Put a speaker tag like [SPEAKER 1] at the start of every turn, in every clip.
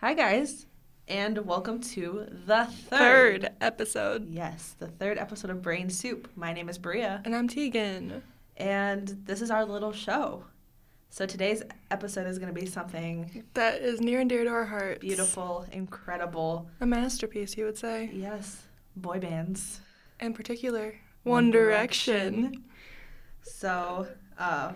[SPEAKER 1] Hi, guys, and welcome to the third.
[SPEAKER 2] Third episode.
[SPEAKER 1] Yes, the third episode of Brain Soup. My name is Bria,
[SPEAKER 2] And I'm Tegan.
[SPEAKER 1] and this is our little show. So today's episode is going to be something
[SPEAKER 2] That is near and dear to our hearts.
[SPEAKER 1] beautiful, incredible.
[SPEAKER 2] A masterpiece, you would say.
[SPEAKER 1] Yes, boy bands.
[SPEAKER 2] In particular,
[SPEAKER 1] One
[SPEAKER 2] One Direction.
[SPEAKER 1] So uh,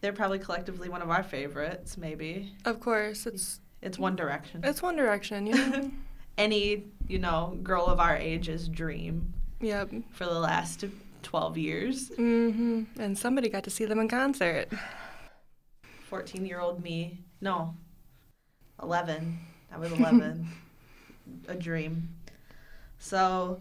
[SPEAKER 1] they're probably collectively one of our favorites, maybe.
[SPEAKER 2] Of course, it's
[SPEAKER 1] It's One Direction.
[SPEAKER 2] it's One Direction, you know?
[SPEAKER 1] Any, you know, girl of our age's dream
[SPEAKER 2] yep.
[SPEAKER 1] for the last 12 years.
[SPEAKER 2] hmm And somebody got to see them in concert.
[SPEAKER 1] 14 year old me. No, 11. I was 11. a dream. So,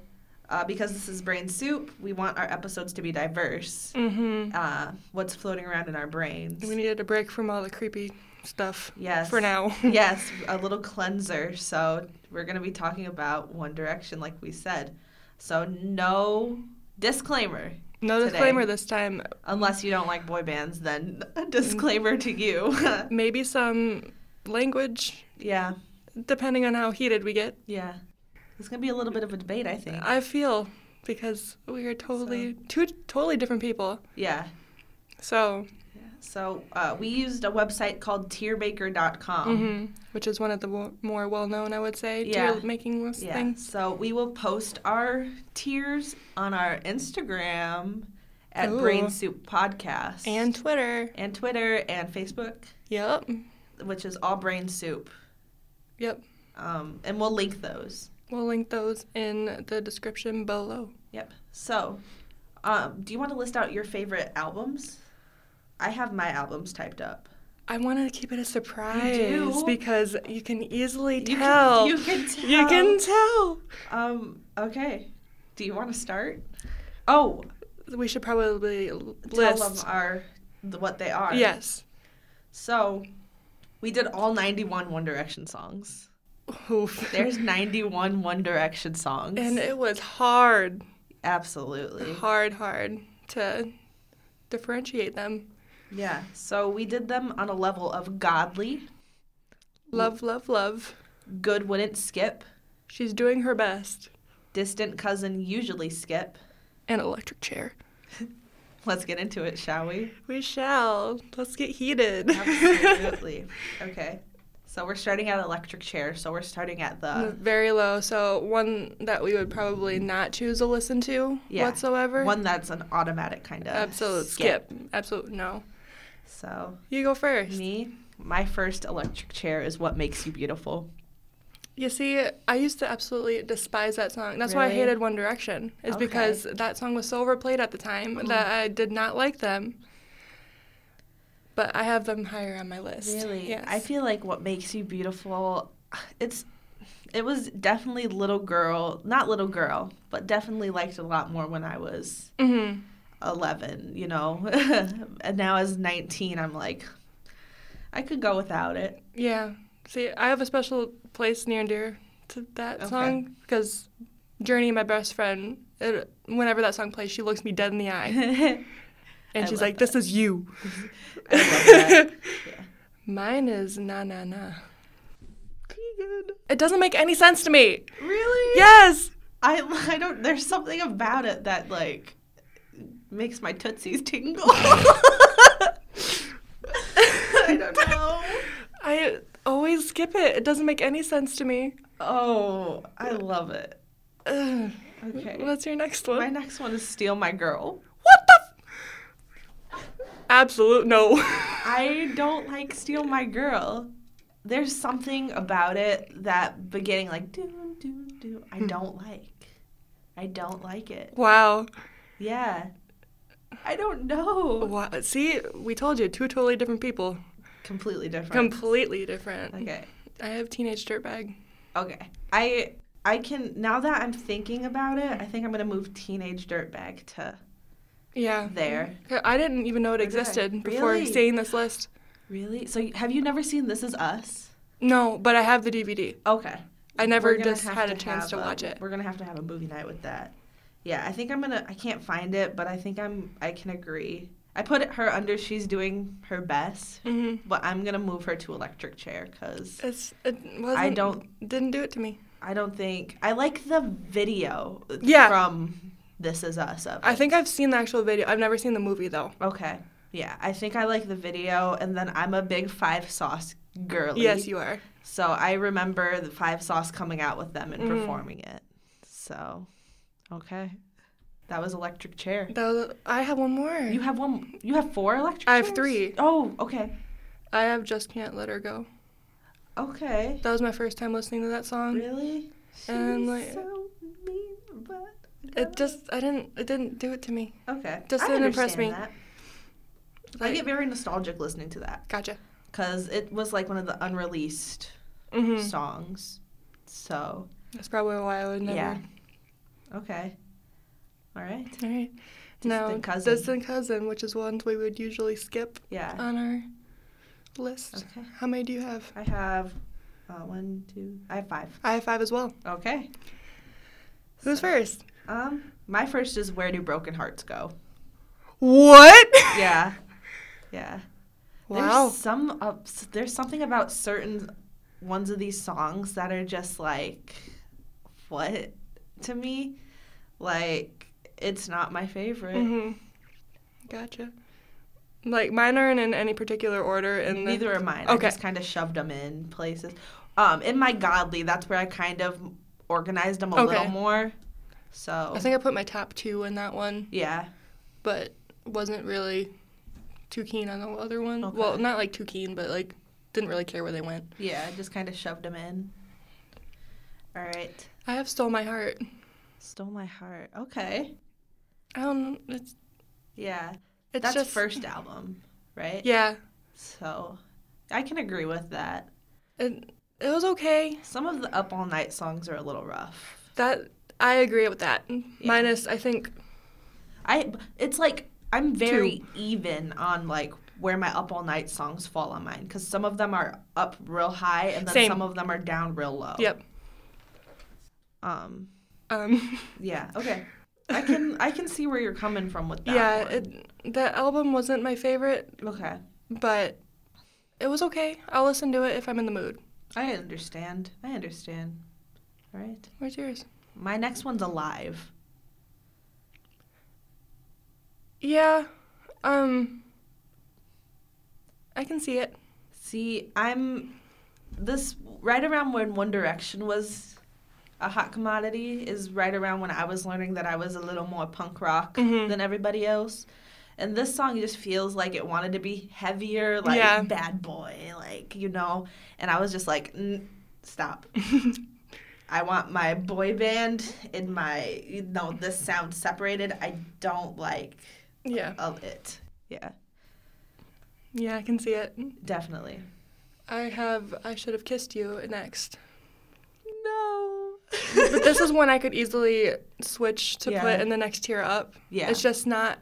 [SPEAKER 1] uh, because this is Brain Soup, we want our episodes to be diverse.
[SPEAKER 2] hmm
[SPEAKER 1] Uh, what's floating around in our brains?
[SPEAKER 2] we needed a break from all the creepy stuff
[SPEAKER 1] yes.
[SPEAKER 2] for now.
[SPEAKER 1] yes, a little cleanser. So, we're going to be talking about One Direction, like we said. So, no disclaimer.
[SPEAKER 2] no
[SPEAKER 1] Today.
[SPEAKER 2] disclaimer this time.
[SPEAKER 1] Unless you don't like boy bands, then a disclaimer to you.
[SPEAKER 2] Maybe some language,
[SPEAKER 1] yeah,
[SPEAKER 2] depending on how heated we get.
[SPEAKER 1] yeah. It's going to be a little bit of a debate, I think.
[SPEAKER 2] I feel because we are totally two totally different people.
[SPEAKER 1] Yeah.
[SPEAKER 2] So,
[SPEAKER 1] So uh, we used a website called tierbaker.com.
[SPEAKER 2] mhm, which is one of the wo- more well known, I would say,
[SPEAKER 1] Yeah.
[SPEAKER 2] tier making list
[SPEAKER 1] Yeah.
[SPEAKER 2] things.
[SPEAKER 1] So we will post our tiers on our Instagram at
[SPEAKER 2] Ooh.
[SPEAKER 1] Brain Soup Podcast
[SPEAKER 2] And Twitter.
[SPEAKER 1] and Twitter and Facebook,
[SPEAKER 2] Yep.
[SPEAKER 1] which is all Brain Soup.
[SPEAKER 2] Yep.
[SPEAKER 1] Um, and we'll link those.
[SPEAKER 2] We'll link those in the description below.
[SPEAKER 1] Yep. So, um, do you want to list out your favorite albums? I have my albums typed up.
[SPEAKER 2] I wanted to keep it a surprise
[SPEAKER 1] do?
[SPEAKER 2] because you can easily
[SPEAKER 1] You can-
[SPEAKER 2] tell.
[SPEAKER 1] you can
[SPEAKER 2] You can
[SPEAKER 1] Um, okay. Do you want to start? Oh,
[SPEAKER 2] tell. We should probably l-
[SPEAKER 1] tell them
[SPEAKER 2] list.
[SPEAKER 1] our, the, what they are.
[SPEAKER 2] Yes.
[SPEAKER 1] So we did all 91 One Direction songs.
[SPEAKER 2] Oof.
[SPEAKER 1] There's 91 One Direction songs.
[SPEAKER 2] and it was hard,
[SPEAKER 1] Absolutely.
[SPEAKER 2] hard, hard to differentiate them.
[SPEAKER 1] Yeah. So we did them on a level of godly,
[SPEAKER 2] Love, love, love.
[SPEAKER 1] good wouldn't skip,
[SPEAKER 2] She's doing her best.
[SPEAKER 1] distant cousin usually skip.
[SPEAKER 2] An electric chair.
[SPEAKER 1] Let's get into it, shall we?
[SPEAKER 2] We shall. Let's get heated.
[SPEAKER 1] Absolutely. okay. So we're starting at electric chair. So we're starting at the
[SPEAKER 2] Very low. So one that we would probably not choose to listen to
[SPEAKER 1] Yeah.
[SPEAKER 2] whatsoever.
[SPEAKER 1] one that's an automatic kind of
[SPEAKER 2] absolute skip. Absolute no.
[SPEAKER 1] So
[SPEAKER 2] You go first.
[SPEAKER 1] me, my first electric chair is what makes you beautiful.
[SPEAKER 2] You see, I used to absolutely despise that song. That's why I
[SPEAKER 1] Really?
[SPEAKER 2] hated One Direction. Is
[SPEAKER 1] Okay. Mm.
[SPEAKER 2] because that song was so overplayed at the time that I did not like them. But I have them higher on my list.
[SPEAKER 1] Really?
[SPEAKER 2] Yes.
[SPEAKER 1] I feel like what makes you beautiful it's it was definitely little girl, not little girl, but definitely liked a lot more when I was
[SPEAKER 2] Mhm.
[SPEAKER 1] 11, you know. and now as 19, I'm like I could go without it.
[SPEAKER 2] Yeah. See, I have a special place near and dear to that
[SPEAKER 1] Okay.
[SPEAKER 2] song because Journey, my best friend, it, whenever that song plays, she looks me dead in the eye
[SPEAKER 1] I I
[SPEAKER 2] and she's
[SPEAKER 1] love
[SPEAKER 2] like, "This is you."
[SPEAKER 1] love that.
[SPEAKER 2] Mine is na na na. It doesn't make any sense to me.
[SPEAKER 1] Really?
[SPEAKER 2] Yes.
[SPEAKER 1] I I don't there's something about it that like makes my tootsies tingle. I don't know.
[SPEAKER 2] I always skip it. It doesn't make any sense to me.
[SPEAKER 1] Oh, I love it.
[SPEAKER 2] Ugh.
[SPEAKER 1] Okay.
[SPEAKER 2] What's your next one?
[SPEAKER 1] My next one is Steal My Girl.
[SPEAKER 2] What the? F- Absolute no.
[SPEAKER 1] I don't like Steal My Girl. There's something about it that beginning like do do do I don't like. I don't like it.
[SPEAKER 2] wow.
[SPEAKER 1] Yeah. I don't know.
[SPEAKER 2] Wow. See, we told you two totally different people.
[SPEAKER 1] Completely different.
[SPEAKER 2] Completely different.
[SPEAKER 1] okay.
[SPEAKER 2] I have teenage dirtbag.
[SPEAKER 1] Okay. I I can now that I'm thinking about it, I think I'm gonna move teenage dirtbag to
[SPEAKER 2] Yeah.
[SPEAKER 1] there.
[SPEAKER 2] 'Kay, I didn't even know it
[SPEAKER 1] Or did I?
[SPEAKER 2] existed before
[SPEAKER 1] Really?
[SPEAKER 2] seeing this list.
[SPEAKER 1] Really? So you- have you never seen This Is Us?
[SPEAKER 2] No, but I have the DVD.
[SPEAKER 1] Okay.
[SPEAKER 2] I never
[SPEAKER 1] We're gonna
[SPEAKER 2] just
[SPEAKER 1] have
[SPEAKER 2] had a
[SPEAKER 1] to
[SPEAKER 2] chance
[SPEAKER 1] have
[SPEAKER 2] to watch it.
[SPEAKER 1] We're gonna have to have a movie night with that. Yeah, I think I'm gonna. I can't find it, but I think I'm. I can agree. I put it- her under. She's doing her best,
[SPEAKER 2] hmm
[SPEAKER 1] but I'm gonna move her to electric chair because
[SPEAKER 2] It's it wasn't.
[SPEAKER 1] don't-
[SPEAKER 2] didn't do it to me.
[SPEAKER 1] I don't think I like the video.
[SPEAKER 2] Yeah.
[SPEAKER 1] From This Is Us. Of
[SPEAKER 2] I
[SPEAKER 1] it.
[SPEAKER 2] think I've seen the actual video. I've never seen the movie though.
[SPEAKER 1] Okay. Yeah, I think I like the video, and then I'm a big Five Sauce girly.
[SPEAKER 2] Yes, you are.
[SPEAKER 1] So I remember the Five Sauce coming out with them and
[SPEAKER 2] Mhm.
[SPEAKER 1] performing it. So, okay, that was Electric Chair.
[SPEAKER 2] That was, I have one more.
[SPEAKER 1] You have one. You have four electric.
[SPEAKER 2] I have
[SPEAKER 1] chairs?
[SPEAKER 2] three.
[SPEAKER 1] Oh, okay.
[SPEAKER 2] I have just can't let her go.
[SPEAKER 1] Okay.
[SPEAKER 2] That was my first time listening to that song.
[SPEAKER 1] Really?
[SPEAKER 2] Um, And,
[SPEAKER 1] She's
[SPEAKER 2] like-
[SPEAKER 1] so mean, but
[SPEAKER 2] It just I didn't it didn't do it to me.
[SPEAKER 1] okay.
[SPEAKER 2] just
[SPEAKER 1] I
[SPEAKER 2] didn't impress
[SPEAKER 1] understand
[SPEAKER 2] me.
[SPEAKER 1] that. I
[SPEAKER 2] Like-
[SPEAKER 1] get very nostalgic listening to that
[SPEAKER 2] Gotcha.
[SPEAKER 1] because it was like one of the unreleased
[SPEAKER 2] hmm
[SPEAKER 1] Mm-hmm. songs. So
[SPEAKER 2] That's probably why I would never.
[SPEAKER 1] yeah. Okay. All right.
[SPEAKER 2] All right.
[SPEAKER 1] Distant
[SPEAKER 2] now,
[SPEAKER 1] cousin.
[SPEAKER 2] distant cousin, which is ones we would usually skip
[SPEAKER 1] Yeah.
[SPEAKER 2] on our list.
[SPEAKER 1] Okay.
[SPEAKER 2] How many do you have?
[SPEAKER 1] I have uh, one, two. I have five.
[SPEAKER 2] I have five as well.
[SPEAKER 1] Okay.
[SPEAKER 2] Who's
[SPEAKER 1] So,
[SPEAKER 2] first?
[SPEAKER 1] Um, my first is where do broken hearts go?
[SPEAKER 2] What?
[SPEAKER 1] Yeah. Yeah.
[SPEAKER 2] Wow.
[SPEAKER 1] There's some uh, s- there's something about certain ones of these songs that are just like what to me like it's not my favorite.
[SPEAKER 2] hmm Gotcha. Like mine aren't in any particular order, and the-
[SPEAKER 1] Neither are mine.
[SPEAKER 2] Mm-hmm. Okay.
[SPEAKER 1] I just kind of shoved them in places. Um, in my godly, that's where I kind of organized them a little
[SPEAKER 2] Okay.
[SPEAKER 1] more. So
[SPEAKER 2] I think I put my top two in that one,
[SPEAKER 1] yeah,
[SPEAKER 2] but wasn't really too keen on the other one.
[SPEAKER 1] Okay.
[SPEAKER 2] Well, not like too keen, but like didn't really care where they went.
[SPEAKER 1] yeah, I just kind of shoved them in. All right,
[SPEAKER 2] I have stole my heart.
[SPEAKER 1] stole my heart. Okay,
[SPEAKER 2] I don't. It's
[SPEAKER 1] yeah,
[SPEAKER 2] it's
[SPEAKER 1] that's
[SPEAKER 2] just
[SPEAKER 1] first album, right?
[SPEAKER 2] Yeah,
[SPEAKER 1] So I can agree with that.
[SPEAKER 2] it it was okay.
[SPEAKER 1] Some of the up all night songs are a little rough.
[SPEAKER 2] That I agree with that. Minus I think
[SPEAKER 1] I it's like I'm very even on like where my up all night songs fall on mine because some of them are up real high and then
[SPEAKER 2] Same.
[SPEAKER 1] some of them are down real low.
[SPEAKER 2] yep.
[SPEAKER 1] Um.
[SPEAKER 2] Um,
[SPEAKER 1] Yeah. Okay. I can I can see where you're coming from with that.
[SPEAKER 2] yeah,
[SPEAKER 1] one.
[SPEAKER 2] it, the album wasn't my favorite,
[SPEAKER 1] okay.
[SPEAKER 2] but it was okay. I'll listen to it if I'm in the mood.
[SPEAKER 1] I understand. I understand. All right.
[SPEAKER 2] Where's yours?
[SPEAKER 1] My next one's alive.
[SPEAKER 2] Yeah. Um I can see it.
[SPEAKER 1] See, I'm this right around when One Direction was a hot commodity is right around when I was learning that I was a little more punk rock
[SPEAKER 2] Mhm.
[SPEAKER 1] than everybody else. And this song just feels like it wanted to be heavier, like
[SPEAKER 2] Yeah.
[SPEAKER 1] bad boy, like, you know. And I was just like, N- stop. I want my boy band in my, you know, this sound separated. I don't like
[SPEAKER 2] yeah.
[SPEAKER 1] of it. Yeah,
[SPEAKER 2] Yeah, I can see it.
[SPEAKER 1] definitely.
[SPEAKER 2] I have I should have kissed you next.
[SPEAKER 1] No.
[SPEAKER 2] But this is one I could easily switch to
[SPEAKER 1] Yeah.
[SPEAKER 2] put in the next tier up.
[SPEAKER 1] Yeah.
[SPEAKER 2] It's just not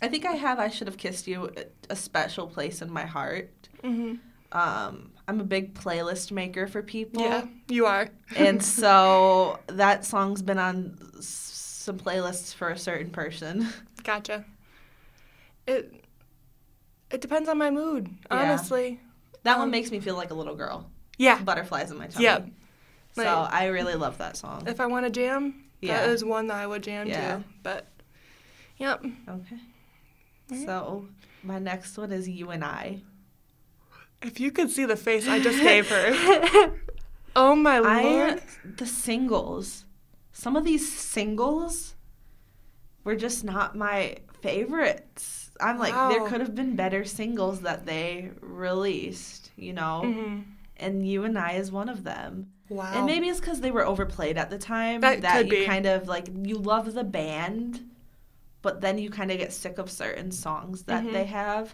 [SPEAKER 1] I think I have I should have kissed you a special place in my heart.
[SPEAKER 2] mhm.
[SPEAKER 1] Um, I'm a big playlist maker for people.
[SPEAKER 2] Yeah, you are.
[SPEAKER 1] and so that song's been on s- some playlists for a certain person.
[SPEAKER 2] Gotcha. It it depends on my mood,
[SPEAKER 1] Yeah.
[SPEAKER 2] honestly.
[SPEAKER 1] That
[SPEAKER 2] Um,
[SPEAKER 1] one makes me feel like a little girl.
[SPEAKER 2] Yeah. Uh,
[SPEAKER 1] Butterflies in my tummy.
[SPEAKER 2] Yep.
[SPEAKER 1] So
[SPEAKER 2] Like-
[SPEAKER 1] I really love that song.
[SPEAKER 2] If I want to jam,
[SPEAKER 1] Yeah.
[SPEAKER 2] that is one that I would jam
[SPEAKER 1] Yeah.
[SPEAKER 2] to. But yep.
[SPEAKER 1] Okay.
[SPEAKER 2] Alright.
[SPEAKER 1] So my next one is you and I.
[SPEAKER 2] If you could see the face I just gave her. oh my
[SPEAKER 1] I
[SPEAKER 2] lord.
[SPEAKER 1] the singles. Some of these singles were just not my favorites. I'm like, there
[SPEAKER 2] Wow.
[SPEAKER 1] could have been better singles that they released, you know?
[SPEAKER 2] Mhm.
[SPEAKER 1] And You and I is one of them.
[SPEAKER 2] Wow.
[SPEAKER 1] And maybe it's because they were overplayed at the time
[SPEAKER 2] That could
[SPEAKER 1] you
[SPEAKER 2] be.
[SPEAKER 1] kind of like, you love the band, but then you kind of get sick of certain songs that
[SPEAKER 2] Mhm.
[SPEAKER 1] they have.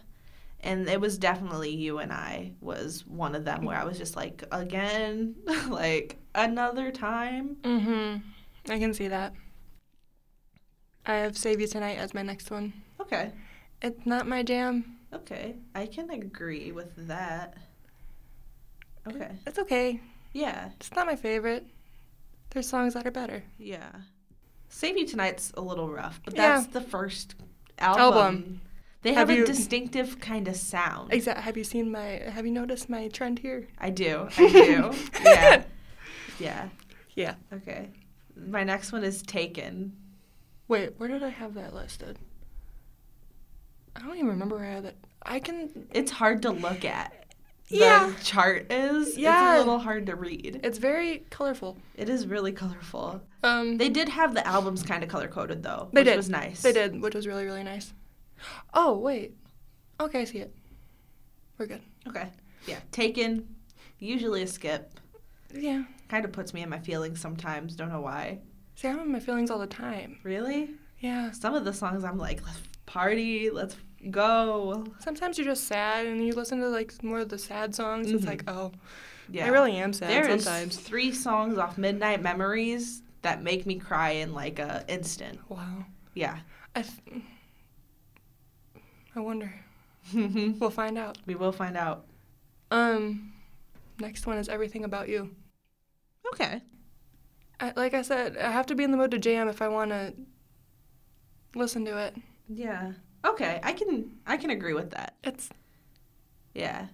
[SPEAKER 1] and it was definitely you and I was one of them where I was just like again, like another time.
[SPEAKER 2] Mm-hmm. I can see that. I have Save You Tonight as my next one.
[SPEAKER 1] Okay.
[SPEAKER 2] It's not my jam.
[SPEAKER 1] Okay. I can agree with that. Okay.
[SPEAKER 2] It's okay.
[SPEAKER 1] Yeah.
[SPEAKER 2] It's not my favorite. There's songs that are better.
[SPEAKER 1] Yeah. Save You Tonight's a little rough, but
[SPEAKER 2] Yeah.
[SPEAKER 1] that's the first album.
[SPEAKER 2] Album.
[SPEAKER 1] They have,
[SPEAKER 2] Have
[SPEAKER 1] a
[SPEAKER 2] you-
[SPEAKER 1] distinctive kind of sound.
[SPEAKER 2] Exact. Have you seen my? Have you noticed my trend here?
[SPEAKER 1] I do. I do. yeah. Yeah.
[SPEAKER 2] Yeah.
[SPEAKER 1] Okay. My next one is Taken.
[SPEAKER 2] Wait, where did I have that listed? I don't even remember where I had that. I can.
[SPEAKER 1] It's hard to look at. The
[SPEAKER 2] Yeah.
[SPEAKER 1] chart is.
[SPEAKER 2] Yeah.
[SPEAKER 1] It's a little hard to read.
[SPEAKER 2] It's very colorful.
[SPEAKER 1] It is really colorful.
[SPEAKER 2] Um,
[SPEAKER 1] They did have the albums kind of color coded though,
[SPEAKER 2] They
[SPEAKER 1] which
[SPEAKER 2] did.
[SPEAKER 1] was nice.
[SPEAKER 2] They did, which was really really nice. Oh wait. Okay, I see it. We're good.
[SPEAKER 1] Okay. Yeah. Taken. Usually a skip.
[SPEAKER 2] Yeah.
[SPEAKER 1] Kind of puts me in my feelings sometimes. Don't know why.
[SPEAKER 2] See, I'm in my feelings all the time.
[SPEAKER 1] Really?
[SPEAKER 2] Yeah.
[SPEAKER 1] Some of the songs I'm like, let's party, let's go.
[SPEAKER 2] Sometimes you're just sad, and you listen to like more of the sad songs. It's
[SPEAKER 1] Mhm.
[SPEAKER 2] like, oh,
[SPEAKER 1] Yeah.
[SPEAKER 2] I really am sad
[SPEAKER 1] There is
[SPEAKER 2] sometimes.
[SPEAKER 1] three songs off Midnight Memories that make me cry in like a instant.
[SPEAKER 2] Wow.
[SPEAKER 1] Yeah.
[SPEAKER 2] I. Th- I wonder.
[SPEAKER 1] we
[SPEAKER 2] We'll find out.
[SPEAKER 1] will find out.
[SPEAKER 2] Um, next one is everything about you.
[SPEAKER 1] Okay.
[SPEAKER 2] I, like I said, I have to be in the mood to jam if I want to listen to it.
[SPEAKER 1] Yeah. Okay. I can I can agree with that.
[SPEAKER 2] It's
[SPEAKER 1] Yeah.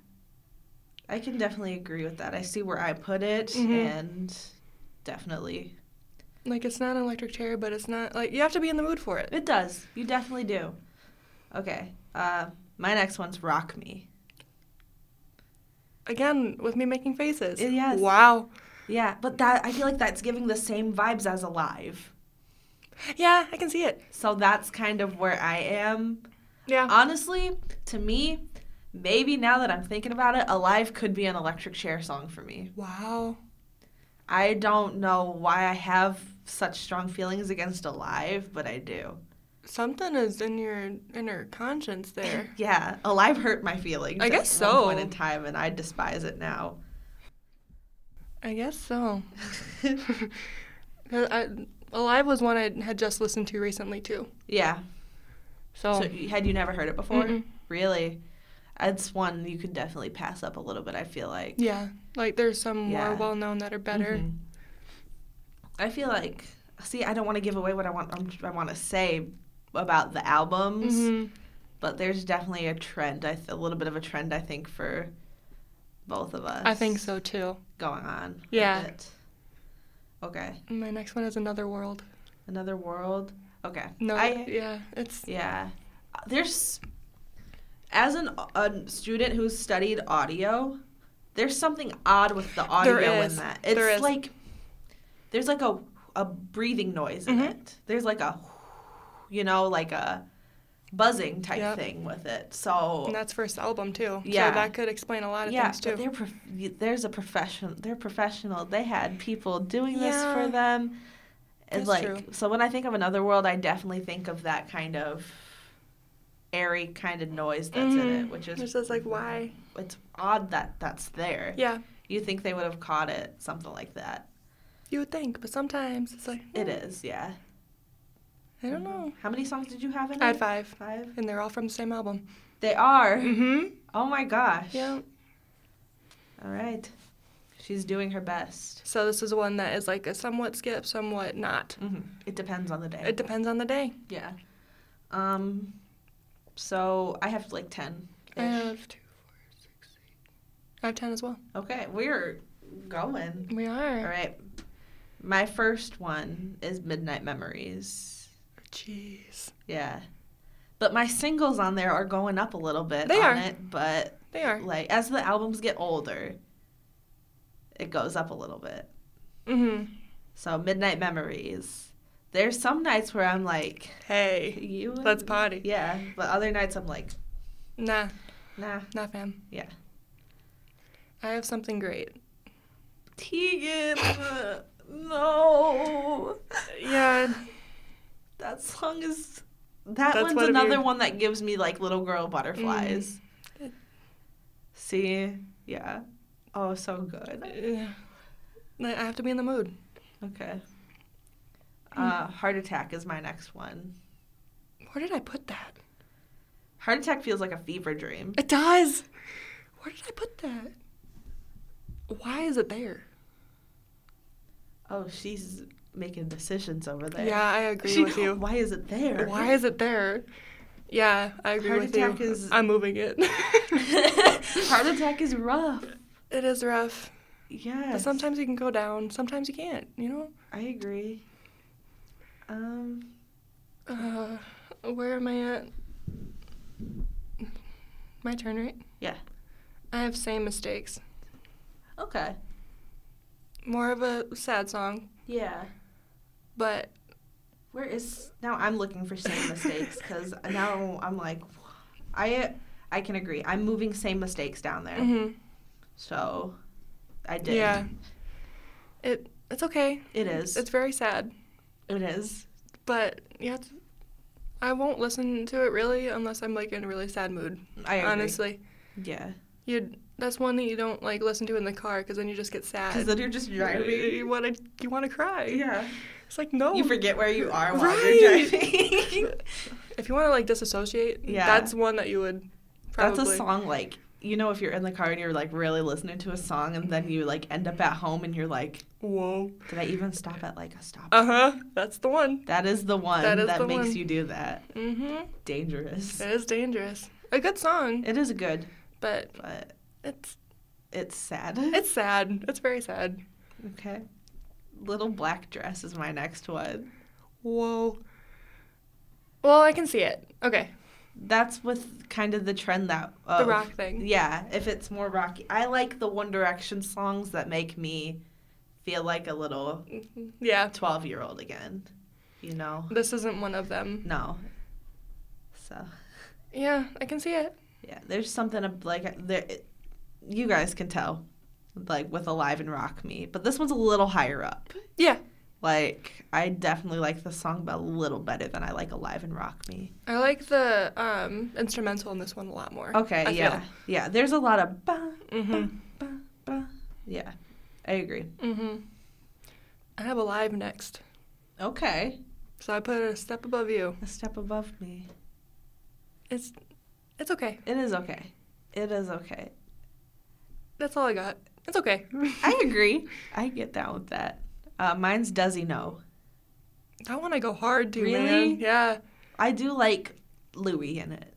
[SPEAKER 1] I can definitely agree with that. I see where I put it
[SPEAKER 2] Mhm.
[SPEAKER 1] and definitely
[SPEAKER 2] like it's not an electric chair, but it's not like you have to be in the mood for it.
[SPEAKER 1] it does. You definitely do. Okay. Uh my next one's Rock Me.
[SPEAKER 2] Again, with me making faces.
[SPEAKER 1] Uh, yes.
[SPEAKER 2] Wow.
[SPEAKER 1] Yeah, but that I feel like that's giving the same vibes as Alive.
[SPEAKER 2] Yeah, I can see it. Uh,
[SPEAKER 1] So that's kind of where I am
[SPEAKER 2] Yeah.
[SPEAKER 1] Honestly, to me, maybe now that I'm thinking about it, Alive could be an electric chair song for me.
[SPEAKER 2] wow.
[SPEAKER 1] I don't know why I have such strong feelings against Alive, but I do.
[SPEAKER 2] Something is in your inner conscience there.
[SPEAKER 1] Yeah, Alive hurt my feelings.
[SPEAKER 2] I
[SPEAKER 1] at
[SPEAKER 2] guess
[SPEAKER 1] one
[SPEAKER 2] so.
[SPEAKER 1] point in time, and I despise it now.
[SPEAKER 2] I guess so. 'Cause I, Alive was one I had just listened to recently too.
[SPEAKER 1] yeah.
[SPEAKER 2] So,
[SPEAKER 1] So had you never heard it before?
[SPEAKER 2] Oh. Mm-mm.
[SPEAKER 1] Really? It's one you could definitely pass up a little bit. I feel like.
[SPEAKER 2] yeah, like there's some
[SPEAKER 1] Yeah.
[SPEAKER 2] more well known that are better.
[SPEAKER 1] Mhm. I feel like see, I don't want to give away what I want. um, I want to say about the albums,
[SPEAKER 2] Mhm.
[SPEAKER 1] but there's definitely a trend. I th- a little bit of a trend, I think, for both of us.
[SPEAKER 2] I think so too.
[SPEAKER 1] Going on. with
[SPEAKER 2] Yeah.
[SPEAKER 1] it. Okay.
[SPEAKER 2] My next one is Another World.
[SPEAKER 1] Another world. Okay.
[SPEAKER 2] No,
[SPEAKER 1] I,
[SPEAKER 2] yeah, it's
[SPEAKER 1] Yeah. There's as an a student who's studied audio, there's something odd with the audio
[SPEAKER 2] There
[SPEAKER 1] in
[SPEAKER 2] is.
[SPEAKER 1] that. It's
[SPEAKER 2] There is.
[SPEAKER 1] like there's like a a breathing noise in
[SPEAKER 2] Mhm.
[SPEAKER 1] it. There's like a you know, like a buzzing type
[SPEAKER 2] Yep.
[SPEAKER 1] thing with it. So
[SPEAKER 2] and that's first album too.
[SPEAKER 1] Yeah.
[SPEAKER 2] so that could explain a lot of
[SPEAKER 1] yeah,
[SPEAKER 2] things
[SPEAKER 1] but
[SPEAKER 2] too.
[SPEAKER 1] they're prof- y- there's a profession. They're professional. They had people doing this
[SPEAKER 2] Yeah.
[SPEAKER 1] for them, and
[SPEAKER 2] That's
[SPEAKER 1] like
[SPEAKER 2] true.
[SPEAKER 1] so. When I think of another world, I definitely think of that kind of airy kind of noise that's in
[SPEAKER 2] Mhm.
[SPEAKER 1] it, which is
[SPEAKER 2] It's just like why?
[SPEAKER 1] it's odd that that's there.
[SPEAKER 2] Yeah,
[SPEAKER 1] You think they would have caught it, something like that.
[SPEAKER 2] you would think, but sometimes it's like
[SPEAKER 1] It
[SPEAKER 2] mm,
[SPEAKER 1] is, yeah.
[SPEAKER 2] I don't know.
[SPEAKER 1] How many songs did you have in it?
[SPEAKER 2] I had five,
[SPEAKER 1] Five.
[SPEAKER 2] and they're all from the same album.
[SPEAKER 1] They are.
[SPEAKER 2] Mm-hmm.
[SPEAKER 1] Oh my gosh.
[SPEAKER 2] Yeah.
[SPEAKER 1] All right. She's doing her best.
[SPEAKER 2] So this is one that is like a somewhat skip, somewhat not.
[SPEAKER 1] hmm It depends on the day.
[SPEAKER 2] It depends on the day.
[SPEAKER 1] Yeah. Um. So I have like ten.
[SPEAKER 2] I have two, four, six, eight. I have ten as well.
[SPEAKER 1] Okay, we're going.
[SPEAKER 2] We
[SPEAKER 1] All
[SPEAKER 2] are.
[SPEAKER 1] right. My first one is Midnight Memories.
[SPEAKER 2] Jeez,
[SPEAKER 1] Yeah. But my singles on there are going up a little bit
[SPEAKER 2] They
[SPEAKER 1] on
[SPEAKER 2] are.
[SPEAKER 1] it, but
[SPEAKER 2] they are.
[SPEAKER 1] like as the albums get older, it goes up a little bit.
[SPEAKER 2] Mm-hmm.
[SPEAKER 1] So Midnight Memories. There's some nights where I'm like,
[SPEAKER 2] Hey,
[SPEAKER 1] you
[SPEAKER 2] let's party.
[SPEAKER 1] Yeah, but other nights I'm like,
[SPEAKER 2] Nah,
[SPEAKER 1] nah.
[SPEAKER 2] not fam.
[SPEAKER 1] Yeah.
[SPEAKER 2] I have something great.
[SPEAKER 1] Tegan, uh, no.
[SPEAKER 2] Yeah.
[SPEAKER 1] That song is. That
[SPEAKER 2] That's
[SPEAKER 1] one's
[SPEAKER 2] one of
[SPEAKER 1] another
[SPEAKER 2] your-
[SPEAKER 1] one that gives me like little girl butterflies. See, yeah. Oh, so good.
[SPEAKER 2] Yeah. Like, uh, I have to be in the mood.
[SPEAKER 1] Okay. Uh, heart attack is my next one.
[SPEAKER 2] Where did I put that?
[SPEAKER 1] Heart attack feels like a fever dream.
[SPEAKER 2] It does. Where did I put that? Why is it there?
[SPEAKER 1] Oh, she's making decisions over there.
[SPEAKER 2] Yeah, I agree
[SPEAKER 1] She-
[SPEAKER 2] with you.
[SPEAKER 1] Why is it there?
[SPEAKER 2] Why is it there? Yeah, I agree
[SPEAKER 1] Heart
[SPEAKER 2] with
[SPEAKER 1] attack
[SPEAKER 2] you.
[SPEAKER 1] is-
[SPEAKER 2] I'm moving it.
[SPEAKER 1] heart attack is rough.
[SPEAKER 2] It is rough.
[SPEAKER 1] Yeah.
[SPEAKER 2] But sometimes you can go down. Sometimes you can't. You know.
[SPEAKER 1] I agree. Um,
[SPEAKER 2] Uh, where am I at? My turn, right?
[SPEAKER 1] Yeah.
[SPEAKER 2] I have same mistakes.
[SPEAKER 1] okay.
[SPEAKER 2] More of a sad song,
[SPEAKER 1] Yeah.
[SPEAKER 2] but
[SPEAKER 1] Where is now? I'm looking for same mistakes because now I'm like, I I can agree. I'm moving same mistakes down there.
[SPEAKER 2] mhm.
[SPEAKER 1] So, I did.
[SPEAKER 2] yeah, it it's okay.
[SPEAKER 1] It is.
[SPEAKER 2] It's very sad,
[SPEAKER 1] it is.
[SPEAKER 2] but yeah, it's, I won't listen to it really unless I'm like in a really sad mood.
[SPEAKER 1] I agree.
[SPEAKER 2] Honestly,
[SPEAKER 1] Yeah.
[SPEAKER 2] you that's one that you don't like listen to in the car because then you just get
[SPEAKER 1] Because
[SPEAKER 2] sad.
[SPEAKER 1] then you're just driving.
[SPEAKER 2] You want to you want to cry.
[SPEAKER 1] Yeah. Oh.
[SPEAKER 2] it's like no.
[SPEAKER 1] You forget where you are while
[SPEAKER 2] Right.
[SPEAKER 1] you're driving.
[SPEAKER 2] if you want to like disassociate,
[SPEAKER 1] Yeah.
[SPEAKER 2] that's one that you would. Probably.
[SPEAKER 1] That's a song like you know if you're in the car and you're like really listening to a song and then you like end up at home and you're like,
[SPEAKER 2] Whoa.
[SPEAKER 1] did I even stop at like a stop?
[SPEAKER 2] Uh huh. That's the one.
[SPEAKER 1] that is the one
[SPEAKER 2] That
[SPEAKER 1] that,
[SPEAKER 2] is the
[SPEAKER 1] makes
[SPEAKER 2] one.
[SPEAKER 1] you do that.
[SPEAKER 2] Mm-hmm.
[SPEAKER 1] Dangerous.
[SPEAKER 2] It is dangerous. A good song,
[SPEAKER 1] It is good,
[SPEAKER 2] but
[SPEAKER 1] but
[SPEAKER 2] it's
[SPEAKER 1] it's sad.
[SPEAKER 2] it's sad. It's very sad.
[SPEAKER 1] okay. Little black dress is my next one.
[SPEAKER 2] Whoa. Well, I can see it. Okay.
[SPEAKER 1] That's with kind of the trend that
[SPEAKER 2] The
[SPEAKER 1] of-
[SPEAKER 2] rock thing.
[SPEAKER 1] Yeah, if it's more rocky. I like the One Direction songs that make me feel like a little
[SPEAKER 2] Yeah.
[SPEAKER 1] 12 year old again, you know?
[SPEAKER 2] This isn't one of them.
[SPEAKER 1] No. So,
[SPEAKER 2] Yeah, I can see it.
[SPEAKER 1] yeah, there's something ab- like uh, there it, you guys can tell like with Alive and Rock Me, but this one's a little higher up.
[SPEAKER 2] Yeah.
[SPEAKER 1] Like I definitely like the song but a little better than I like Alive and Rock Me.
[SPEAKER 2] I like the um, instrumental in this one a lot more.
[SPEAKER 1] Okay,
[SPEAKER 2] I
[SPEAKER 1] yeah. Yeah, there's a lot of ba
[SPEAKER 2] Mm-hmm.
[SPEAKER 1] ba ba. Yeah. I agree.
[SPEAKER 2] Mm-hmm. I have Alive next,
[SPEAKER 1] Okay.
[SPEAKER 2] so I put it a step above you.
[SPEAKER 1] A step above me.
[SPEAKER 2] It's it's okay.
[SPEAKER 1] It is okay. It is okay.
[SPEAKER 2] That's all I got. It's okay.
[SPEAKER 1] I agree. I get down with that. Uh, mine's Does He Know.
[SPEAKER 2] That one I go hard to,
[SPEAKER 1] Really?
[SPEAKER 2] man. Yeah.
[SPEAKER 1] I do like Louis in it.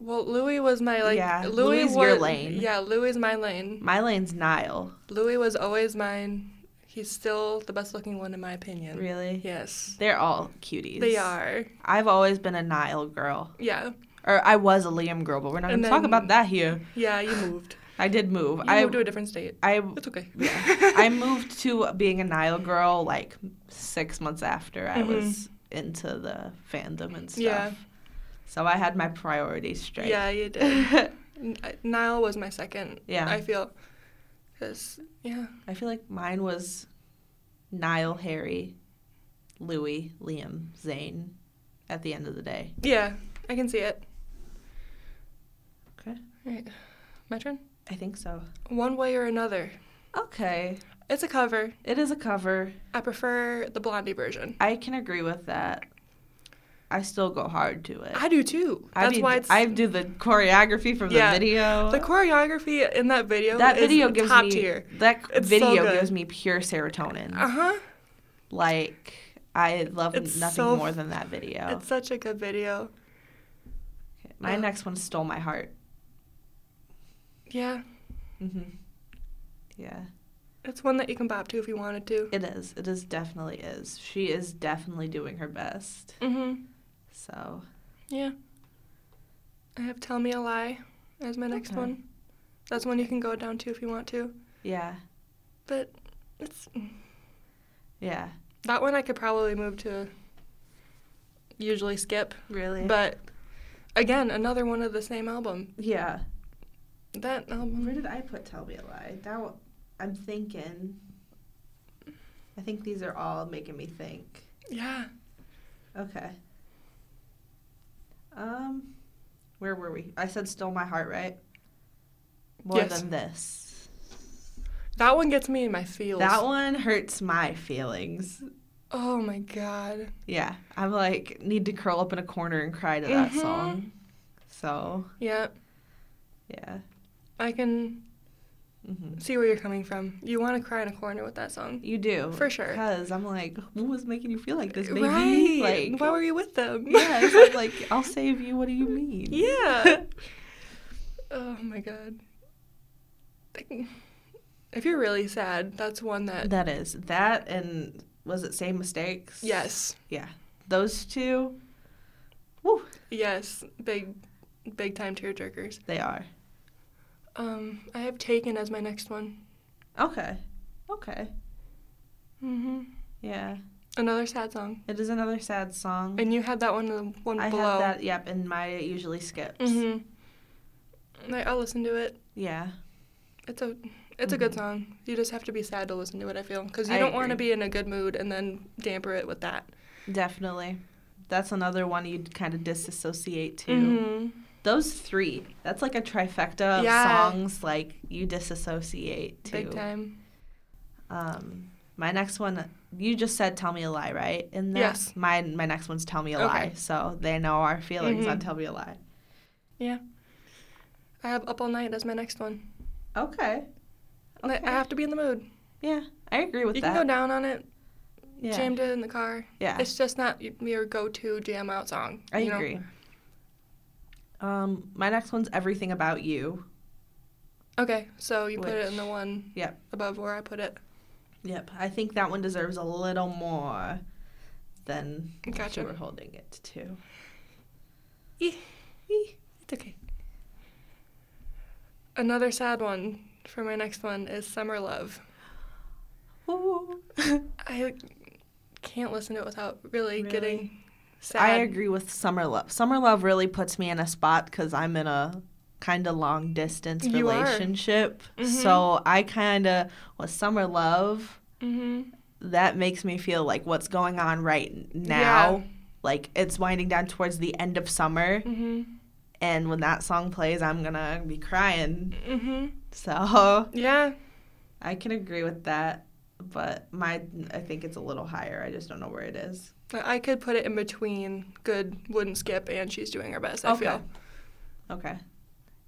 [SPEAKER 2] Well, Louis was my like.
[SPEAKER 1] Yeah,
[SPEAKER 2] Louis
[SPEAKER 1] Louis is your
[SPEAKER 2] wa-
[SPEAKER 1] lane.
[SPEAKER 2] Yeah, Louis is my lane.
[SPEAKER 1] My lane's Nile.
[SPEAKER 2] Louis was always mine. He's still the best looking one in my opinion.
[SPEAKER 1] Really?
[SPEAKER 2] Yes.
[SPEAKER 1] They're all cuties.
[SPEAKER 2] They are.
[SPEAKER 1] I've always been a Nile girl.
[SPEAKER 2] Yeah.
[SPEAKER 1] Or I was a Liam girl, but we're not going
[SPEAKER 2] And
[SPEAKER 1] to talk
[SPEAKER 2] then-
[SPEAKER 1] about that here.
[SPEAKER 2] Yeah, you moved.
[SPEAKER 1] I did move.
[SPEAKER 2] You
[SPEAKER 1] I
[SPEAKER 2] moved to a different state.
[SPEAKER 1] I
[SPEAKER 2] It's okay.
[SPEAKER 1] yeah. I moved to being a Nile girl like 6 months after I was into the fandom and stuff.
[SPEAKER 2] Mm-hmm. Yeah.
[SPEAKER 1] So I had my priorities straight.
[SPEAKER 2] Yeah, you did. N- I- Niall was my second.
[SPEAKER 1] Yeah.
[SPEAKER 2] I feel. Cause yeah,
[SPEAKER 1] I feel like mine was Niall, Harry, Louis, Liam, Zane at the end of the day.
[SPEAKER 2] yeah, I can see it.
[SPEAKER 1] Okay.
[SPEAKER 2] All right, my turn.
[SPEAKER 1] I think so.
[SPEAKER 2] One way or another.
[SPEAKER 1] Okay.
[SPEAKER 2] It's a cover.
[SPEAKER 1] It is a cover.
[SPEAKER 2] I prefer the Blondie version.
[SPEAKER 1] I can agree with that. I still go hard to it.
[SPEAKER 2] I do too.
[SPEAKER 1] I
[SPEAKER 2] That's
[SPEAKER 1] be-
[SPEAKER 2] why it's
[SPEAKER 1] I do the choreography from
[SPEAKER 2] Yeah.
[SPEAKER 1] the video.
[SPEAKER 2] the choreography in that video.
[SPEAKER 1] that
[SPEAKER 2] is
[SPEAKER 1] video gives
[SPEAKER 2] top
[SPEAKER 1] me
[SPEAKER 2] tier.
[SPEAKER 1] that
[SPEAKER 2] It's so
[SPEAKER 1] video
[SPEAKER 2] good.
[SPEAKER 1] gives me pure serotonin.
[SPEAKER 2] Uh huh.
[SPEAKER 1] Like I love
[SPEAKER 2] It's
[SPEAKER 1] nothing
[SPEAKER 2] so
[SPEAKER 1] more
[SPEAKER 2] f-
[SPEAKER 1] than that video.
[SPEAKER 2] It's such a good video.
[SPEAKER 1] Okay, My next one stole my heart.
[SPEAKER 2] Yeah,
[SPEAKER 1] hmm
[SPEAKER 2] Mm-hmm.
[SPEAKER 1] Yeah.
[SPEAKER 2] it's one that you can bop to if you wanted to.
[SPEAKER 1] It is. It is definitely is. She is definitely doing her best.
[SPEAKER 2] Mhm.
[SPEAKER 1] So
[SPEAKER 2] Yeah. I have "Tell Me a Lie" as my next
[SPEAKER 1] Okay.
[SPEAKER 2] one. That's one you can go down to if you want to.
[SPEAKER 1] yeah,
[SPEAKER 2] But it's
[SPEAKER 1] yeah.
[SPEAKER 2] that one I could probably move to. Usually skip,
[SPEAKER 1] Really, but
[SPEAKER 2] but again, another one of the same album.
[SPEAKER 1] yeah.
[SPEAKER 2] That album.
[SPEAKER 1] Where did I put "Tell Me a Lie"? That one, I'm thinking. I think these are all making me think.
[SPEAKER 2] Yeah.
[SPEAKER 1] Okay. Um, where were we? I said "Stole My Heart," right? more
[SPEAKER 2] Yes.
[SPEAKER 1] than this.
[SPEAKER 2] That one gets me in my feels.
[SPEAKER 1] That one hurts my feelings.
[SPEAKER 2] Oh my god.
[SPEAKER 1] Yeah, I'm like need to curl up in a corner and cry to that
[SPEAKER 2] Mhm.
[SPEAKER 1] song. So
[SPEAKER 2] Yeah,
[SPEAKER 1] yeah,
[SPEAKER 2] I can
[SPEAKER 1] hmm
[SPEAKER 2] see where you're coming from. You want to cry in a corner with that song.
[SPEAKER 1] you do
[SPEAKER 2] For sure.
[SPEAKER 1] Because I'm like, who was making you feel like this, baby?
[SPEAKER 2] Right.
[SPEAKER 1] Like,
[SPEAKER 2] Why were you with them?
[SPEAKER 1] yes, I'm like I'll save you. What do you mean?
[SPEAKER 2] yeah. oh my god. Like, If you're really sad, that's one that.
[SPEAKER 1] That is that, and was it same mistakes?
[SPEAKER 2] Yes.
[SPEAKER 1] Yeah, those two.
[SPEAKER 2] Yes. Big, big time tearjerkers.
[SPEAKER 1] They are
[SPEAKER 2] Um, I have Taken as my next one.
[SPEAKER 1] okay. Okay.
[SPEAKER 2] hmm
[SPEAKER 1] Yeah,
[SPEAKER 2] Another sad song.
[SPEAKER 1] it is another sad song.
[SPEAKER 2] And you had that one, the one
[SPEAKER 1] I
[SPEAKER 2] below.
[SPEAKER 1] have that. Yep, and Maya usually skips.
[SPEAKER 2] hmm Mm-hmm. Like, I'll listen to it.
[SPEAKER 1] Yeah.
[SPEAKER 2] It's a it's a good
[SPEAKER 1] Mhm.
[SPEAKER 2] song. You just have to be sad to listen to it. I feel because you
[SPEAKER 1] I
[SPEAKER 2] don't want to
[SPEAKER 1] agree.
[SPEAKER 2] be in a good mood and then damper it with that.
[SPEAKER 1] Definitely. That's another one you'd kind of disassociate to.
[SPEAKER 2] Mhm.
[SPEAKER 1] Those three, that's like a trifecta of
[SPEAKER 2] Yeah.
[SPEAKER 1] songs like you disassociate to.
[SPEAKER 2] Big time.
[SPEAKER 1] Um, my next one, you just said "Tell Me a Lie," right? And that's
[SPEAKER 2] Yes.
[SPEAKER 1] my my next one's "Tell Me a
[SPEAKER 2] Okay.
[SPEAKER 1] Lie," so they know our feelings on
[SPEAKER 2] Mhm.
[SPEAKER 1] "Tell Me a Lie."
[SPEAKER 2] I have up all night as my next one.
[SPEAKER 1] Okay.
[SPEAKER 2] Like, I have to be in the mood.
[SPEAKER 1] Yeah, I agree with
[SPEAKER 2] you
[SPEAKER 1] that.
[SPEAKER 2] can go down on it.
[SPEAKER 1] yeah.
[SPEAKER 2] Jam to it in the car.
[SPEAKER 1] yeah.
[SPEAKER 2] It's just not y- your go-to jam out song.
[SPEAKER 1] I
[SPEAKER 2] you know?
[SPEAKER 1] agree. Um, my next one's "Everything About You."
[SPEAKER 2] Okay, so you put it in the
[SPEAKER 1] Which-
[SPEAKER 2] one
[SPEAKER 1] yep.
[SPEAKER 2] above where I put it.
[SPEAKER 1] Yep, I think that one deserves a little more than
[SPEAKER 2] Gotcha.
[SPEAKER 1] you were holding it to.
[SPEAKER 2] It's okay. Another sad one for my next one is Summer Love.
[SPEAKER 1] Ooh.
[SPEAKER 2] I can't listen to it without really,
[SPEAKER 1] Really?
[SPEAKER 2] getting sad.
[SPEAKER 1] I agree with Summer Love. Summer Love really puts me in a spot because I'm in a kind of long distance
[SPEAKER 2] You are.
[SPEAKER 1] relationship.
[SPEAKER 2] Mhm.
[SPEAKER 1] So I kind of, with Summer Love,
[SPEAKER 2] hmm
[SPEAKER 1] that makes me feel like what's going on right n- now.
[SPEAKER 2] Yeah.
[SPEAKER 1] Like it's winding down towards the end of summer.
[SPEAKER 2] hmm
[SPEAKER 1] And when that song plays, I'm going to be crying.
[SPEAKER 2] hmm
[SPEAKER 1] So.
[SPEAKER 2] Yeah.
[SPEAKER 1] I can agree with that, but my I think it's a little higher. I just don't know where it is.
[SPEAKER 2] I could put it in between Good Wouldn't Skip and She's Doing Her Best, I feel.
[SPEAKER 1] Okay.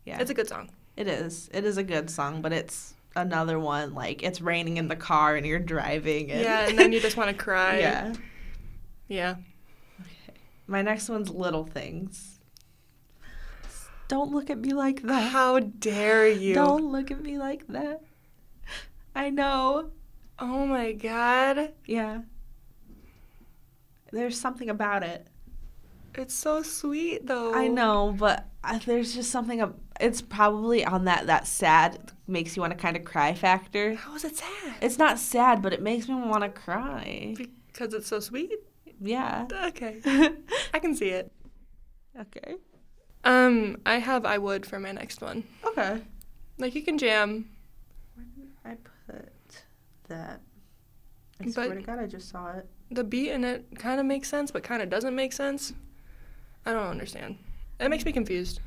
[SPEAKER 1] Yeah.
[SPEAKER 2] It's a good song.
[SPEAKER 1] it is. It is a good song, but it's another one like it's raining in the car and you're driving and
[SPEAKER 2] Yeah, and then you just want to cry.
[SPEAKER 1] Yeah.
[SPEAKER 2] Yeah.
[SPEAKER 1] My next one's Little Things. Don't look at me like that.
[SPEAKER 2] How dare you?
[SPEAKER 1] Don't look at me like that. I know.
[SPEAKER 2] Oh my god.
[SPEAKER 1] Yeah. There's something about it.
[SPEAKER 2] It's so sweet though.
[SPEAKER 1] I know, but I, there's just something. ab- It's probably on that that sad makes you want to kind of cry factor.
[SPEAKER 2] How is it sad?
[SPEAKER 1] It's not sad, but it makes me want to cry.
[SPEAKER 2] Because it's so sweet?
[SPEAKER 1] Yeah.
[SPEAKER 2] Okay.
[SPEAKER 1] okay.
[SPEAKER 2] I can see it. Um, I have I Would for my next one.
[SPEAKER 1] Okay.
[SPEAKER 2] Like you can jam.
[SPEAKER 1] I put that. I
[SPEAKER 2] But-
[SPEAKER 1] swear to God, I just saw it.
[SPEAKER 2] the beat in it kind of makes sense, but kind of doesn't make sense. I don't understand. It makes me confused.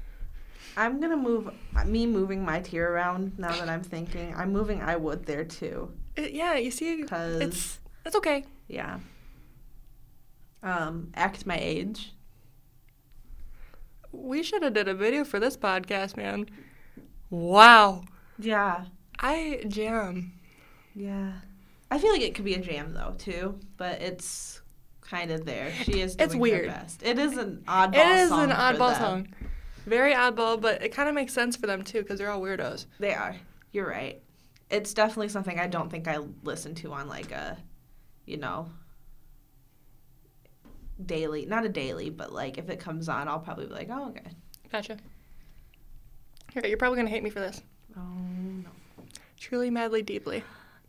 [SPEAKER 1] I'm gonna move uh, me moving my tier around now that I'm thinking. I'm moving. I would there too,
[SPEAKER 2] It, yeah, you see,
[SPEAKER 1] cause
[SPEAKER 2] it's it's okay.
[SPEAKER 1] yeah. Um, act my age.
[SPEAKER 2] We should have did a video for this podcast, man. Wow,
[SPEAKER 1] Yeah.
[SPEAKER 2] I jam.
[SPEAKER 1] Yeah. I feel like it could be a jam though too, but it's kind of there. She is doing
[SPEAKER 2] It's weird.
[SPEAKER 1] her best. It is an oddball song.
[SPEAKER 2] it is an
[SPEAKER 1] for
[SPEAKER 2] oddball
[SPEAKER 1] them.
[SPEAKER 2] song, very oddball, but it kind of makes sense for them too because they're all weirdos.
[SPEAKER 1] They are. You're right. It's definitely something I don't think I listen to on like a, you know, daily. Not a daily, but like if it comes on, I'll probably be like, oh okay.
[SPEAKER 2] Gotcha. Here, you're probably gonna hate me for this.
[SPEAKER 1] Oh no.
[SPEAKER 2] Truly, madly, deeply.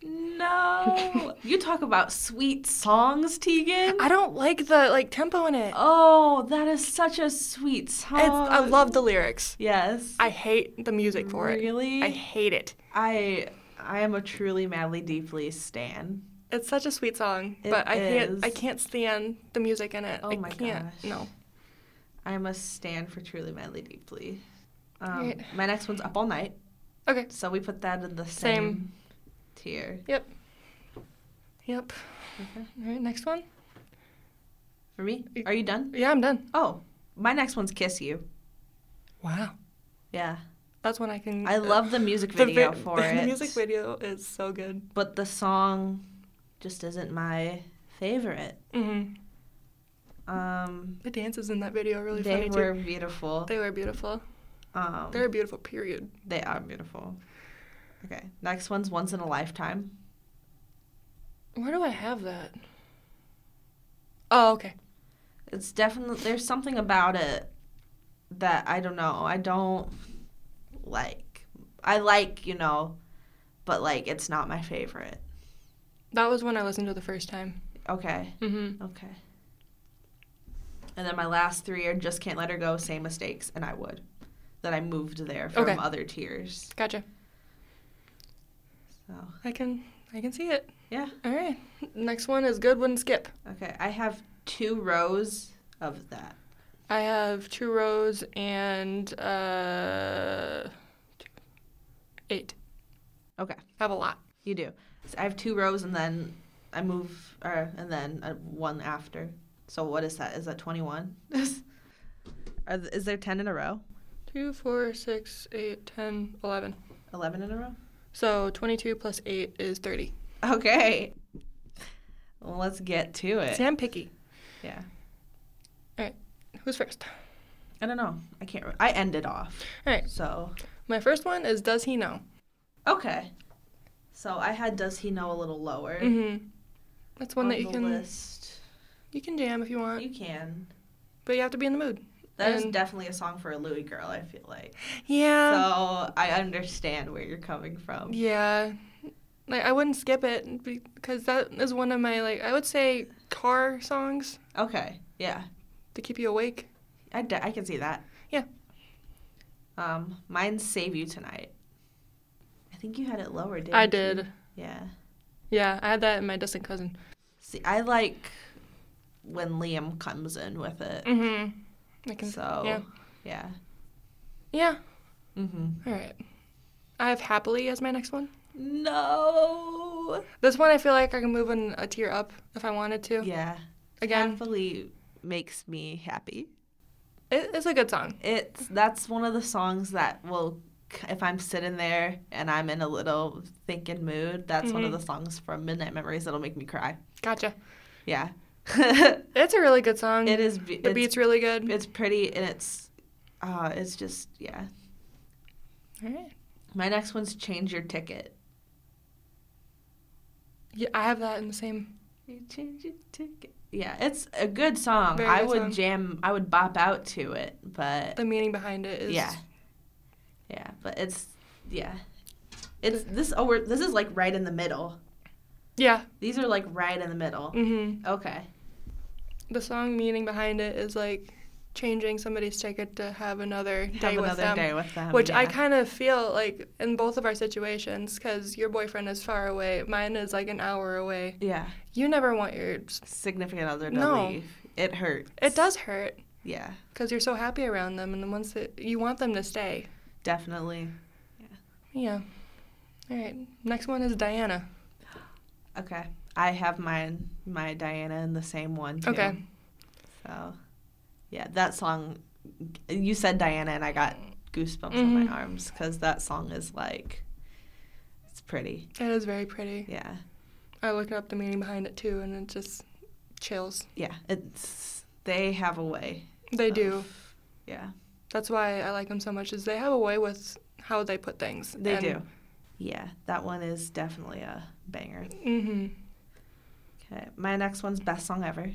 [SPEAKER 1] No. you talk about sweet songs, Tegan.
[SPEAKER 2] I don't like the like tempo in it.
[SPEAKER 1] Oh, that is such a sweet song.
[SPEAKER 2] It's, I love the lyrics.
[SPEAKER 1] Yes.
[SPEAKER 2] I hate the music for it.
[SPEAKER 1] Really?
[SPEAKER 2] I hate it.
[SPEAKER 1] I I am a truly madly deeply stan.
[SPEAKER 2] It's such a sweet song,
[SPEAKER 1] It
[SPEAKER 2] but I can't I
[SPEAKER 1] is.
[SPEAKER 2] can't stand the music in it.
[SPEAKER 1] Oh
[SPEAKER 2] I
[SPEAKER 1] my
[SPEAKER 2] can't.
[SPEAKER 1] gosh.
[SPEAKER 2] No.
[SPEAKER 1] I'm a stan for truly madly deeply. Um,
[SPEAKER 2] Right.
[SPEAKER 1] My next one's up all night.
[SPEAKER 2] Okay.
[SPEAKER 1] So we put that in the same,
[SPEAKER 2] Same.
[SPEAKER 1] tier.
[SPEAKER 2] Yep. Yep.
[SPEAKER 1] Okay.
[SPEAKER 2] All right, next one.
[SPEAKER 1] For me? Are you done?
[SPEAKER 2] Yeah, I'm done.
[SPEAKER 1] Oh, my next one's Kiss You.
[SPEAKER 2] Wow.
[SPEAKER 1] Yeah.
[SPEAKER 2] That's one I can.
[SPEAKER 1] I love the music
[SPEAKER 2] the
[SPEAKER 1] video
[SPEAKER 2] vi-
[SPEAKER 1] for
[SPEAKER 2] the
[SPEAKER 1] it.
[SPEAKER 2] music video is so good.
[SPEAKER 1] But the song just isn't my favorite.
[SPEAKER 2] Mm-hmm.
[SPEAKER 1] Um,
[SPEAKER 2] The dances in that video are really
[SPEAKER 1] they
[SPEAKER 2] funny
[SPEAKER 1] were
[SPEAKER 2] too.
[SPEAKER 1] beautiful.
[SPEAKER 2] They were beautiful.
[SPEAKER 1] Um,
[SPEAKER 2] They're beautiful. Period.
[SPEAKER 1] they are beautiful. Okay. Next one's Once in a Lifetime.
[SPEAKER 2] Where do I have that? Oh, okay.
[SPEAKER 1] It's definitely there's something about it that I don't know. I don't like. I like, you know, but like it's not my favorite.
[SPEAKER 2] That was when I listened to the first time.
[SPEAKER 1] Okay.
[SPEAKER 2] Mm-hmm.
[SPEAKER 1] Okay. And then my last three are just can't let her go, same mistakes, and I would. That I moved there from
[SPEAKER 2] Okay.
[SPEAKER 1] other tiers.
[SPEAKER 2] Gotcha.
[SPEAKER 1] So
[SPEAKER 2] I can. I can see it.
[SPEAKER 1] yeah.
[SPEAKER 2] All right. Next one is good one. Skip.
[SPEAKER 1] Okay. I have two rows of that.
[SPEAKER 2] I have two rows and uh, eight.
[SPEAKER 1] Okay.
[SPEAKER 2] I have a lot.
[SPEAKER 1] You do. So I have two rows and then I move, or, and then uh, one after. So what is that? Is that 21? Are th- is there 10 in a row?
[SPEAKER 2] Two, four, six, eight, ten, eleven.
[SPEAKER 1] 11 in a row?
[SPEAKER 2] So 22 plus 8 is 30.
[SPEAKER 1] Okay. Well, let's get to it.
[SPEAKER 2] See, I'm picky.
[SPEAKER 1] Yeah.
[SPEAKER 2] Who's first?
[SPEAKER 1] I don't know. I can't. Re- I ended off.
[SPEAKER 2] All right.
[SPEAKER 1] So
[SPEAKER 2] My first one is Does He Know?
[SPEAKER 1] okay. So I had does he know a little lower
[SPEAKER 2] Mm-hmm. That's one
[SPEAKER 1] on
[SPEAKER 2] that you
[SPEAKER 1] the
[SPEAKER 2] can
[SPEAKER 1] list.
[SPEAKER 2] you can jam if you want,
[SPEAKER 1] You can.
[SPEAKER 2] but you have to be in the mood.
[SPEAKER 1] That is
[SPEAKER 2] And- Uh,
[SPEAKER 1] definitely a song for a Louis girl. I feel like.
[SPEAKER 2] Yeah.
[SPEAKER 1] So I understand where you're coming from.
[SPEAKER 2] Yeah. Like I wouldn't skip it because that is one of my like I would say car songs
[SPEAKER 1] Okay. Yeah.
[SPEAKER 2] to keep you awake.
[SPEAKER 1] I, d- I can see that.
[SPEAKER 2] Yeah.
[SPEAKER 1] Um, mine's Save You Tonight. I think you had it lower, didn't
[SPEAKER 2] I
[SPEAKER 1] you?
[SPEAKER 2] did.
[SPEAKER 1] Yeah.
[SPEAKER 2] Yeah, I had that in my distant cousin.
[SPEAKER 1] See, I like when Liam comes in with it.
[SPEAKER 2] Mm-hmm. I can.
[SPEAKER 1] So,
[SPEAKER 2] yeah.
[SPEAKER 1] yeah. yeah.
[SPEAKER 2] Yeah.
[SPEAKER 1] Mm-hmm.
[SPEAKER 2] All right. I have happily as my next one.
[SPEAKER 1] No.
[SPEAKER 2] This one I feel like I can move in a tier up if I wanted to.
[SPEAKER 1] Yeah.
[SPEAKER 2] Again,
[SPEAKER 1] Happily makes me happy.
[SPEAKER 2] it, it's a good song.
[SPEAKER 1] It's that's one of the songs that will if I'm sitting there and I'm in a little thinking mood, that's one of
[SPEAKER 2] Mhm.
[SPEAKER 1] the songs from Midnight Memories that'll make me cry.
[SPEAKER 2] Gotcha.
[SPEAKER 1] Yeah.
[SPEAKER 2] It's a really good song.
[SPEAKER 1] It is. Be-
[SPEAKER 2] The
[SPEAKER 1] it's,
[SPEAKER 2] beat's really good.
[SPEAKER 1] It's pretty, and it's, uh, it's just yeah.
[SPEAKER 2] All right.
[SPEAKER 1] My next one's change your ticket.
[SPEAKER 2] Yeah, I have that in the same.
[SPEAKER 1] You change your ticket. Yeah, it's a good song.
[SPEAKER 2] Very
[SPEAKER 1] I
[SPEAKER 2] good
[SPEAKER 1] would
[SPEAKER 2] song.
[SPEAKER 1] jam. I would bop out to it, but
[SPEAKER 2] The meaning behind it is.
[SPEAKER 1] yeah, yeah. But it's yeah. It's this. Oh, we're, this is like right in the middle.
[SPEAKER 2] Yeah.
[SPEAKER 1] These are like right in the middle.
[SPEAKER 2] Mm-hmm.
[SPEAKER 1] Okay.
[SPEAKER 2] The song meaning behind it is like changing somebody's ticket to have another day
[SPEAKER 1] Have
[SPEAKER 2] with
[SPEAKER 1] another
[SPEAKER 2] them.
[SPEAKER 1] day with them.
[SPEAKER 2] Which I
[SPEAKER 1] yeah.
[SPEAKER 2] kind of feel like in both of our situations, because your boyfriend is far away, mine is like an hour away.
[SPEAKER 1] Yeah.
[SPEAKER 2] You never want your.
[SPEAKER 1] Significant other to
[SPEAKER 2] No.
[SPEAKER 1] leave. It hurts.
[SPEAKER 2] It does hurt
[SPEAKER 1] Yeah.
[SPEAKER 2] because you're so happy around them, and the ones that you want them to stay.
[SPEAKER 1] Definitely.
[SPEAKER 2] Yeah. All right. Next one is Diana.
[SPEAKER 1] Okay. I have mine, my Diana, in the same one. Too.
[SPEAKER 2] Okay.
[SPEAKER 1] So, yeah, that song. You said Diana, and I got goosebumps on
[SPEAKER 2] Mhm.
[SPEAKER 1] my arms because that song is like, it's pretty.
[SPEAKER 2] It is very pretty.
[SPEAKER 1] Yeah.
[SPEAKER 2] I looked up the meaning behind it too, and it just chills.
[SPEAKER 1] Yeah. It's they have a way.
[SPEAKER 2] They
[SPEAKER 1] of-
[SPEAKER 2] do.
[SPEAKER 1] Yeah.
[SPEAKER 2] That's why I like them so much. Is they have a way with how they put things.
[SPEAKER 1] They do. Yeah. That one is definitely a banger.
[SPEAKER 2] Mm-hmm.
[SPEAKER 1] Okay. My next one's best song ever.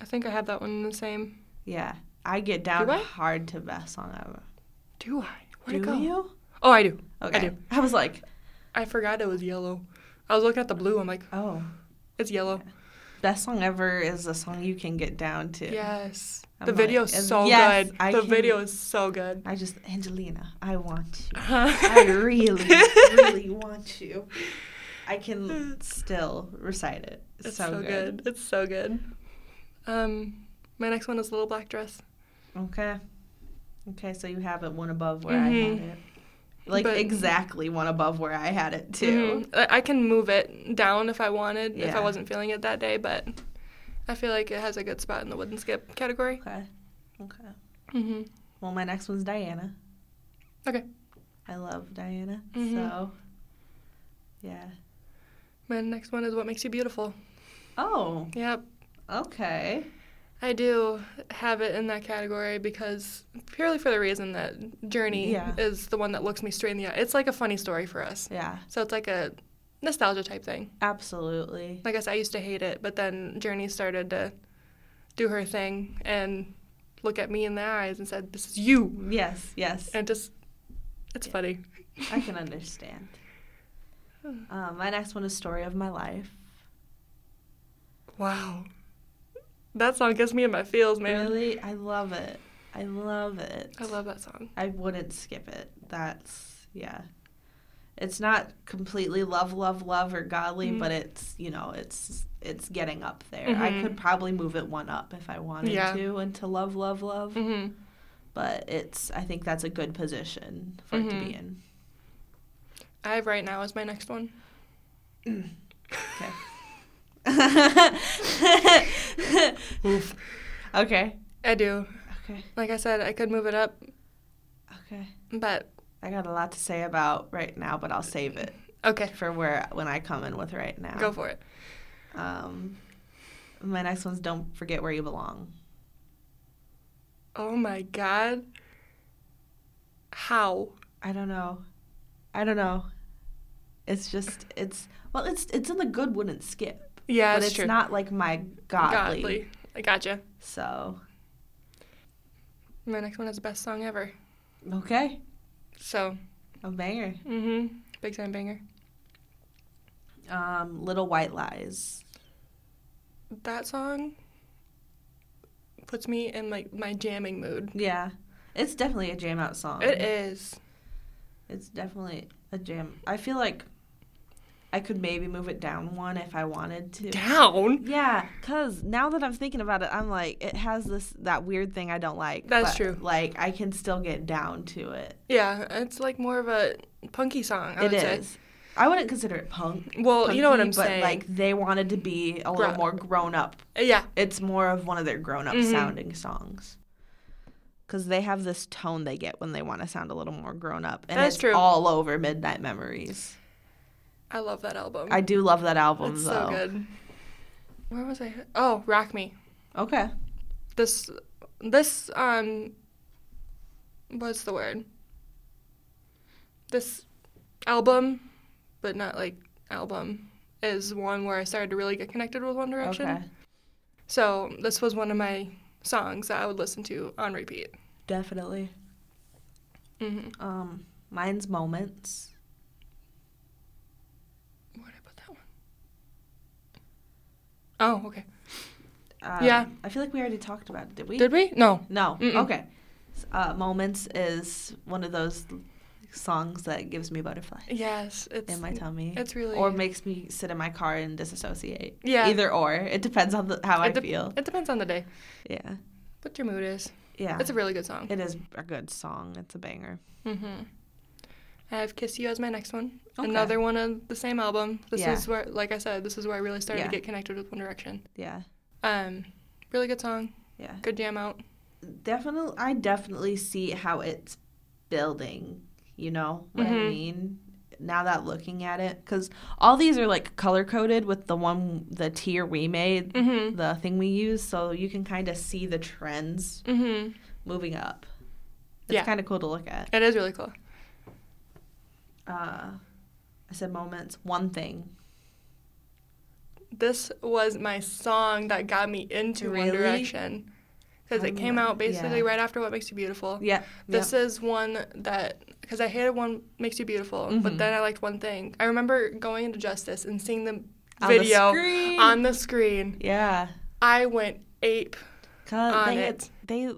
[SPEAKER 2] I think I have that one in the same.
[SPEAKER 1] Yeah. I get down
[SPEAKER 2] Do I?
[SPEAKER 1] hard to best song ever.
[SPEAKER 2] Do I? Where'd
[SPEAKER 1] do
[SPEAKER 2] it go?
[SPEAKER 1] you?
[SPEAKER 2] Oh, I do.
[SPEAKER 1] Okay.
[SPEAKER 2] do.
[SPEAKER 1] I was like,
[SPEAKER 2] I forgot it was yellow. I was looking at the blue. I'm like,
[SPEAKER 1] oh.
[SPEAKER 2] it's yellow.
[SPEAKER 1] Best song ever is a song you can get down to.
[SPEAKER 2] Yes.
[SPEAKER 1] I'm
[SPEAKER 2] the
[SPEAKER 1] like,
[SPEAKER 2] video's
[SPEAKER 1] and
[SPEAKER 2] so
[SPEAKER 1] yes,
[SPEAKER 2] good.
[SPEAKER 1] I
[SPEAKER 2] the
[SPEAKER 1] can-
[SPEAKER 2] video is so good.
[SPEAKER 1] I just Angelina, I want you. I
[SPEAKER 2] I
[SPEAKER 1] really, really want you. I can still recite it. It's,
[SPEAKER 2] It's so, good. It's so good. Um, my next one is Little Black Dress.
[SPEAKER 1] Okay. Okay, so you have it one above where I
[SPEAKER 2] Mhm.
[SPEAKER 1] had it. Like
[SPEAKER 2] But-
[SPEAKER 1] exactly one above where I had it too.
[SPEAKER 2] Mhm. I I can move it down if I wanted, if
[SPEAKER 1] Yeah.
[SPEAKER 2] I wasn't feeling it that day, but I feel like it has a good spot in the wooden skip category.
[SPEAKER 1] Okay. Okay.
[SPEAKER 2] hmm
[SPEAKER 1] Well, my next one's Diana.
[SPEAKER 2] Okay.
[SPEAKER 1] I love Diana.
[SPEAKER 2] Mhm.
[SPEAKER 1] So, yeah.
[SPEAKER 2] My next one is what makes you beautiful.
[SPEAKER 1] Oh,
[SPEAKER 2] Yep.
[SPEAKER 1] okay.
[SPEAKER 2] I do have it in that category because purely for the reason that Journey
[SPEAKER 1] Yeah.
[SPEAKER 2] is the one that looks me straight in the eye. It's like a funny story for us.
[SPEAKER 1] Yeah,
[SPEAKER 2] So it's like a nostalgia type thing.
[SPEAKER 1] absolutely.
[SPEAKER 2] Like I said, I used to hate it, but then Journey started to do her thing and look at me in the eyes and said, This is you.
[SPEAKER 1] Yes, yes.
[SPEAKER 2] And just, it's funny.
[SPEAKER 1] I can understand. Um, my next one is Story of My Life.
[SPEAKER 2] Wow. That song gets me in my feels, man.
[SPEAKER 1] Really? I love it. I love it.
[SPEAKER 2] I love that song.
[SPEAKER 1] I wouldn't skip it. That's yeah. It's not completely love, love, love or godly,
[SPEAKER 2] Mhm.
[SPEAKER 1] but it's you know it's it's getting up there. I
[SPEAKER 2] Mhm.
[SPEAKER 1] could probably move it one up if I wanted
[SPEAKER 2] Yeah.
[SPEAKER 1] to into love, love, love.
[SPEAKER 2] hmm
[SPEAKER 1] But it's I think that's a good position for it to be
[SPEAKER 2] Mhm.
[SPEAKER 1] in.
[SPEAKER 2] I have Right Now is my next one. Mm-hmm.
[SPEAKER 1] Okay.
[SPEAKER 2] Oof.
[SPEAKER 1] okay.
[SPEAKER 2] I do.
[SPEAKER 1] Okay.
[SPEAKER 2] Like I said, I could move it up,
[SPEAKER 1] Okay.
[SPEAKER 2] but
[SPEAKER 1] I got a lot to say about right now, but I'll save it
[SPEAKER 2] okay,
[SPEAKER 1] for where when I come in with right now.
[SPEAKER 2] go for it.
[SPEAKER 1] Um, my next one's "Don't Forget Where You Belong."
[SPEAKER 2] Oh my god. How?
[SPEAKER 1] I don't know. I don't know. It's just it's well, it's it's in the good wouldn't skip,
[SPEAKER 2] Yeah,
[SPEAKER 1] but
[SPEAKER 2] that's
[SPEAKER 1] it's
[SPEAKER 2] true.
[SPEAKER 1] not like my godly.
[SPEAKER 2] Godly. I gotcha.
[SPEAKER 1] So
[SPEAKER 2] My next one is the best song ever.
[SPEAKER 1] okay,
[SPEAKER 2] So,
[SPEAKER 1] a banger.
[SPEAKER 2] mm-hmm. Big time banger.
[SPEAKER 1] Um, "Little White Lies."
[SPEAKER 2] That song puts me in like my jamming mood.
[SPEAKER 1] Yeah, it's definitely a jam out song.
[SPEAKER 2] It is.
[SPEAKER 1] It's definitely a jam. I feel like I could maybe move it down one if I wanted to.
[SPEAKER 2] Down.
[SPEAKER 1] Yeah, cause now that I'm thinking about it, I'm like, it has this that weird thing I don't like.
[SPEAKER 2] That's
[SPEAKER 1] but,
[SPEAKER 2] true.
[SPEAKER 1] Like I can still get down to it.
[SPEAKER 2] Yeah, it's like more of a punky song. I
[SPEAKER 1] It
[SPEAKER 2] would
[SPEAKER 1] is.
[SPEAKER 2] say.
[SPEAKER 1] I wouldn't consider it punk.
[SPEAKER 2] Well, you know what I'm
[SPEAKER 1] punky, but
[SPEAKER 2] saying.
[SPEAKER 1] Like they wanted to be a little
[SPEAKER 2] Gro-
[SPEAKER 1] more grown up.
[SPEAKER 2] yeah,
[SPEAKER 1] It's more of one of their grown up
[SPEAKER 2] Mhm.
[SPEAKER 1] sounding songs. Cause they have this tone they get when they want to sound a little more grown up, and
[SPEAKER 2] That's
[SPEAKER 1] it's
[SPEAKER 2] true.
[SPEAKER 1] all over Midnight Memories.
[SPEAKER 2] I love that album.
[SPEAKER 1] I do love that album
[SPEAKER 2] it's
[SPEAKER 1] though.
[SPEAKER 2] so good. Where was I? Oh, Rock Me.
[SPEAKER 1] Okay.
[SPEAKER 2] this this um what's the word this album but not like album is one where i started to really get connected with one direction
[SPEAKER 1] Okay.
[SPEAKER 2] so this was one of my songs that i would listen to on repeat
[SPEAKER 1] Definitely.
[SPEAKER 2] mm-hmm.
[SPEAKER 1] Um, mine's Moments.
[SPEAKER 2] where did i put that one? Oh, okay
[SPEAKER 1] Um,
[SPEAKER 2] Yeah.
[SPEAKER 1] I feel like we already talked about it. Did we?
[SPEAKER 2] did we no
[SPEAKER 1] no.
[SPEAKER 2] Mm-mm.
[SPEAKER 1] Okay. S- Uh, Moments is one of those l- songs that gives me butterflies
[SPEAKER 2] yes it's
[SPEAKER 1] in my tummy.
[SPEAKER 2] it's really
[SPEAKER 1] or makes me sit in my car and disassociate.
[SPEAKER 2] Yeah.
[SPEAKER 1] Either or. It depends on the, how I
[SPEAKER 2] it de-
[SPEAKER 1] feel.
[SPEAKER 2] it depends on the day
[SPEAKER 1] Yeah.
[SPEAKER 2] what your mood is
[SPEAKER 1] Yeah.
[SPEAKER 2] it's a really good song
[SPEAKER 1] it is a good song. It's a banger.
[SPEAKER 2] Mm-hmm. I have Kiss You as my next one.
[SPEAKER 1] Okay.
[SPEAKER 2] Another one of the same album. This
[SPEAKER 1] Yeah.
[SPEAKER 2] is where, like I said, this is where I really started
[SPEAKER 1] Yeah.
[SPEAKER 2] to get connected with One Direction.
[SPEAKER 1] Yeah.
[SPEAKER 2] Um, really good song.
[SPEAKER 1] Yeah.
[SPEAKER 2] Good jam out.
[SPEAKER 1] definitely i definitely see how it's building you know what i
[SPEAKER 2] Mhm.
[SPEAKER 1] mean now that looking at it because all these are like color coded with the one the tier we made
[SPEAKER 2] Mm-hmm.
[SPEAKER 1] the thing we use so you can kind of see the trends
[SPEAKER 2] Mm-hmm.
[SPEAKER 1] moving up it's
[SPEAKER 2] Yeah.
[SPEAKER 1] kind of cool to look at
[SPEAKER 2] It is really cool.
[SPEAKER 1] uh i said moments one thing
[SPEAKER 2] This was my song that got me into
[SPEAKER 1] Really?
[SPEAKER 2] One Direction because it
[SPEAKER 1] Um,
[SPEAKER 2] came out basically
[SPEAKER 1] yeah.
[SPEAKER 2] right after What Makes You Beautiful.
[SPEAKER 1] yeah
[SPEAKER 2] This is one that because I hated One Makes You Beautiful,
[SPEAKER 1] Mhm.
[SPEAKER 2] but then I liked One Thing. I remember going into Justice and seeing the
[SPEAKER 1] On the
[SPEAKER 2] video
[SPEAKER 1] screen.
[SPEAKER 2] on the screen.
[SPEAKER 1] yeah
[SPEAKER 2] I went ape
[SPEAKER 1] because
[SPEAKER 2] On
[SPEAKER 1] they,
[SPEAKER 2] it.
[SPEAKER 1] they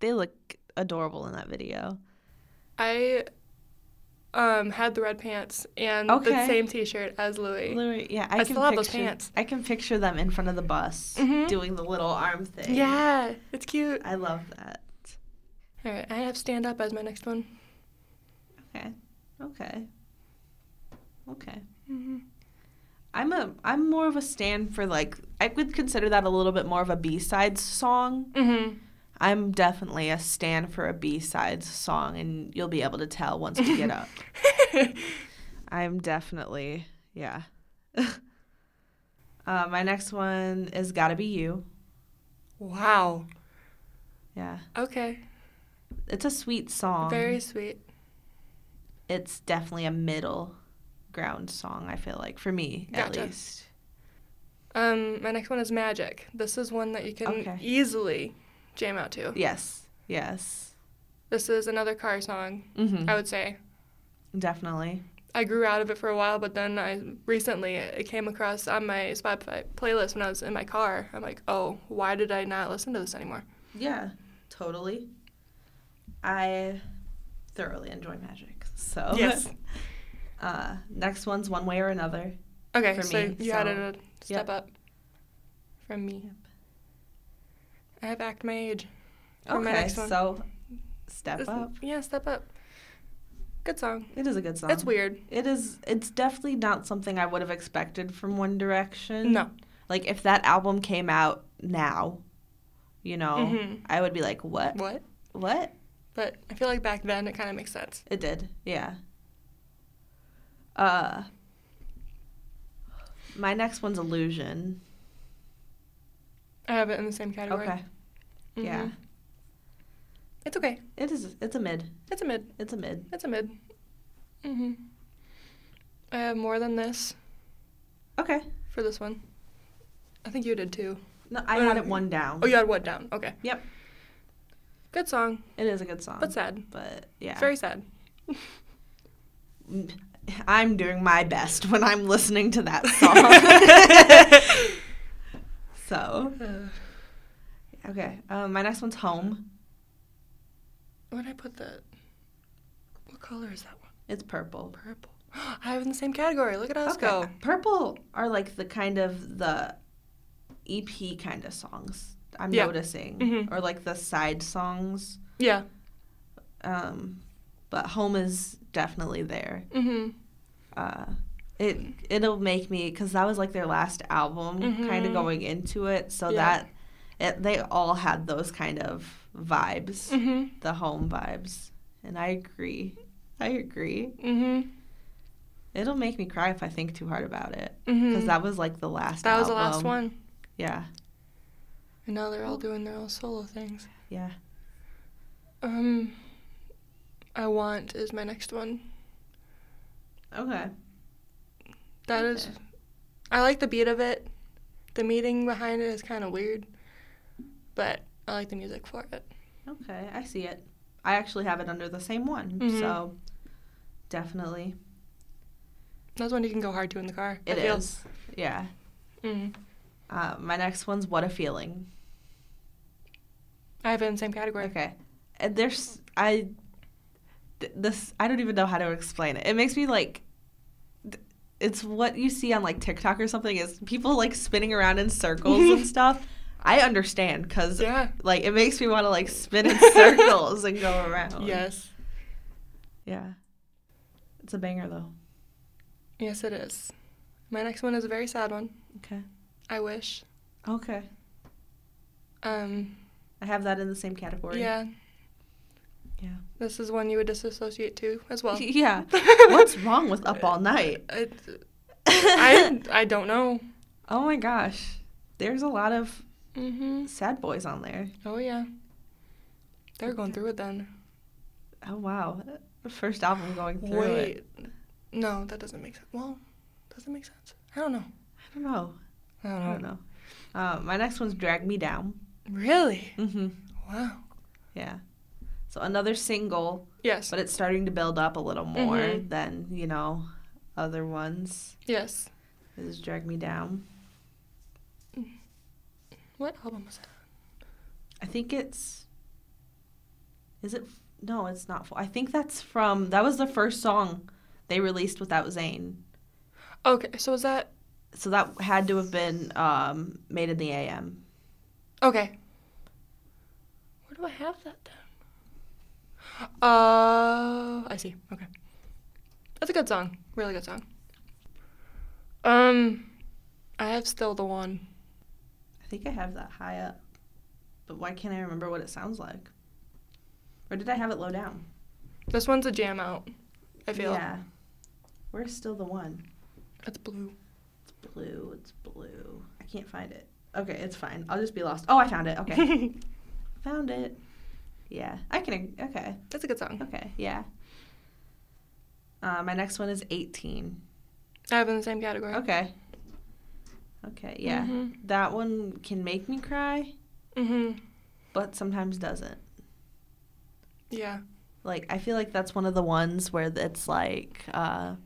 [SPEAKER 1] they look adorable in that video
[SPEAKER 2] I um had the red pants and
[SPEAKER 1] Okay.
[SPEAKER 2] the same T-shirt as Louis.
[SPEAKER 1] Literally, yeah, I,
[SPEAKER 2] I
[SPEAKER 1] can
[SPEAKER 2] still have those
[SPEAKER 1] picture,
[SPEAKER 2] pants.
[SPEAKER 1] I can picture them in front of the bus
[SPEAKER 2] Mhm.
[SPEAKER 1] doing the little arm thing.
[SPEAKER 2] Yeah, it's cute.
[SPEAKER 1] I love that.
[SPEAKER 2] All right, I have stand up as my next one.
[SPEAKER 1] Okay. Okay. Okay.
[SPEAKER 2] Mm-hmm.
[SPEAKER 1] I'm a I'm more of a stand for like I would consider that a little bit more of a B sides song.
[SPEAKER 2] Mm-hmm.
[SPEAKER 1] I'm definitely a stand for a B sides song, and you'll be able to tell once we get up. I'm definitely yeah. uh, my next one is "Gotta Be You."
[SPEAKER 2] wow.
[SPEAKER 1] Yeah,
[SPEAKER 2] Okay.
[SPEAKER 1] it's a sweet song.
[SPEAKER 2] Very sweet.
[SPEAKER 1] It's definitely a middle ground song. I feel like for me
[SPEAKER 2] Gotcha.
[SPEAKER 1] at least.
[SPEAKER 2] Um, my next one is Magic. This is one that you can
[SPEAKER 1] Okay.
[SPEAKER 2] easily jam out to.
[SPEAKER 1] Yes. Yes.
[SPEAKER 2] This is another car song,
[SPEAKER 1] hmm
[SPEAKER 2] I would say.
[SPEAKER 1] definitely.
[SPEAKER 2] I grew out of it for a while, but then I recently it came across on my Spotify playlist when I was in my car. I'm like, oh, why did I not listen to this anymore?
[SPEAKER 1] Yeah, totally. I thoroughly enjoy magic. So
[SPEAKER 2] Yes.
[SPEAKER 1] uh, next one's one way or another.
[SPEAKER 2] Okay,
[SPEAKER 1] For
[SPEAKER 2] so
[SPEAKER 1] me,
[SPEAKER 2] you had
[SPEAKER 1] so-
[SPEAKER 2] a step up from me. I have act my age. For my
[SPEAKER 1] okay,
[SPEAKER 2] next one.
[SPEAKER 1] so step
[SPEAKER 2] This-
[SPEAKER 1] up.
[SPEAKER 2] Yeah, step up. Good song.
[SPEAKER 1] It is a good song.
[SPEAKER 2] That's weird.
[SPEAKER 1] It is. It's definitely not something I would have expected from One Direction.
[SPEAKER 2] No.
[SPEAKER 1] Like if that album came out now, you know,
[SPEAKER 2] Mhm.
[SPEAKER 1] I would be like, Oh. what?
[SPEAKER 2] What?
[SPEAKER 1] What?
[SPEAKER 2] But I feel like back then it kind of makes sense.
[SPEAKER 1] It did. Yeah. Uh. My next one's Illusion.
[SPEAKER 2] I have it in the same category.
[SPEAKER 1] Okay. Yeah.
[SPEAKER 2] Mhm. It's okay.
[SPEAKER 1] It is. It's a mid.
[SPEAKER 2] It's a mid.
[SPEAKER 1] It's a mid.
[SPEAKER 2] It's a mid. hmm I have more than this
[SPEAKER 1] Okay.
[SPEAKER 2] for this one. I think you did too.
[SPEAKER 1] No, I
[SPEAKER 2] Well,
[SPEAKER 1] had it one down.
[SPEAKER 2] Oh, you had one down. Okay.
[SPEAKER 1] Yep.
[SPEAKER 2] Good song,
[SPEAKER 1] It is a good song.
[SPEAKER 2] but sad.
[SPEAKER 1] But yeah.
[SPEAKER 2] It's very sad.
[SPEAKER 1] Mm, I'm doing my best when I'm listening to that song. so okay. Um, my next one's home.
[SPEAKER 2] When I put that, what color is that one?
[SPEAKER 1] It's purple.
[SPEAKER 2] Purple. I have it in the same category. Look at us go.
[SPEAKER 1] Purple are like the kind of the EP kind of songs I'm
[SPEAKER 2] Yeah.
[SPEAKER 1] noticing,
[SPEAKER 2] Mhm.
[SPEAKER 1] or like the side songs.
[SPEAKER 2] Yeah.
[SPEAKER 1] Um, but home is definitely there.
[SPEAKER 2] Mm-hmm.
[SPEAKER 1] uh, it it'll make me because that was like their last album, kind
[SPEAKER 2] Mhm.
[SPEAKER 1] of going into it. So
[SPEAKER 2] Yeah.
[SPEAKER 1] that it, they all had those kind of vibes,
[SPEAKER 2] Mm-hmm.
[SPEAKER 1] the home vibes, and I agree. I agree.
[SPEAKER 2] Mm-hmm.
[SPEAKER 1] It'll make me cry if I think too hard about it because
[SPEAKER 2] Mm-hmm.
[SPEAKER 1] that was like the last.
[SPEAKER 2] that was the last
[SPEAKER 1] album.
[SPEAKER 2] one.
[SPEAKER 1] Yeah,
[SPEAKER 2] And now they're all doing their own solo things.
[SPEAKER 1] yeah.
[SPEAKER 2] Um, I want is my next one.
[SPEAKER 1] Okay.
[SPEAKER 2] That is,
[SPEAKER 1] Okay.
[SPEAKER 2] I like the beat of it. The meaning behind it is kind of weird, but I like the music for it.
[SPEAKER 1] Okay, I see it. I actually have it under the same one,
[SPEAKER 2] Mhm.
[SPEAKER 1] so definitely
[SPEAKER 2] That's one you can go hard to in the car.
[SPEAKER 1] it
[SPEAKER 2] I
[SPEAKER 1] is.
[SPEAKER 2] feel.
[SPEAKER 1] Yeah.
[SPEAKER 2] Mm.
[SPEAKER 1] Uh, my next one's "What a Feeling."
[SPEAKER 2] I have it in the same category.
[SPEAKER 1] Okay. And there's I th- this I don't even know how to explain it. It makes me like th- it's what you see on like TikTok or something is people like spinning around in circles and stuff. I understand cuz
[SPEAKER 2] Yeah.
[SPEAKER 1] like it makes me want to like spin in circles and go around.
[SPEAKER 2] Yes.
[SPEAKER 1] Yeah. It's a banger though.
[SPEAKER 2] Yes, it is. My next one is a very sad one.
[SPEAKER 1] Okay.
[SPEAKER 2] I wish.
[SPEAKER 1] Okay.
[SPEAKER 2] Um,
[SPEAKER 1] I have that in the same category.
[SPEAKER 2] yeah,
[SPEAKER 1] Yeah.
[SPEAKER 2] this is one you would disassociate to as well.
[SPEAKER 1] Yeah. What's wrong with up all night?
[SPEAKER 2] It, I I don't know.
[SPEAKER 1] oh my gosh. There's a lot of
[SPEAKER 2] Mm-hmm.
[SPEAKER 1] sad boys on there.
[SPEAKER 2] Oh yeah. They're going through it then.
[SPEAKER 1] Oh wow, the first album going through it.
[SPEAKER 2] No, that doesn't make sense. Well, does it make sense? I don't know.
[SPEAKER 1] I don't know.
[SPEAKER 2] I don't
[SPEAKER 1] I don't know. Uh, my next one's "Drag Me Down."
[SPEAKER 2] Really?
[SPEAKER 1] Mm-hmm.
[SPEAKER 2] Wow.
[SPEAKER 1] Yeah. So another single,
[SPEAKER 2] Yes.
[SPEAKER 1] but it's starting to build up a little more
[SPEAKER 2] Mhm.
[SPEAKER 1] than you know other ones.
[SPEAKER 2] Yes.
[SPEAKER 1] This is "Drag Me Down."
[SPEAKER 2] What album was that?
[SPEAKER 1] I think it's. Is it? f- No, it's not. f- I think that's from. That was the first song they released without Zayn.
[SPEAKER 2] Okay, so was that
[SPEAKER 1] So that had to have been um, made in the AM.
[SPEAKER 2] okay? Where do I have that then? Uh, I see. Okay. That's a good song. Really good song. Um, I have still the one.
[SPEAKER 1] I think I have that high up, but why can't I remember what it sounds like? Or did I have it low down?
[SPEAKER 2] This one's a jam out. I feel
[SPEAKER 1] Yeah. Where's still the one?
[SPEAKER 2] it's blue.
[SPEAKER 1] It's blue. It's blue. I can't find it. Okay, it's fine. I'll just be lost. Oh, I found it. Okay. found it. Yeah. I can. Okay.
[SPEAKER 2] That's a good song.
[SPEAKER 1] Okay. Yeah. Uh, my next one is 18.
[SPEAKER 2] I have in the same category.
[SPEAKER 1] Okay. Okay. Oh, Yeah.
[SPEAKER 2] Mhm.
[SPEAKER 1] That one can make me cry,
[SPEAKER 2] Mm-hmm.
[SPEAKER 1] but sometimes doesn't.
[SPEAKER 2] Yeah.
[SPEAKER 1] like i feel like that's one of the ones where it's like uh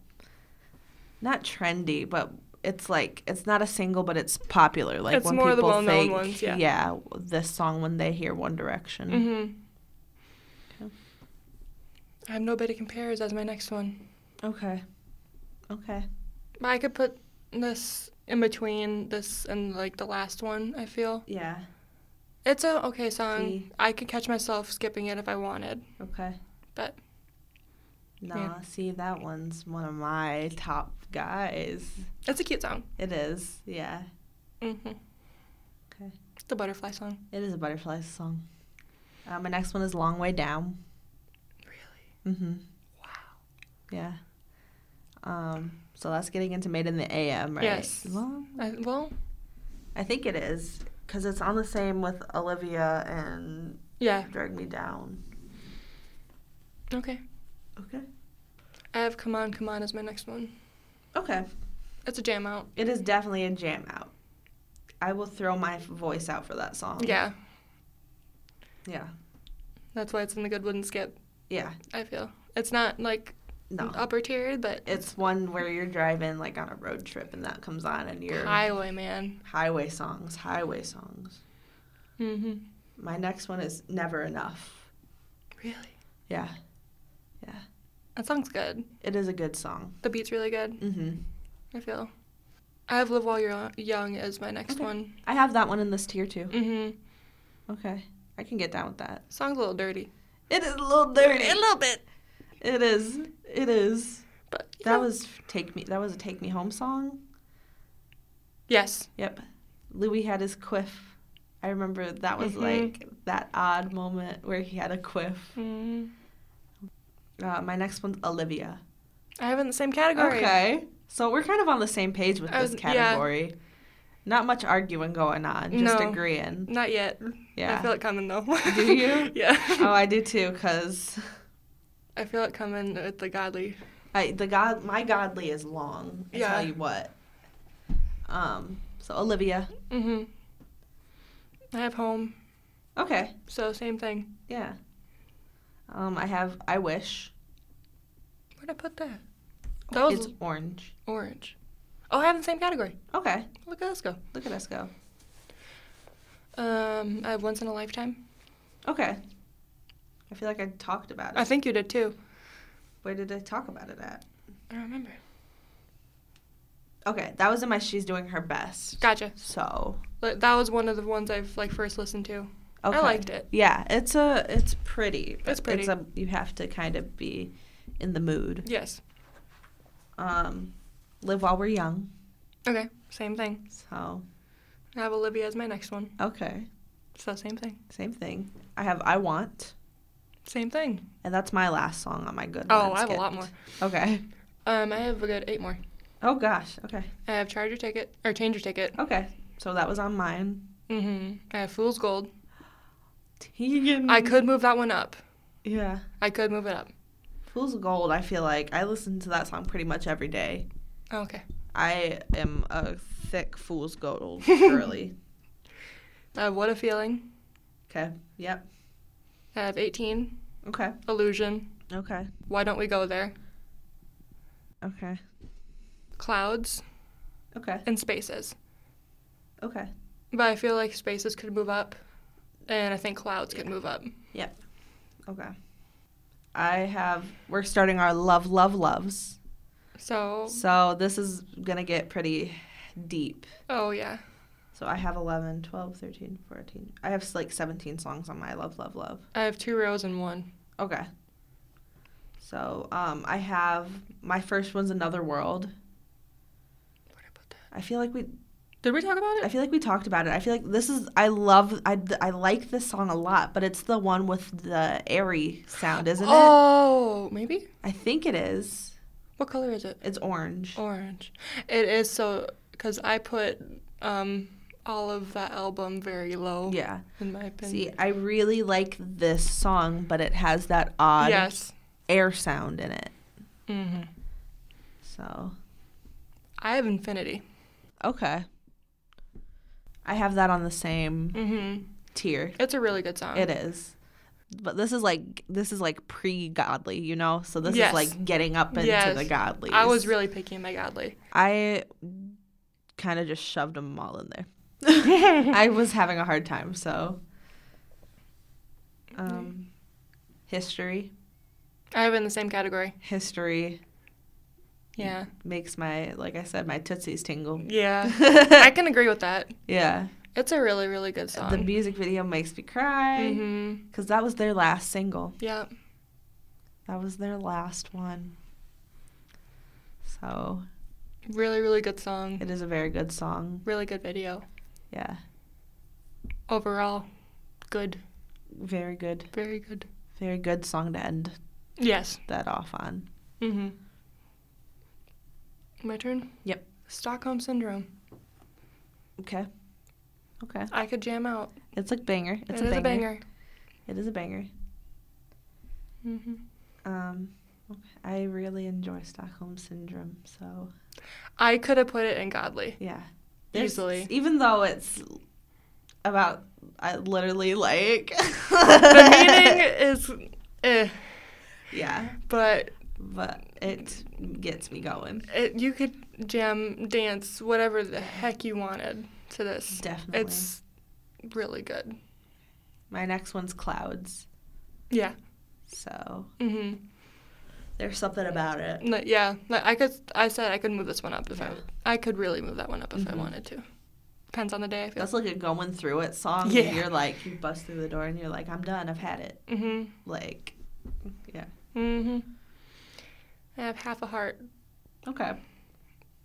[SPEAKER 1] not trendy but it's like it's not a single but it's popular like
[SPEAKER 2] It's
[SPEAKER 1] when
[SPEAKER 2] more of the
[SPEAKER 1] people
[SPEAKER 2] well-known
[SPEAKER 1] think
[SPEAKER 2] ones, yeah.
[SPEAKER 1] this song when they hear one direction
[SPEAKER 2] Mm-hmm.
[SPEAKER 1] Mm. Okay.
[SPEAKER 2] I have nobody compares as my next one.
[SPEAKER 1] okay okay
[SPEAKER 2] But I could put this in between this and like the last one. I feel
[SPEAKER 1] yeah
[SPEAKER 2] it's a okay song.
[SPEAKER 1] See?
[SPEAKER 2] I could catch myself skipping it if I wanted.
[SPEAKER 1] okay
[SPEAKER 2] But-
[SPEAKER 1] no
[SPEAKER 2] Yeah.
[SPEAKER 1] see that one's one of my top guys
[SPEAKER 2] It's a cute song.
[SPEAKER 1] it is yeah
[SPEAKER 2] Mm-hmm.
[SPEAKER 1] okay
[SPEAKER 2] It's the butterfly song.
[SPEAKER 1] it is a butterfly song uh, my next one is long way down
[SPEAKER 2] Really?
[SPEAKER 1] mm-hmm
[SPEAKER 2] Wow.
[SPEAKER 1] Yeah. Um, so that's getting into Made in the AM, right?
[SPEAKER 2] Yes.
[SPEAKER 1] Well,
[SPEAKER 2] I, well,
[SPEAKER 1] I think it is because it's on the same with Olivia and
[SPEAKER 2] yeah.
[SPEAKER 1] Drag Me Down.
[SPEAKER 2] Okay.
[SPEAKER 1] Okay.
[SPEAKER 2] I have Come On, Come On as my next one.
[SPEAKER 1] Okay.
[SPEAKER 2] It's a jam out.
[SPEAKER 1] It is definitely a jam out. I will throw my voice out for that song.
[SPEAKER 2] Yeah.
[SPEAKER 1] Yeah.
[SPEAKER 2] That's why it's in the good wooden skip,
[SPEAKER 1] Yeah.
[SPEAKER 2] I feel. It's not like
[SPEAKER 1] No.
[SPEAKER 2] upper tier, but
[SPEAKER 1] It's one where you're driving like on a road trip and that comes on and you're
[SPEAKER 2] highway man.
[SPEAKER 1] highway songs, highway songs.
[SPEAKER 2] Mm-hmm.
[SPEAKER 1] My next one is Never Enough.
[SPEAKER 2] Really?
[SPEAKER 1] Yeah.
[SPEAKER 2] That song's good.
[SPEAKER 1] It is a good song.
[SPEAKER 2] The beat's really good,
[SPEAKER 1] Mm-hmm.
[SPEAKER 2] I feel. I have Live While You're Young as my next
[SPEAKER 1] Okay.
[SPEAKER 2] one.
[SPEAKER 1] I have that one in this tier too.
[SPEAKER 2] Mm-hmm.
[SPEAKER 1] Okay. I can get down with that.
[SPEAKER 2] Song's a little dirty.
[SPEAKER 1] It is a little dirty.
[SPEAKER 2] A little bit.
[SPEAKER 1] It is. It is.
[SPEAKER 2] But you
[SPEAKER 1] That
[SPEAKER 2] know.
[SPEAKER 1] was take me that was a take me home song.
[SPEAKER 2] Yes.
[SPEAKER 1] Yep. Louis had his quiff. I remember that was
[SPEAKER 2] Mhm.
[SPEAKER 1] like that odd moment where he had a quiff.
[SPEAKER 2] Mm.
[SPEAKER 1] Uh, my next one's Olivia.
[SPEAKER 2] I have it in the same category.
[SPEAKER 1] Okay. So we're kind of on the same page with
[SPEAKER 2] I
[SPEAKER 1] this
[SPEAKER 2] was- yeah.
[SPEAKER 1] category. Not much arguing going on, just
[SPEAKER 2] No.
[SPEAKER 1] agreeing.
[SPEAKER 2] Not yet.
[SPEAKER 1] Yeah.
[SPEAKER 2] I feel it coming though.
[SPEAKER 1] Do you?
[SPEAKER 2] yeah.
[SPEAKER 1] oh, I do too, cause
[SPEAKER 2] I feel it coming with the godly.
[SPEAKER 1] I the god my godly is long. I
[SPEAKER 2] Yeah.
[SPEAKER 1] tell you what. Um. So Olivia.
[SPEAKER 2] Mm-hmm. I have home,
[SPEAKER 1] Okay.
[SPEAKER 2] so same thing.
[SPEAKER 1] Yeah. Um. I have. I wish.
[SPEAKER 2] Where'd I put that? That was
[SPEAKER 1] It's orange.
[SPEAKER 2] orange. Oh, I have the same category.
[SPEAKER 1] Okay.
[SPEAKER 2] Look at us go.
[SPEAKER 1] Look at us go.
[SPEAKER 2] Um, I have once in a lifetime.
[SPEAKER 1] Okay. I feel like I talked about it.
[SPEAKER 2] I think you did too.
[SPEAKER 1] Where did I talk about it at?
[SPEAKER 2] I don't remember.
[SPEAKER 1] Okay, that was in my. She's doing her best.
[SPEAKER 2] Gotcha.
[SPEAKER 1] So.
[SPEAKER 2] Like, That was one of the ones I've like first listened to.
[SPEAKER 1] Okay.
[SPEAKER 2] I liked it.
[SPEAKER 1] Yeah, it's a. It's pretty. but
[SPEAKER 2] It's pretty.
[SPEAKER 1] It's a, you have to kind of be in the mood.
[SPEAKER 2] Yes.
[SPEAKER 1] Um, live while we're young.
[SPEAKER 2] Okay. Same thing.
[SPEAKER 1] So
[SPEAKER 2] I have Olivia as my next one.
[SPEAKER 1] okay.
[SPEAKER 2] So same thing.
[SPEAKER 1] Same thing. I have I Want,
[SPEAKER 2] Same thing.
[SPEAKER 1] and that's my last song on my good.
[SPEAKER 2] Oh,
[SPEAKER 1] Ones
[SPEAKER 2] I have a lot
[SPEAKER 1] skipped.
[SPEAKER 2] more.
[SPEAKER 1] Okay.
[SPEAKER 2] Um, I have a good eight more.
[SPEAKER 1] Oh gosh. Okay.
[SPEAKER 2] I have charge your ticket or change your ticket.
[SPEAKER 1] Okay. So that was on mine.
[SPEAKER 2] Mm-hmm. I have fool's gold.
[SPEAKER 1] Tegan.
[SPEAKER 2] I could move that one up.
[SPEAKER 1] Yeah.
[SPEAKER 2] I could move it up.
[SPEAKER 1] Fool's Gold. I feel like I listen to that song pretty much every day.
[SPEAKER 2] Oh, okay.
[SPEAKER 1] I am a thick Fool's Gold girly.
[SPEAKER 2] I have what a feeling.
[SPEAKER 1] Okay. Yep.
[SPEAKER 2] I have 18.
[SPEAKER 1] Okay.
[SPEAKER 2] Illusion.
[SPEAKER 1] Okay.
[SPEAKER 2] Why don't we go there?
[SPEAKER 1] Okay.
[SPEAKER 2] Clouds
[SPEAKER 1] Okay.
[SPEAKER 2] and spaces.
[SPEAKER 1] Okay.
[SPEAKER 2] But I feel like spaces could move up, and I think clouds could move up.
[SPEAKER 1] Okay. I have. We're starting our love, love, loves.
[SPEAKER 2] So,
[SPEAKER 1] So this is gonna get pretty deep.
[SPEAKER 2] oh yeah,
[SPEAKER 1] So I have 11, 12, 13, 14. I have like 17 songs on my Love, Love, Love.
[SPEAKER 2] I have two rows and one.
[SPEAKER 1] Okay. So um, I have my first one's Another World.
[SPEAKER 2] Where'd I put that?
[SPEAKER 1] I feel like we
[SPEAKER 2] Did we talk about
[SPEAKER 1] I
[SPEAKER 2] it?
[SPEAKER 1] feel like we talked about it. I feel like this is I love I, I like this song a lot, but it's the one with the airy sound, isn't it?
[SPEAKER 2] oh, maybe.
[SPEAKER 1] I think it is.
[SPEAKER 2] What color is it?
[SPEAKER 1] It's orange.
[SPEAKER 2] Orange. It is so because I put um all of that album very low.
[SPEAKER 1] Yeah.
[SPEAKER 2] In my opinion.
[SPEAKER 1] See, I really like this song, but it has that odd
[SPEAKER 2] yes.
[SPEAKER 1] air sound in it.
[SPEAKER 2] Mm-hmm.
[SPEAKER 1] So,
[SPEAKER 2] I have Infinity.
[SPEAKER 1] okay. I have that on the same
[SPEAKER 2] Mm-hmm.
[SPEAKER 1] tier.
[SPEAKER 2] It's a really good song.
[SPEAKER 1] It is. But this is like this is like pre-godly, you know? So this
[SPEAKER 2] Yes.
[SPEAKER 1] is like getting up into
[SPEAKER 2] Yes.
[SPEAKER 1] the godly.
[SPEAKER 2] I was really picking my godly.
[SPEAKER 1] I kind of just shoved them all in there. I was having a hard time, so um history.
[SPEAKER 2] I have it in the same category.
[SPEAKER 1] History
[SPEAKER 2] Yeah.
[SPEAKER 1] makes my like I said my tootsies tingle.
[SPEAKER 2] Yeah. I can agree with that.
[SPEAKER 1] yeah.
[SPEAKER 2] It's a really, really good song.
[SPEAKER 1] The music video makes me cry
[SPEAKER 2] hmm
[SPEAKER 1] cuz that was their last single.
[SPEAKER 2] Yeah.
[SPEAKER 1] That was their last one. So,
[SPEAKER 2] Really, really good song.
[SPEAKER 1] it is a very good song.
[SPEAKER 2] Really good video.
[SPEAKER 1] Yeah,
[SPEAKER 2] Overall, good.
[SPEAKER 1] very good,
[SPEAKER 2] Very good.
[SPEAKER 1] very good song to end
[SPEAKER 2] Yes.
[SPEAKER 1] that off on.
[SPEAKER 2] Mm-hmm. My turn?
[SPEAKER 1] Yep.
[SPEAKER 2] Stockholm Syndrome.
[SPEAKER 1] Okay, okay,
[SPEAKER 2] I could jam out.
[SPEAKER 1] it's a banger. It's
[SPEAKER 2] It
[SPEAKER 1] a,
[SPEAKER 2] is
[SPEAKER 1] banger.
[SPEAKER 2] a banger.
[SPEAKER 1] It is a banger. Mm-hmm.
[SPEAKER 2] hmm
[SPEAKER 1] Um, okay. I really enjoy Stockholm Syndrome. So
[SPEAKER 2] I could have put it in Godly.
[SPEAKER 1] yeah,
[SPEAKER 2] Easily.
[SPEAKER 1] even though it's about I literally like
[SPEAKER 2] The meaning is eh,
[SPEAKER 1] yeah,
[SPEAKER 2] but
[SPEAKER 1] but it gets me going.
[SPEAKER 2] it, you could jam, dance, whatever the heck you wanted to this.
[SPEAKER 1] Definitely.
[SPEAKER 2] It's really good.
[SPEAKER 1] My next one's Clouds.
[SPEAKER 2] Yeah.
[SPEAKER 1] So
[SPEAKER 2] Mm-hmm.
[SPEAKER 1] there's something about it.
[SPEAKER 2] Like, yeah, like I could. I said I could move this one up if
[SPEAKER 1] Yeah.
[SPEAKER 2] I. I could really move that one up if
[SPEAKER 1] Mhm.
[SPEAKER 2] I wanted to. Depends on the day. I feel.
[SPEAKER 1] That's like a going through it song.
[SPEAKER 2] Yeah.
[SPEAKER 1] Yeah. You're like, you bust through the door and you're like, I'm done. I've had it.
[SPEAKER 2] Mhm.
[SPEAKER 1] Like, yeah.
[SPEAKER 2] Mhm. I have half a heart.
[SPEAKER 1] Okay.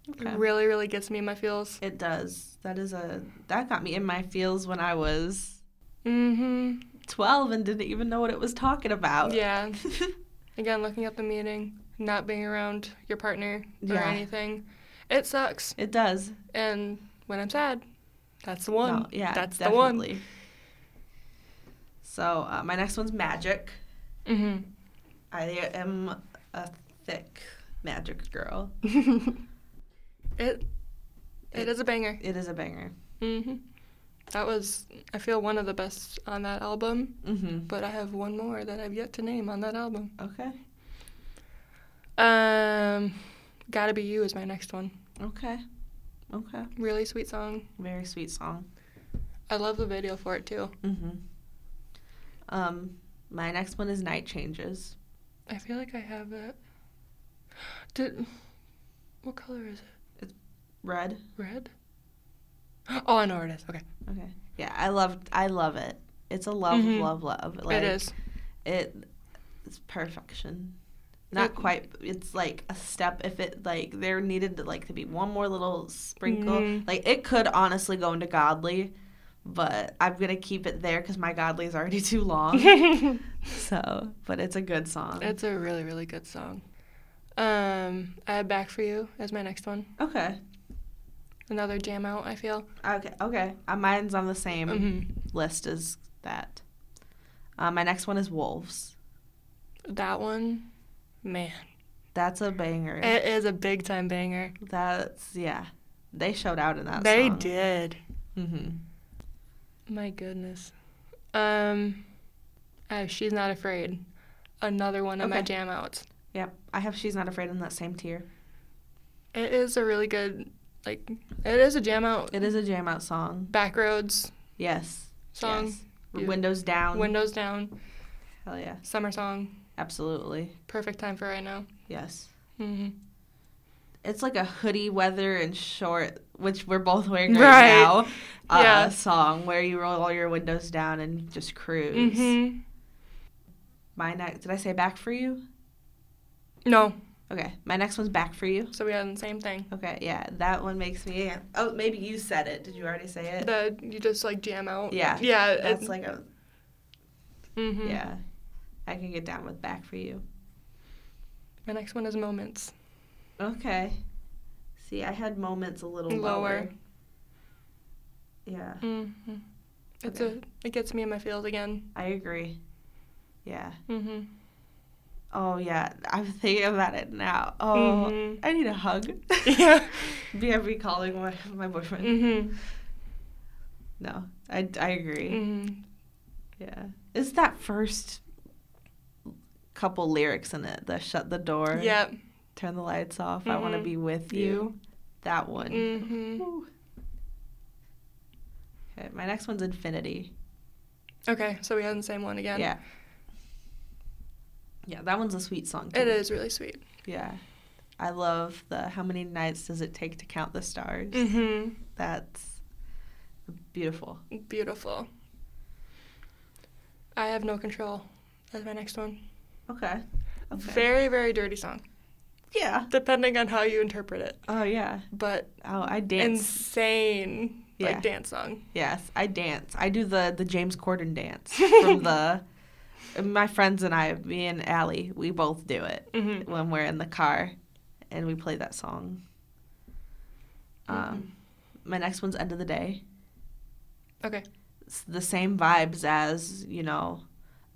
[SPEAKER 1] Okay.
[SPEAKER 2] It really, really gets me in my feels.
[SPEAKER 1] It does. That is a, that got me in my feels when I was
[SPEAKER 2] Mhm.
[SPEAKER 1] 12 and didn't even know what it was talking about.
[SPEAKER 2] Yeah. Again, looking up the meaning, not being around your partner or
[SPEAKER 1] Yeah.
[SPEAKER 2] anything, it sucks.
[SPEAKER 1] it does.
[SPEAKER 2] And when I'm sad, that's the one.
[SPEAKER 1] No, yeah.
[SPEAKER 2] that's
[SPEAKER 1] definitely. So uh, my next one's Magic.
[SPEAKER 2] the one.
[SPEAKER 1] I am a thick Magic girl.
[SPEAKER 2] Mhm. it, it is a banger.
[SPEAKER 1] It is a banger.
[SPEAKER 2] hmm That was, I feel, one of the best on that album,
[SPEAKER 1] Mm-hmm.
[SPEAKER 2] but I have one more that I've yet to name on that album.
[SPEAKER 1] Okay.
[SPEAKER 2] Um, Gotta Be You is my next one.
[SPEAKER 1] Okay. Okay.
[SPEAKER 2] Really sweet song.
[SPEAKER 1] Very sweet song.
[SPEAKER 2] I love the video for it too.
[SPEAKER 1] Mm-hmm. Um, my next one is Night Changes.
[SPEAKER 2] I feel like I have it. Did, what color is it?
[SPEAKER 1] Red.
[SPEAKER 2] Red? Oh, I know where it is. Okay.
[SPEAKER 1] Okay. Yeah, I love I love it. It's a love,
[SPEAKER 2] Mhm.
[SPEAKER 1] love, love. Like,
[SPEAKER 2] it is.
[SPEAKER 1] It, it's perfection. Not
[SPEAKER 2] It-
[SPEAKER 1] quite. It's like a step. If it like there needed to like to be one more little sprinkle.
[SPEAKER 2] Mhm.
[SPEAKER 1] Like it could honestly go into godly, but I'm gonna keep it there because my godly is already too long. so, but it's a good song.
[SPEAKER 2] it's a really, really good song. Um, I have Back for You as my next one.
[SPEAKER 1] okay.
[SPEAKER 2] Another jam out, I feel.
[SPEAKER 1] Okay. Okay. Uh, mine's on the same.
[SPEAKER 2] hmm
[SPEAKER 1] list is that. Uh, my next one is Wolves.
[SPEAKER 2] That one, man,
[SPEAKER 1] That's a banger.
[SPEAKER 2] it is a big time banger.
[SPEAKER 1] That's yeah. They showed out in that.
[SPEAKER 2] they
[SPEAKER 1] song.
[SPEAKER 2] did.
[SPEAKER 1] Mhm.
[SPEAKER 2] My goodness. Um, oh, she's not afraid. Another one of my
[SPEAKER 1] Okay.
[SPEAKER 2] jam outs.
[SPEAKER 1] Yep. I have She's Not Afraid in that same tier.
[SPEAKER 2] It is a really good, like, it is a jam out.
[SPEAKER 1] It is a jam out song.
[SPEAKER 2] Backroads
[SPEAKER 1] Yes.
[SPEAKER 2] song,
[SPEAKER 1] Yes.
[SPEAKER 2] Yeah.
[SPEAKER 1] Windows down.
[SPEAKER 2] windows down,
[SPEAKER 1] Hell yeah.
[SPEAKER 2] summer song.
[SPEAKER 1] Absolutely.
[SPEAKER 2] Perfect time for right now.
[SPEAKER 1] Yes.
[SPEAKER 2] hmm
[SPEAKER 1] It's like a hoodie weather and short, which we're both wearing right,
[SPEAKER 2] Right.
[SPEAKER 1] now. Uh,
[SPEAKER 2] Yeah.
[SPEAKER 1] Song where you roll all your windows down and just cruise.
[SPEAKER 2] hmm
[SPEAKER 1] My next. Did I say back for you?
[SPEAKER 2] No.
[SPEAKER 1] Okay, my next one's back for you.
[SPEAKER 2] So we had the same thing.
[SPEAKER 1] Okay, yeah, that one makes me. Oh, maybe you said it. Did you already say it?
[SPEAKER 2] The uh, you just like jam out.
[SPEAKER 1] Yeah.
[SPEAKER 2] Yeah.
[SPEAKER 1] That's
[SPEAKER 2] it-
[SPEAKER 1] like a
[SPEAKER 2] mhm.
[SPEAKER 1] yeah. I can get down with back for you.
[SPEAKER 2] My next one is moments.
[SPEAKER 1] Okay. See, I had moments a little
[SPEAKER 2] Lower.
[SPEAKER 1] lower. Yeah,
[SPEAKER 2] Mm-hmm. It's
[SPEAKER 1] Okay.
[SPEAKER 2] a it gets me in my feels again.
[SPEAKER 1] I agree. Yeah.
[SPEAKER 2] Mm-hmm.
[SPEAKER 1] Oh yeah, I'm thinking about it now. Oh,
[SPEAKER 2] Mhm.
[SPEAKER 1] I need a hug.
[SPEAKER 2] Yeah.
[SPEAKER 1] BFB calling my my boyfriend.
[SPEAKER 2] Mm-hmm.
[SPEAKER 1] No, I I agree.
[SPEAKER 2] Mm-hmm.
[SPEAKER 1] Yeah. It's that first couple lyrics in it. The shut the door.
[SPEAKER 2] Yep.
[SPEAKER 1] Turn the lights off. I want to
[SPEAKER 2] Mhm.
[SPEAKER 1] be with you. That one.
[SPEAKER 2] Mm-hmm.
[SPEAKER 1] Woo. Okay, my next one's infinity.
[SPEAKER 2] Okay, so we had the same one
[SPEAKER 1] Yeah.
[SPEAKER 2] again.
[SPEAKER 1] Yeah, that one's a sweet song.
[SPEAKER 2] It
[SPEAKER 1] too.
[SPEAKER 2] is really sweet.
[SPEAKER 1] Yeah. I love the how many nights does it take to count the stars?
[SPEAKER 2] Mm-hmm.
[SPEAKER 1] That's beautiful.
[SPEAKER 2] Beautiful. I have no control. That's my next one.
[SPEAKER 1] Okay. Okay.
[SPEAKER 2] Very, very dirty song,
[SPEAKER 1] yeah.
[SPEAKER 2] depending on how you interpret it.
[SPEAKER 1] Oh yeah.
[SPEAKER 2] But
[SPEAKER 1] Oh, I dance.
[SPEAKER 2] insane,
[SPEAKER 1] Yeah.
[SPEAKER 2] like dance song.
[SPEAKER 1] Yes, I dance. I do the the James Corden dance from the. My friends and I, me and Allie, we both do it
[SPEAKER 2] Mm-hmm.
[SPEAKER 1] when we're in the car, and we play that song.
[SPEAKER 2] Mm-hmm.
[SPEAKER 1] Um, my next one's "End of the Day."
[SPEAKER 2] Okay.
[SPEAKER 1] It's the same vibes as you know,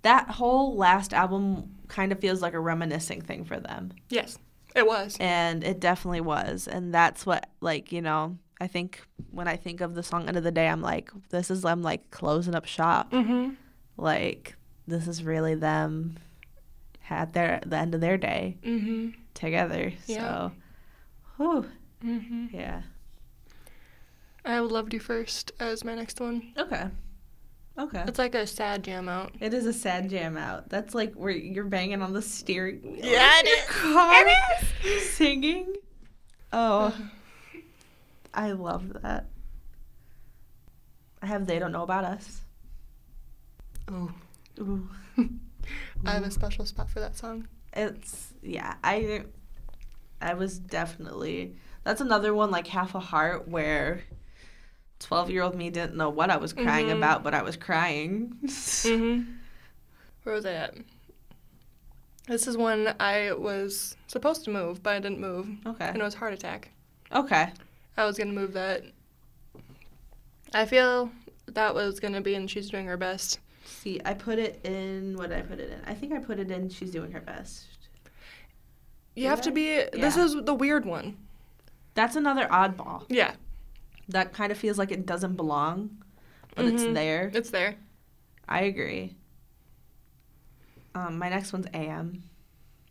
[SPEAKER 1] that whole last album kind of feels like a reminiscing thing for them,
[SPEAKER 2] Yes, it was.
[SPEAKER 1] and it definitely was. And that's what like you know, I think when I think of the song "End of the Day," I'm like, this is them like closing up shop
[SPEAKER 2] Mm-hmm.
[SPEAKER 1] like this is really them at their the end of their day
[SPEAKER 2] Mm-hmm.
[SPEAKER 1] together.
[SPEAKER 2] Yeah.
[SPEAKER 1] So, whew,
[SPEAKER 2] Mm-hmm.
[SPEAKER 1] yeah.
[SPEAKER 2] I loved you first as my next one.
[SPEAKER 1] Okay. Okay.
[SPEAKER 2] It's like a sad jam out.
[SPEAKER 1] It is a sad jam out. That's like where you're banging on the steering wheel.
[SPEAKER 2] Yeah,
[SPEAKER 1] of
[SPEAKER 2] it
[SPEAKER 1] your car,
[SPEAKER 2] is.
[SPEAKER 1] Singing. Oh, I love that. I have They Don't Know About Us.
[SPEAKER 2] Oh,
[SPEAKER 1] Ooh.
[SPEAKER 2] I have a special spot for that song.
[SPEAKER 1] It's yeah, I I was definitely that's another one like half a heart where 12-year-old me didn't know what I was crying
[SPEAKER 2] Mhm.
[SPEAKER 1] about, but I was crying.
[SPEAKER 2] Mm-hmm. Where was I at? This is when I was supposed to move, but I didn't move,
[SPEAKER 1] okay.
[SPEAKER 2] and it was heart attack.
[SPEAKER 1] Okay.
[SPEAKER 2] I was gonna move that. I feel that was gonna be, and she's doing her best.
[SPEAKER 1] See, I put it in what did I put it in? I think I put it in she's doing her best.
[SPEAKER 2] You
[SPEAKER 1] Did
[SPEAKER 2] have to
[SPEAKER 1] I?
[SPEAKER 2] be. This
[SPEAKER 1] Yeah.
[SPEAKER 2] is the weird one.
[SPEAKER 1] That's another oddball.
[SPEAKER 2] Yeah,
[SPEAKER 1] That kind of feels like it doesn't belong, but it's
[SPEAKER 2] Mhm.
[SPEAKER 1] there.
[SPEAKER 2] it's there.
[SPEAKER 1] I agree. Um, my next one's AM.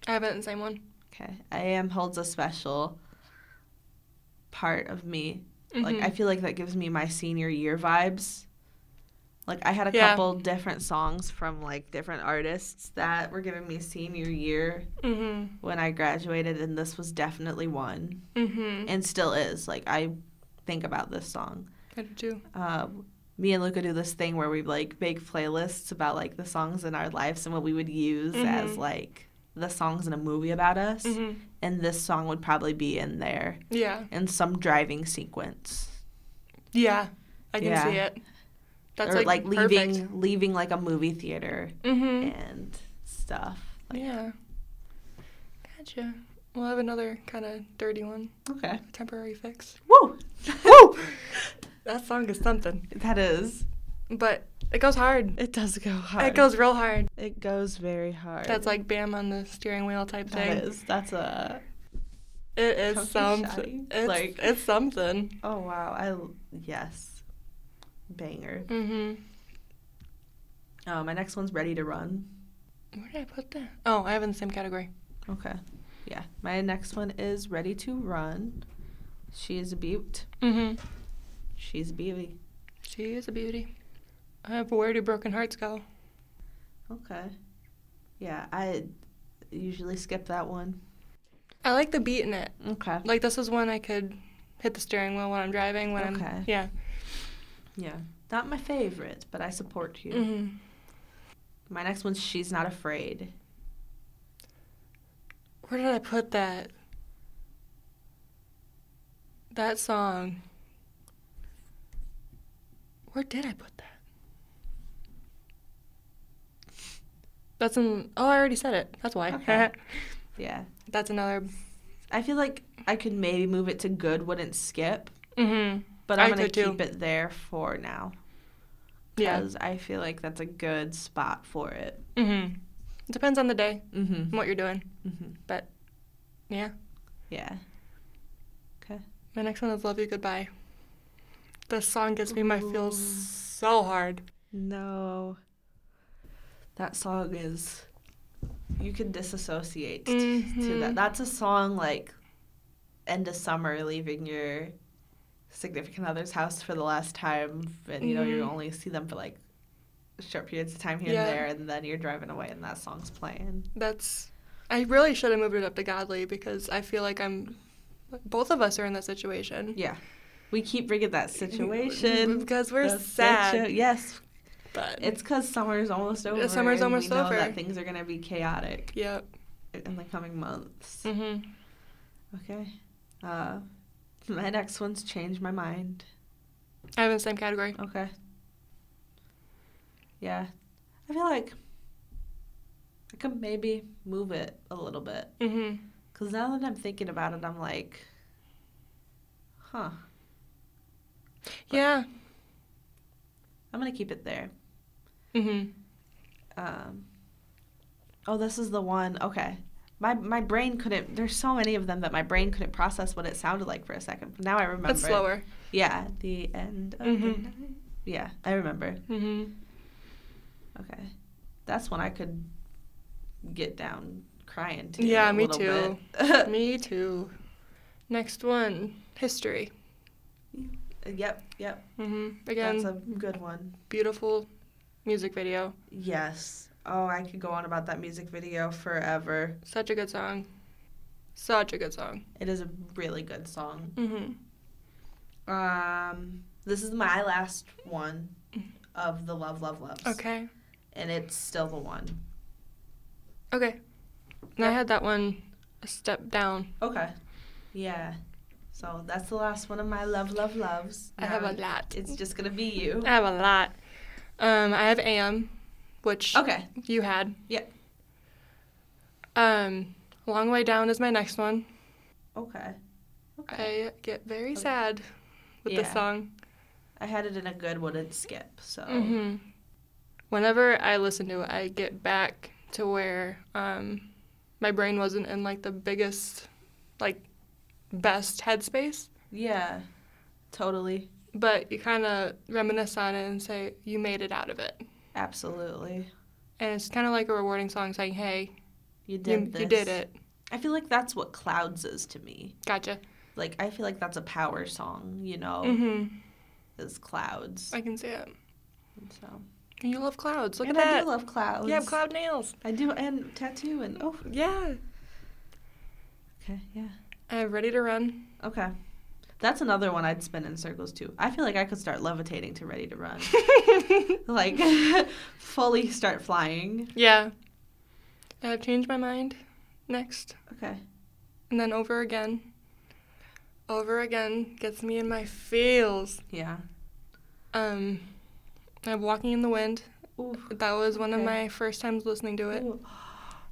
[SPEAKER 2] I have it in the same one.
[SPEAKER 1] Okay. AM holds a special part of me. Like I
[SPEAKER 2] Mhm.
[SPEAKER 1] feel like that gives me my senior year vibes. Like I had a
[SPEAKER 2] Yeah.
[SPEAKER 1] couple different songs from like different artists that were giving me senior year
[SPEAKER 2] Mhm.
[SPEAKER 1] when I graduated and this was definitely one
[SPEAKER 2] Mhm.
[SPEAKER 1] and still is. Like I think about this song.
[SPEAKER 2] I do too.
[SPEAKER 1] Um me and Luca do this thing where we like make playlists about like the songs in our lives and what we would use as
[SPEAKER 2] Mhm.
[SPEAKER 1] like the songs in a movie about us
[SPEAKER 2] Mhm.
[SPEAKER 1] and this song would probably be in there
[SPEAKER 2] Yeah.
[SPEAKER 1] in some driving sequence
[SPEAKER 2] Yeah. I can
[SPEAKER 1] Yeah.
[SPEAKER 2] see it. That's
[SPEAKER 1] or
[SPEAKER 2] like,
[SPEAKER 1] like, leaving
[SPEAKER 2] perfect.
[SPEAKER 1] leaving like a movie theater
[SPEAKER 2] Mhm.
[SPEAKER 1] and stuff like,
[SPEAKER 2] Yeah. Gotcha. Well, I have another kind of dirty one,
[SPEAKER 1] okay
[SPEAKER 2] a temporary fix.
[SPEAKER 1] woo woo
[SPEAKER 2] That song is something,
[SPEAKER 1] that is
[SPEAKER 2] but it goes hard.
[SPEAKER 1] it does go hard
[SPEAKER 2] It goes real hard.
[SPEAKER 1] it goes very hard
[SPEAKER 2] That's like bam on the steering wheel type
[SPEAKER 1] that
[SPEAKER 2] thing.
[SPEAKER 1] is that's a
[SPEAKER 2] It is
[SPEAKER 1] Comfy shoddy.
[SPEAKER 2] something. It's,
[SPEAKER 1] Like-
[SPEAKER 2] it's something.
[SPEAKER 1] oh wow I l- yes banger
[SPEAKER 2] Mhm.
[SPEAKER 1] oh my next one's ready to run
[SPEAKER 2] Where did I put that? Oh, I have it in the same category.
[SPEAKER 1] okay yeah my next one is ready to run she is a beaut
[SPEAKER 2] Mhm.
[SPEAKER 1] she's a beauty
[SPEAKER 2] She is a beauty. I have where do broken hearts go?
[SPEAKER 1] Okay. Yeah, I usually skip that one.
[SPEAKER 2] I like the beat in it.
[SPEAKER 1] Okay.
[SPEAKER 2] Like this is when I could hit the steering wheel when I'm driving. When
[SPEAKER 1] Okay.
[SPEAKER 2] I'm yeah.
[SPEAKER 1] Yeah. Not my favorite, but I support you.
[SPEAKER 2] Mhm.
[SPEAKER 1] My next one's She's Not Afraid.
[SPEAKER 2] Where did I put that? That song. Where did I put that? That's in. Oh, I already said it. That's why.
[SPEAKER 1] Okay. Yeah.
[SPEAKER 2] That's another.
[SPEAKER 1] I feel like I could maybe move it to good, wouldn't skip,
[SPEAKER 2] Mm-hmm.
[SPEAKER 1] but I'm
[SPEAKER 2] I
[SPEAKER 1] going
[SPEAKER 2] could
[SPEAKER 1] to
[SPEAKER 2] too.
[SPEAKER 1] keep it there for now.
[SPEAKER 2] Yeah.
[SPEAKER 1] Because I feel like that's a good spot for it.
[SPEAKER 2] Mm-hmm. Depends on the day
[SPEAKER 1] Mm-hmm.
[SPEAKER 2] and what you're doing.
[SPEAKER 1] mm-hmm.
[SPEAKER 2] Yeah.
[SPEAKER 1] Yeah.
[SPEAKER 2] My next one is "Love You Goodbye." This song gets me my feels
[SPEAKER 1] Ooh.
[SPEAKER 2] so hard.
[SPEAKER 1] No. That song is. You could disassociate t- to
[SPEAKER 2] Mhm.
[SPEAKER 1] that. That's a song like end of summer, leaving your significant other's house for the last time, and you know you
[SPEAKER 2] Mhm.
[SPEAKER 1] only see them for like short periods of time here
[SPEAKER 2] Yeah.
[SPEAKER 1] and there, and then you're driving away, and that song's playing.
[SPEAKER 2] That's. I really should have moved it up to godly because I feel like I'm. Both of us are in that situation.
[SPEAKER 1] Yeah, we keep bringing that situation. Mm-hmm.
[SPEAKER 2] Because we're
[SPEAKER 1] the
[SPEAKER 2] sad.
[SPEAKER 1] situ- yes,
[SPEAKER 2] But
[SPEAKER 1] it's because summer's almost over.
[SPEAKER 2] summer's
[SPEAKER 1] and
[SPEAKER 2] almost
[SPEAKER 1] we know
[SPEAKER 2] over.
[SPEAKER 1] That things are gonna be chaotic
[SPEAKER 2] Yep.
[SPEAKER 1] in the coming months.
[SPEAKER 2] Mm-hmm.
[SPEAKER 1] Okay. Uh, my next one's changed my mind.
[SPEAKER 2] I have in the same category.
[SPEAKER 1] Okay. Yeah. I feel like I could maybe move it a little bit.
[SPEAKER 2] Mm-hmm.
[SPEAKER 1] Because now that I'm thinking about it, I'm like, huh,
[SPEAKER 2] Yeah.
[SPEAKER 1] I'm going to keep it there.
[SPEAKER 2] Mm-hmm.
[SPEAKER 1] Um, oh, this is the one. Okay. My, my brain couldn't, there's so many of them that my brain couldn't process what it sounded like for a second. But now I remember.
[SPEAKER 2] That's
[SPEAKER 1] it.
[SPEAKER 2] slower.
[SPEAKER 1] Yeah. The end of the
[SPEAKER 2] Mhm.
[SPEAKER 1] night. Yeah, I remember.
[SPEAKER 2] Mm-hmm.
[SPEAKER 1] Okay. That's when I could get down crying to.
[SPEAKER 2] Yeah,
[SPEAKER 1] a
[SPEAKER 2] me
[SPEAKER 1] little
[SPEAKER 2] too.
[SPEAKER 1] bit.
[SPEAKER 2] Me too. Next one, history.
[SPEAKER 1] yep, yep.
[SPEAKER 2] Mm-hmm. Again,
[SPEAKER 1] That's a good one.
[SPEAKER 2] beautiful music video.
[SPEAKER 1] Yes. Oh, I could go on about that music video forever.
[SPEAKER 2] Such a good song. Such a good song.
[SPEAKER 1] It is a really good song.
[SPEAKER 2] Mm-hmm.
[SPEAKER 1] Um, this is my last one of the Love Love Loves.
[SPEAKER 2] Okay.
[SPEAKER 1] And it's still the one.
[SPEAKER 2] Okay. And I had that one a step down.
[SPEAKER 1] Okay. Yeah. So that's the last one of my Love Love Loves.
[SPEAKER 2] I have
[SPEAKER 1] Now
[SPEAKER 2] a lot.
[SPEAKER 1] It's just gonna be you.
[SPEAKER 2] I have a lot. Um, I have AM, which
[SPEAKER 1] Okay.
[SPEAKER 2] you had.
[SPEAKER 1] Yeah.
[SPEAKER 2] Um, Long Way Down is my next one.
[SPEAKER 1] Okay. Okay.
[SPEAKER 2] I get very
[SPEAKER 1] Okay.
[SPEAKER 2] sad with this
[SPEAKER 1] Yeah.
[SPEAKER 2] song.
[SPEAKER 1] I had it in a good wouldn't skip. So
[SPEAKER 2] hmm Whenever I listen to it, I get back to where um, my brain wasn't in like the biggest, like, best headspace.
[SPEAKER 1] yeah, totally,
[SPEAKER 2] But you kind of reminisce on it and say you made it out of it,
[SPEAKER 1] absolutely,
[SPEAKER 2] and it's kind of like a rewarding song saying, "Hey,
[SPEAKER 1] you
[SPEAKER 2] you,
[SPEAKER 1] did
[SPEAKER 2] you
[SPEAKER 1] this.
[SPEAKER 2] did it.
[SPEAKER 1] I feel like that's what clouds is to me.
[SPEAKER 2] Gotcha."
[SPEAKER 1] Like I feel like that's a power song. You know,
[SPEAKER 2] hmm
[SPEAKER 1] is clouds.
[SPEAKER 2] I can see it.
[SPEAKER 1] So
[SPEAKER 2] And You love clouds. Look
[SPEAKER 1] and
[SPEAKER 2] at
[SPEAKER 1] I
[SPEAKER 2] that.
[SPEAKER 1] do love clouds.
[SPEAKER 2] you have cloud nails.
[SPEAKER 1] I do, and tattoo, and oh,
[SPEAKER 2] Yeah.
[SPEAKER 1] okay, yeah,
[SPEAKER 2] I have Ready to Run.
[SPEAKER 1] okay. That's another one I'd spin in circles too. I feel like I could start levitating to Ready to Run, like fully start flying.
[SPEAKER 2] yeah. I have Changed My Mind. Next.
[SPEAKER 1] Okay.
[SPEAKER 2] And then over again. Over again gets me in my feels.
[SPEAKER 1] Yeah.
[SPEAKER 2] Um, I'm walking in the wind.
[SPEAKER 1] Ooh.
[SPEAKER 2] That was one of
[SPEAKER 1] Okay.
[SPEAKER 2] my first times listening to it.
[SPEAKER 1] Ooh.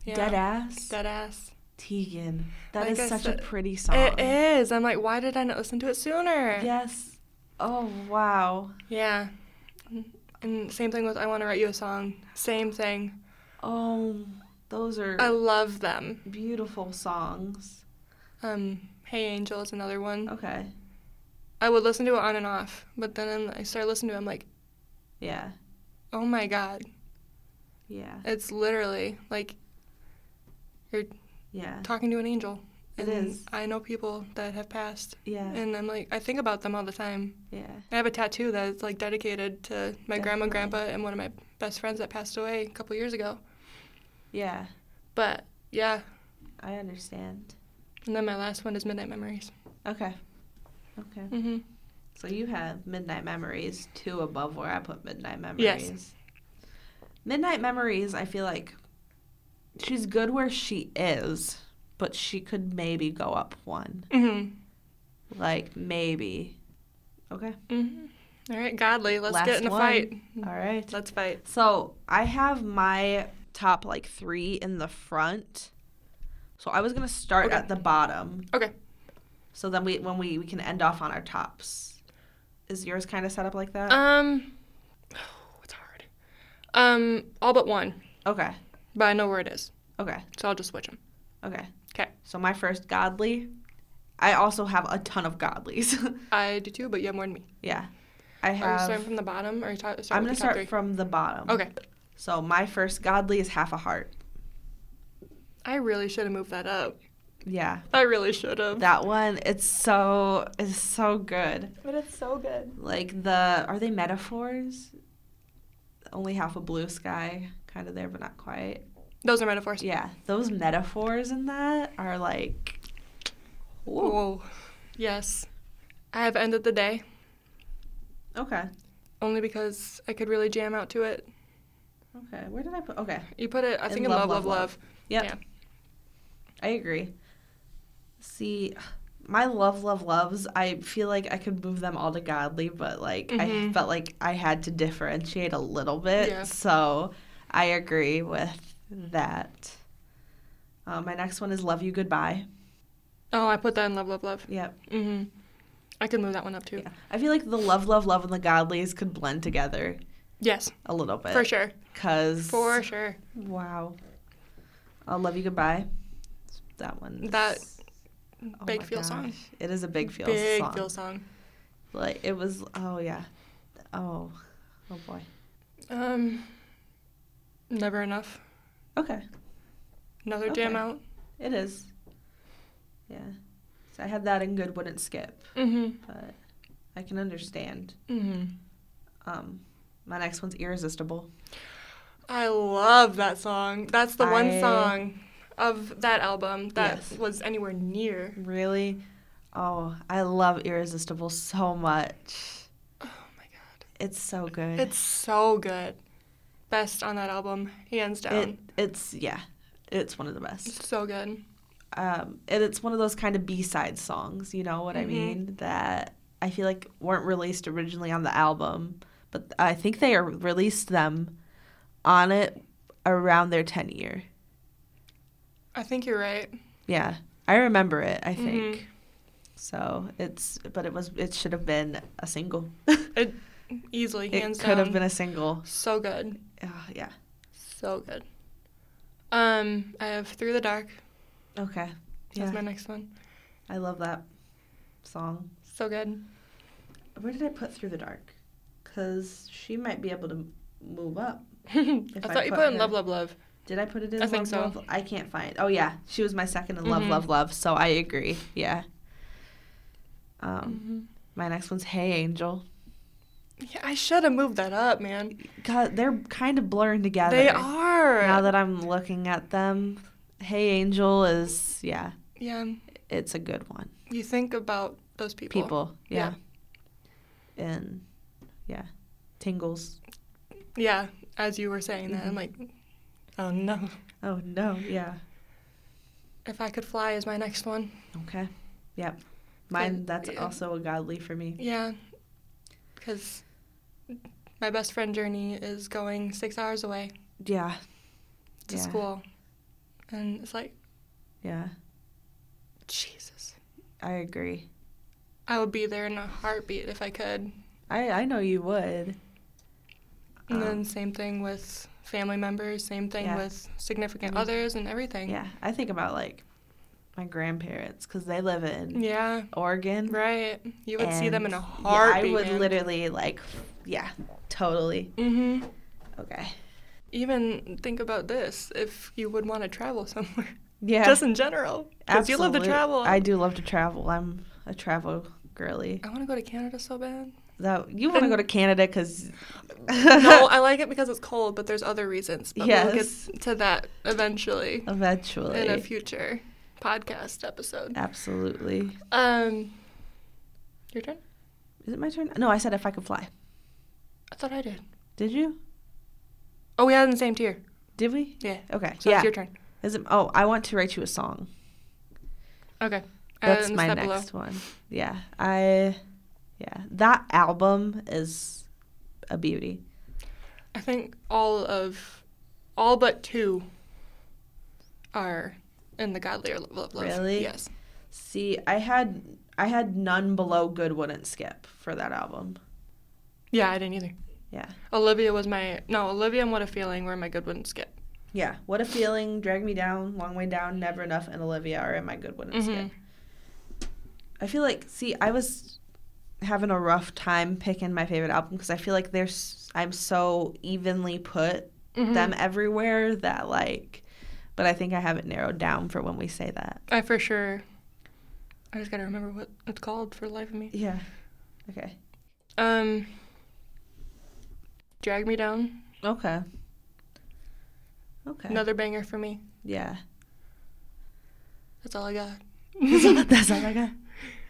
[SPEAKER 2] Yeah.
[SPEAKER 1] Dead ass.
[SPEAKER 2] Dead ass.
[SPEAKER 1] Tegan. that
[SPEAKER 2] Like
[SPEAKER 1] is
[SPEAKER 2] I
[SPEAKER 1] such
[SPEAKER 2] said,
[SPEAKER 1] a pretty song.
[SPEAKER 2] It is. I'm like, why did I not listen to it sooner?
[SPEAKER 1] Yes. Oh wow.
[SPEAKER 2] Yeah. And same thing with I Want to Write You a Song. Same thing.
[SPEAKER 1] Oh, those are
[SPEAKER 2] I love them.
[SPEAKER 1] beautiful songs.
[SPEAKER 2] Um, Hey Angel is another one.
[SPEAKER 1] Okay.
[SPEAKER 2] I would listen to it on and off, but then I started listening to it. I'm like,
[SPEAKER 1] Yeah.
[SPEAKER 2] oh my god,
[SPEAKER 1] Yeah.
[SPEAKER 2] it's literally like
[SPEAKER 1] Yeah.
[SPEAKER 2] talking to an angel.
[SPEAKER 1] It
[SPEAKER 2] and
[SPEAKER 1] is.
[SPEAKER 2] I know people that have passed,
[SPEAKER 1] Yeah.
[SPEAKER 2] and I'm like, I think about them all the time.
[SPEAKER 1] Yeah.
[SPEAKER 2] I have a tattoo that's like dedicated to my grandma,
[SPEAKER 1] Definitely.
[SPEAKER 2] grandpa, and one of my best friends that passed away a couple years ago.
[SPEAKER 1] Yeah.
[SPEAKER 2] But yeah,
[SPEAKER 1] I understand.
[SPEAKER 2] and then my last one is Midnight Memories.
[SPEAKER 1] Okay. Okay.
[SPEAKER 2] hmm
[SPEAKER 1] So you have Midnight Memories two above where I put Midnight Memories.
[SPEAKER 2] Yes.
[SPEAKER 1] Midnight Memories, I feel like she's good where she is, but she could maybe go up one.
[SPEAKER 2] Mm-hmm.
[SPEAKER 1] Like maybe. Okay.
[SPEAKER 2] Mm-hmm. All right, godly. Let's
[SPEAKER 1] Last
[SPEAKER 2] get in a
[SPEAKER 1] one.
[SPEAKER 2] fight.
[SPEAKER 1] All right.
[SPEAKER 2] Let's fight.
[SPEAKER 1] So I have my top like three in the front. So I was gonna start
[SPEAKER 2] Okay.
[SPEAKER 1] at the bottom.
[SPEAKER 2] Okay.
[SPEAKER 1] So then we when we we can end off on our tops. Is yours kind of set up like that?
[SPEAKER 2] Um, oh, it's hard. Um, all but one,
[SPEAKER 1] okay.
[SPEAKER 2] but I know where it is,
[SPEAKER 1] Okay.
[SPEAKER 2] so I'll just switch them.
[SPEAKER 1] Okay.
[SPEAKER 2] 'Kay.
[SPEAKER 1] So my first godly. I also have a ton of godlies.
[SPEAKER 2] I do too, but you have more than me.
[SPEAKER 1] yeah. I
[SPEAKER 2] Are you
[SPEAKER 1] have.
[SPEAKER 2] starting from the bottom, or are you ta-
[SPEAKER 1] I'm
[SPEAKER 2] starting
[SPEAKER 1] gonna
[SPEAKER 2] with the top
[SPEAKER 1] start
[SPEAKER 2] three?
[SPEAKER 1] from the bottom.
[SPEAKER 2] Okay.
[SPEAKER 1] So my first godly is half a heart.
[SPEAKER 2] I really should have moved that up.
[SPEAKER 1] Yeah.
[SPEAKER 2] I really should have.
[SPEAKER 1] That one, it's so it's so good.
[SPEAKER 2] But it's so good.
[SPEAKER 1] Like the are they metaphors? Only half a blue sky, kind of there, but not quite.
[SPEAKER 2] Those are metaphors.
[SPEAKER 1] Yeah, those metaphors in that are like, ooh.
[SPEAKER 2] Whoa. Yes. I have ended the day
[SPEAKER 1] Okay,
[SPEAKER 2] only because I could really jam out to it.
[SPEAKER 1] okay. Where did I put? Okay,
[SPEAKER 2] You put it, I
[SPEAKER 1] In
[SPEAKER 2] think, in
[SPEAKER 1] Love,
[SPEAKER 2] love,
[SPEAKER 1] Love,
[SPEAKER 2] love, love.
[SPEAKER 1] Love. yep,
[SPEAKER 2] Yeah.
[SPEAKER 1] I agree. See, my love, love, loves. I feel like I could move them all to godly, but like I
[SPEAKER 2] Mhm.
[SPEAKER 1] felt like I had to differentiate a little bit.
[SPEAKER 2] Yeah.
[SPEAKER 1] So I agree with that. Uh, my next one is love you goodbye.
[SPEAKER 2] Oh, I put that in love, love, love.
[SPEAKER 1] Yep.
[SPEAKER 2] Mm-hmm. I could move that one up too.
[SPEAKER 1] Yeah. I feel like the love, love, love, and the godlies could blend together
[SPEAKER 2] Yes,
[SPEAKER 1] a little bit.
[SPEAKER 2] for sure.
[SPEAKER 1] Cause
[SPEAKER 2] For sure.
[SPEAKER 1] wow, I love you goodbye. That one. is-
[SPEAKER 2] That
[SPEAKER 1] oh
[SPEAKER 2] big
[SPEAKER 1] my
[SPEAKER 2] feel song.
[SPEAKER 1] gosh. It is a big feel
[SPEAKER 2] Big
[SPEAKER 1] song.
[SPEAKER 2] feel song.
[SPEAKER 1] Like it was. Oh yeah. Oh, oh boy.
[SPEAKER 2] Um, never enough.
[SPEAKER 1] Okay,
[SPEAKER 2] Another jam
[SPEAKER 1] Okay.
[SPEAKER 2] out.
[SPEAKER 1] it is. Yeah. So I had that in good wouldn't skip,
[SPEAKER 2] Mm-hmm.
[SPEAKER 1] but I can understand.
[SPEAKER 2] Mm-hmm.
[SPEAKER 1] Um, my next one's irresistible.
[SPEAKER 2] I love that song. That's the
[SPEAKER 1] I-
[SPEAKER 2] one song of that album that
[SPEAKER 1] Yes.
[SPEAKER 2] was anywhere near.
[SPEAKER 1] Really? Oh, I love Irresistible so much.
[SPEAKER 2] Oh my god.
[SPEAKER 1] It's so good.
[SPEAKER 2] It's so good. Best on that album, hands down.
[SPEAKER 1] it, it's yeah. It's one of the best.
[SPEAKER 2] It's so good.
[SPEAKER 1] Um, and it's one of those kind of B-side songs, you know what I
[SPEAKER 2] Mhm.
[SPEAKER 1] mean, that I feel like weren't released originally on the album, but I think they are- released them on it around their 10 year.
[SPEAKER 2] I think you're right.
[SPEAKER 1] Yeah. I remember it, I think.
[SPEAKER 2] Mhm.
[SPEAKER 1] So, it's but it was it should have been a single.
[SPEAKER 2] It easily
[SPEAKER 1] It
[SPEAKER 2] hands
[SPEAKER 1] could
[SPEAKER 2] down.
[SPEAKER 1] have been a single.
[SPEAKER 2] so good.
[SPEAKER 1] Ah, yeah.
[SPEAKER 2] So good. Um, I have Through the Dark.
[SPEAKER 1] Okay.
[SPEAKER 2] That's my next one.
[SPEAKER 1] I love that song.
[SPEAKER 2] So good.
[SPEAKER 1] Where did I put Through the Dark? Because she might be able to m- move up.
[SPEAKER 2] I
[SPEAKER 1] I
[SPEAKER 2] thought you
[SPEAKER 1] put
[SPEAKER 2] put in
[SPEAKER 1] her-
[SPEAKER 2] Love, Love, Love.
[SPEAKER 1] Did I put it in
[SPEAKER 2] I
[SPEAKER 1] Love,
[SPEAKER 2] think so.
[SPEAKER 1] Love? I can't find. Oh, yeah. She was my second in Love,
[SPEAKER 2] Mhm.
[SPEAKER 1] Love, Love. So I agree. Yeah. Um,
[SPEAKER 2] Mhm.
[SPEAKER 1] my next one's Hey Angel.
[SPEAKER 2] Mm-hmm. Yeah, I should have moved that up, man.
[SPEAKER 1] God, they're kind of blurring together.
[SPEAKER 2] They are.
[SPEAKER 1] Now that I'm looking at them, Hey Angel is, yeah,
[SPEAKER 2] yeah,
[SPEAKER 1] it's a good one.
[SPEAKER 2] you think about those people.
[SPEAKER 1] People. yeah. And, yeah. Tingles.
[SPEAKER 2] Yeah, as you were saying that, I'm
[SPEAKER 1] Mhm.
[SPEAKER 2] like, oh no.
[SPEAKER 1] Oh, no. Yeah.
[SPEAKER 2] If I could fly is my next one.
[SPEAKER 1] Okay. Yep. Mine,
[SPEAKER 2] Good.
[SPEAKER 1] that's
[SPEAKER 2] Yeah.
[SPEAKER 1] also a godly for me.
[SPEAKER 2] Yeah, because my best friend journey is going six hours away
[SPEAKER 1] Yeah.
[SPEAKER 2] to
[SPEAKER 1] Yeah.
[SPEAKER 2] school, and it's like
[SPEAKER 1] Yeah.
[SPEAKER 2] Jesus.
[SPEAKER 1] I agree.
[SPEAKER 2] I would be there in a heartbeat if I could.
[SPEAKER 1] I, I know you would.
[SPEAKER 2] And
[SPEAKER 1] Um,
[SPEAKER 2] then same thing with family members, same thing
[SPEAKER 1] Yeah.
[SPEAKER 2] with significant
[SPEAKER 1] Mhm.
[SPEAKER 2] others and everything.
[SPEAKER 1] Yeah. I think about like my grandparents because they live in
[SPEAKER 2] Yeah.
[SPEAKER 1] Oregon.
[SPEAKER 2] Right. You would see them in
[SPEAKER 1] and-
[SPEAKER 2] a
[SPEAKER 1] yeah,
[SPEAKER 2] heartbeat.
[SPEAKER 1] I would
[SPEAKER 2] man.
[SPEAKER 1] literally like, yeah, totally.
[SPEAKER 2] Mhm.
[SPEAKER 1] Okay.
[SPEAKER 2] Even think about this: if you would want to travel somewhere,
[SPEAKER 1] Yeah.
[SPEAKER 2] just in general, because you love to
[SPEAKER 1] absolute-
[SPEAKER 2] travel.
[SPEAKER 1] I do love to travel. I'm a travel girly.
[SPEAKER 2] I want to go to Canada so bad.
[SPEAKER 1] That you want to
[SPEAKER 2] And-
[SPEAKER 1] go to Canada because
[SPEAKER 2] no, I like it because it's cold, but there's other reasons. But
[SPEAKER 1] Yes.
[SPEAKER 2] we'll get to that eventually
[SPEAKER 1] eventually.
[SPEAKER 2] in a future podcast episode.
[SPEAKER 1] Absolutely.
[SPEAKER 2] Um, your turn.
[SPEAKER 1] Is it my turn? No, I said if I could fly.
[SPEAKER 2] I thought I did.
[SPEAKER 1] Did you?
[SPEAKER 2] Oh, we had it in the same tier.
[SPEAKER 1] Did we?
[SPEAKER 2] Yeah.
[SPEAKER 1] Okay.
[SPEAKER 2] So
[SPEAKER 1] yeah.
[SPEAKER 2] it's your turn.
[SPEAKER 1] Is it, oh, I want to write you a song.
[SPEAKER 2] Okay.
[SPEAKER 1] That's
[SPEAKER 2] And the
[SPEAKER 1] my
[SPEAKER 2] step below.
[SPEAKER 1] next one. Yeah. I yeah. That album is a beauty.
[SPEAKER 2] I think all of, all but two are in the godlier level of love.
[SPEAKER 1] Really?
[SPEAKER 2] Yes.
[SPEAKER 1] See, I had I had none below good wouldn't skip for that album.
[SPEAKER 2] Yeah, I didn't either.
[SPEAKER 1] Yeah.
[SPEAKER 2] Olivia was my, no, Olivia and What a Feeling were my good ones skip.
[SPEAKER 1] Yeah. What a feeling, drag me down, long way down, never enough, and Olivia are in my good wouldn't skip.
[SPEAKER 2] Mhm.
[SPEAKER 1] I feel like see, I was having a rough time picking my favorite album because I feel like there's I'm so evenly put
[SPEAKER 2] Mhm.
[SPEAKER 1] them everywhere that like but I think I have it narrowed down for when we say that.
[SPEAKER 2] I for sure. I just gotta remember what it's called for the life of me.
[SPEAKER 1] Yeah. Okay.
[SPEAKER 2] Um. Drag Me Down,
[SPEAKER 1] Okay. Okay.
[SPEAKER 2] another banger for me.
[SPEAKER 1] Yeah.
[SPEAKER 2] That's all I got.
[SPEAKER 1] That's all I got.